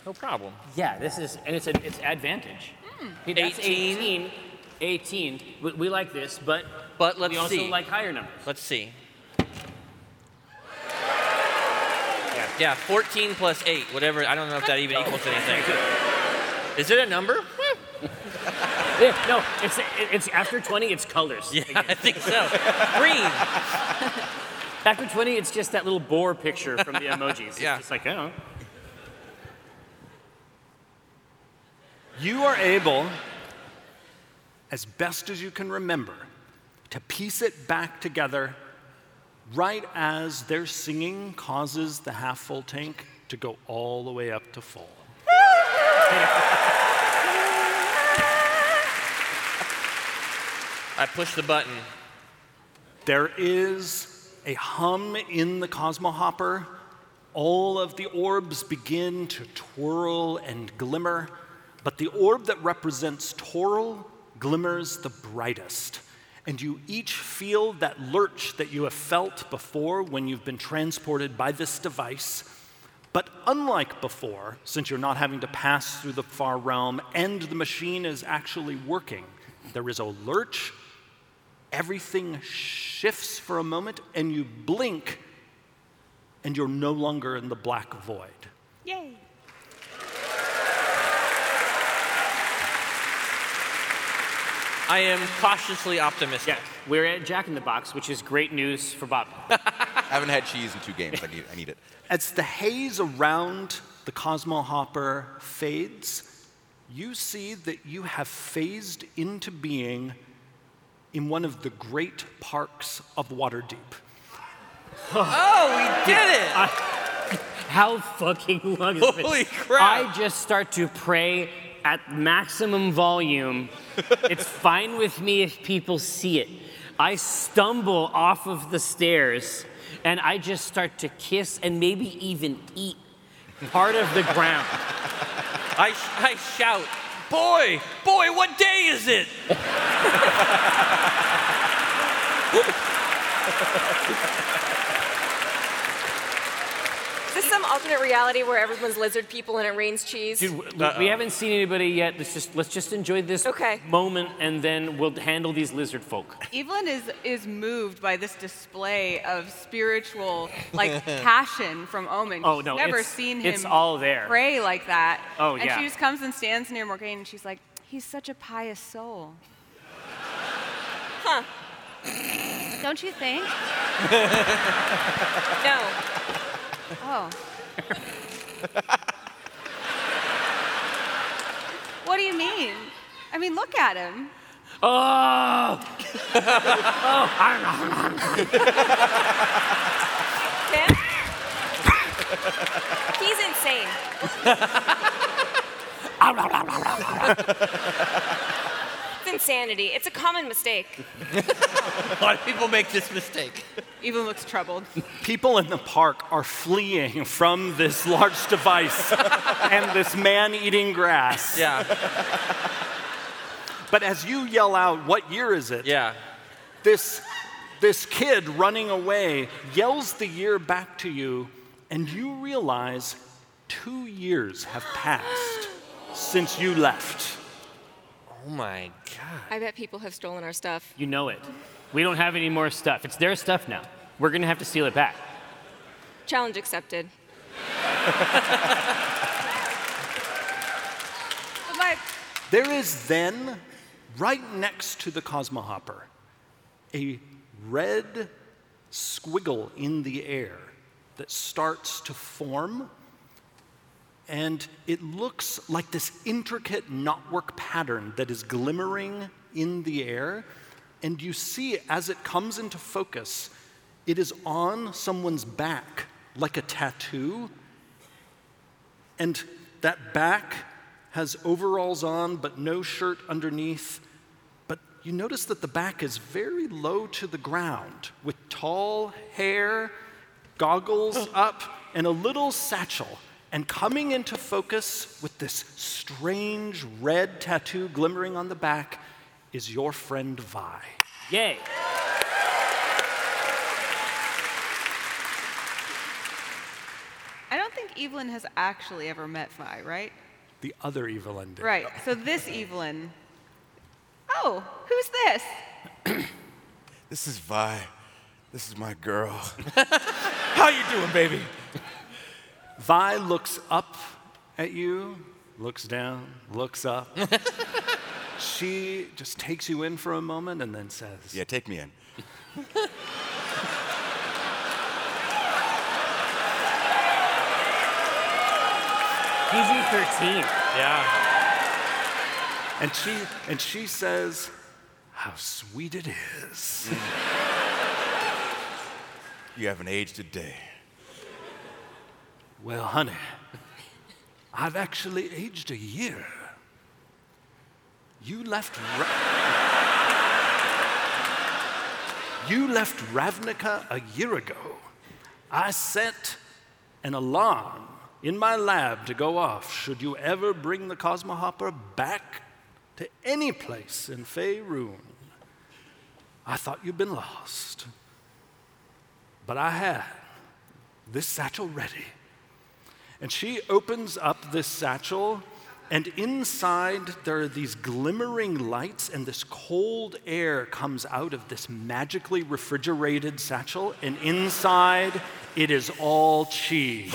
[SPEAKER 6] No problem.
[SPEAKER 4] Yeah, this is and it's a, it's advantage.
[SPEAKER 6] Hmm.
[SPEAKER 4] Hey, that's
[SPEAKER 6] 18.
[SPEAKER 4] 18. 18. We, we like this, but
[SPEAKER 6] But let's
[SPEAKER 4] we also
[SPEAKER 6] see.
[SPEAKER 4] like higher numbers.
[SPEAKER 6] Let's see. Yeah. yeah, 14 plus 8, whatever. I don't know if that even
[SPEAKER 4] Oh,
[SPEAKER 6] equals anything. Is it a number?
[SPEAKER 4] Yeah, no, it's it's after 20, it's colors. Yeah,
[SPEAKER 6] I think so. Green.
[SPEAKER 4] After 20, it's just that little boar picture from the emojis. It's
[SPEAKER 6] Yeah.
[SPEAKER 4] just like, oh.
[SPEAKER 2] You are able, as best as you can remember, to piece it back together right as their singing causes the half full tank to go all the way up to full.
[SPEAKER 6] I push the button.
[SPEAKER 2] There is a hum in the Cosmo Hopper. All of the orbs begin to twirl and glimmer, but the orb that represents Toril glimmers the brightest. And you each feel that lurch that you have felt before when you've been transported by this device. But unlike before, since you're not having to pass through the far realm and the machine is actually working, there is a lurch everything shifts for a moment and you blink and you're no longer in the black void.
[SPEAKER 10] Yay.
[SPEAKER 6] I am cautiously optimistic.
[SPEAKER 4] Yeah, we're at Jack in the Box, which is great news for Bob.
[SPEAKER 26] I haven't had cheese in two games. I need, I need it.
[SPEAKER 2] As the haze around the Cosmo Hopper fades, you see that you have phased into being in one of the great parks of Waterdeep.
[SPEAKER 6] Oh, we did it!
[SPEAKER 4] how fucking long is this?
[SPEAKER 6] Holy crap.
[SPEAKER 4] I just start to pray at maximum volume. it's fine with me if people see it. I stumble off of the stairs and I just start to kiss and maybe even eat part of the ground.
[SPEAKER 6] I, I shout, boy, boy, what day is it?
[SPEAKER 9] Is this some alternate reality where everyone's lizard people and it rains cheese?
[SPEAKER 4] Dude, w- w- we haven't seen anybody yet. Let's just let's just enjoy this moment, and then we'll handle these lizard folk.
[SPEAKER 10] Evelyn is is moved by this display of spiritual like passion from Omen.
[SPEAKER 4] Oh,
[SPEAKER 10] She's
[SPEAKER 4] no,
[SPEAKER 10] never
[SPEAKER 4] it's-
[SPEAKER 10] seen him.
[SPEAKER 4] it's all there.
[SPEAKER 10] Pray like that.
[SPEAKER 4] Oh,
[SPEAKER 10] and
[SPEAKER 4] yeah.
[SPEAKER 10] she just comes and stands near Morgaine and she's like, "He's such a pious soul."
[SPEAKER 9] Huh.
[SPEAKER 10] Don't you think?
[SPEAKER 9] No.
[SPEAKER 10] Oh. what do you mean? I mean, look at him.
[SPEAKER 4] Oh!
[SPEAKER 9] Man, he's insane. It's insanity. It's a common mistake.
[SPEAKER 6] A lot of people make this mistake.
[SPEAKER 10] Evelyn looks troubled.
[SPEAKER 2] People in the park are fleeing from this large device and this man eating grass.
[SPEAKER 6] Yeah.
[SPEAKER 2] But as you yell out, what year is it?
[SPEAKER 6] Yeah.
[SPEAKER 2] This This kid running away yells the year back to you, and you realize two years have passed since you left.
[SPEAKER 6] Oh my
[SPEAKER 9] I bet people have stolen our stuff.
[SPEAKER 4] You know it. We don't have any more stuff. It's their stuff now. We're going to have to steal it back.
[SPEAKER 9] Challenge accepted.
[SPEAKER 10] But my,
[SPEAKER 2] There is then, right next to the Cosmohopper, a red squiggle in the air that starts to form, and it looks like this intricate knotwork pattern that is glimmering in the air. And you see as it comes into focus, it is on someone's back like a tattoo. And that back has overalls on, but no shirt underneath. But you notice that the back is very low to the ground, with tall hair, goggles up, and a little satchel. And coming into focus with this strange red tattoo glimmering on the back is your friend Vi.
[SPEAKER 4] Yay.
[SPEAKER 10] I don't think Evelyn has actually ever met Vi, right?
[SPEAKER 2] The other evil ending.
[SPEAKER 10] Right. So this Evelyn. Oh, who's this?
[SPEAKER 27] This is Vi. This is my girl. How you doing, baby?
[SPEAKER 2] Vi looks up at you, looks down, looks up. she just takes you in for a moment and then says,
[SPEAKER 27] Yeah, take me in.
[SPEAKER 4] PG 13.
[SPEAKER 6] Yeah.
[SPEAKER 2] And she and she says, How sweet it is.
[SPEAKER 27] You haven't aged a day.
[SPEAKER 2] Well, honey, I've actually aged a year. You left. Ra- you left Ravnica a year ago. I set an alarm in my lab to go off should you ever bring the Cosmohopper back to any place in Faerun. I thought you'd been lost, but I had this satchel ready. And she opens up this satchel, and inside there are these glimmering lights, and this cold air comes out of this magically refrigerated satchel, and inside it is all cheese.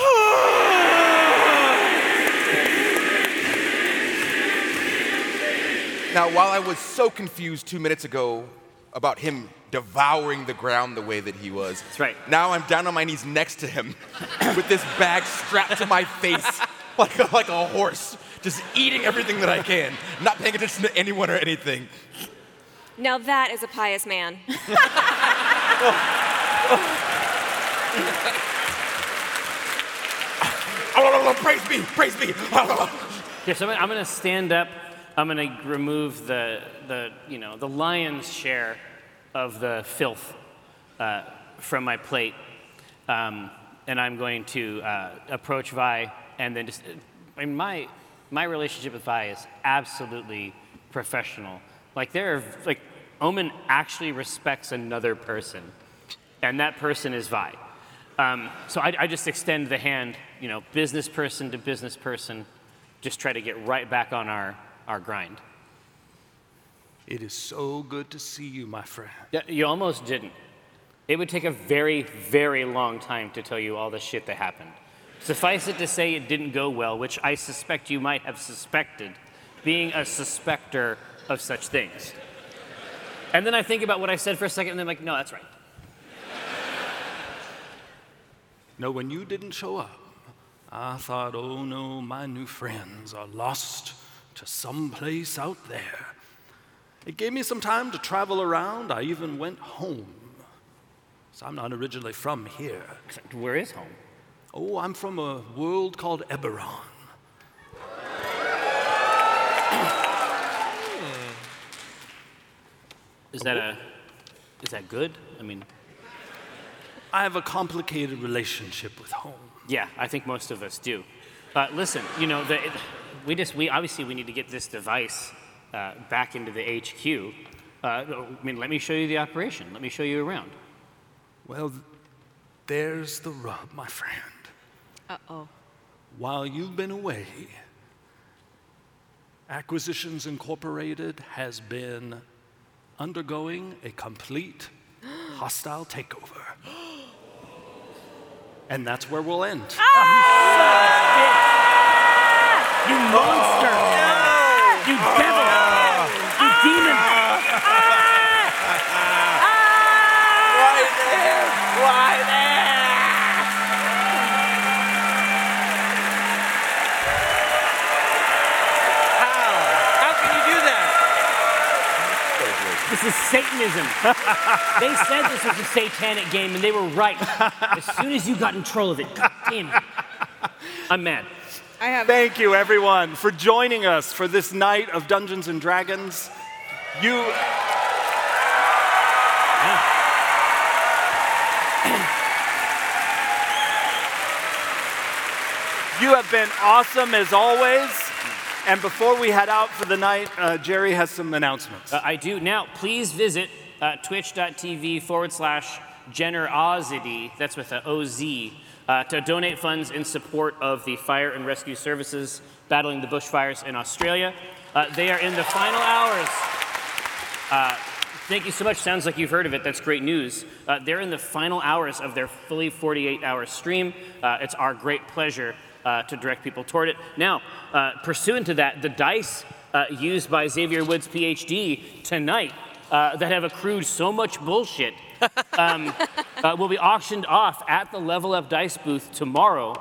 [SPEAKER 8] Now, while I was so confused two minutes ago about him devouring the ground the way that he was, that's right. Now I'm down on my knees next to him with this bag strapped to my face like a, like a horse, just eating everything that I can, not paying attention to anyone or anything.
[SPEAKER 9] Now that is a pious man.
[SPEAKER 8] praise me, praise me.
[SPEAKER 4] Here, so I'm gonna- I'm going to stand up. I'm going to remove the, the, you know, the lion's share of the filth uh, from my plate. Um, and I'm going to uh, approach Vi and then just, I mean, my, my relationship with Vi is absolutely professional. Like, there are, like, Omen actually respects another person, and that person is Vi. Um, so I, I just extend the hand, you know, business person to business person, just try to get right back on our, our grind.
[SPEAKER 2] It is so good to see you, my friend.
[SPEAKER 4] Yeah, you almost didn't. It would take a very, very long time to tell you all the shit that happened. Suffice it to say, it didn't go well, which I suspect you might have suspected, being a suspecter of such things. And then I think about what I said for a second, and then I'm like, no, that's right.
[SPEAKER 2] No, when you didn't show up, I thought, oh no, my new friends are lost to some place out there. It gave me some time to travel around. I even went home. So I'm not originally from here.
[SPEAKER 4] Where is home?
[SPEAKER 2] Oh, I'm from a world called Eberron.
[SPEAKER 4] Is that a, is that good? I mean,
[SPEAKER 2] I have a complicated relationship with home.
[SPEAKER 4] Yeah, I think most of us do. Uh, listen, you know, the, it, we just we obviously we need to get this device uh, back into the HQ, Uh, I mean, let me show you the operation. Let me show you around.
[SPEAKER 2] Well, there's the rub, my friend.
[SPEAKER 10] Uh oh.
[SPEAKER 2] While you've been away, Acquisitions Incorporated has been undergoing a complete hostile takeover. And that's where we'll end.
[SPEAKER 28] You monster! You devil! You demon!
[SPEAKER 8] Right there! Right there!
[SPEAKER 29] How? How can you do that?
[SPEAKER 4] This is Satanism. they said this was a satanic game, and they were right. As soon as you got in control of it, God damn it. I'm mad.
[SPEAKER 30] I have.
[SPEAKER 2] Thank you, everyone, for joining us for this night of Dungeons and Dragons. You. You have been awesome as always. And before we head out for the night, uh, Jerry has some announcements.
[SPEAKER 4] Uh, I do. Now, please visit uh, twitch.tv forward slash generosity, that's with a O-Z, uh, to donate funds in support of the fire and rescue services battling the bushfires in Australia. Uh, they are in the final hours. Uh, thank you so much. Sounds like you've heard of it. That's great news. Uh, they're in the final hours of their fully 48 hour stream. Uh, it's our great pleasure uh, to direct people toward it. Now, uh, pursuant to that, the dice uh, used by Xavier Woods, PhD, tonight uh, that have accrued so much bullshit um, uh, will be auctioned off at the Level Up Dice booth tomorrow.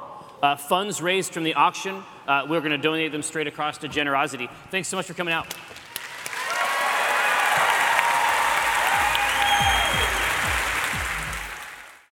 [SPEAKER 4] Uh, funds raised from the auction, uh, we're going to donate them straight across to Generosity. Thanks so much for coming out.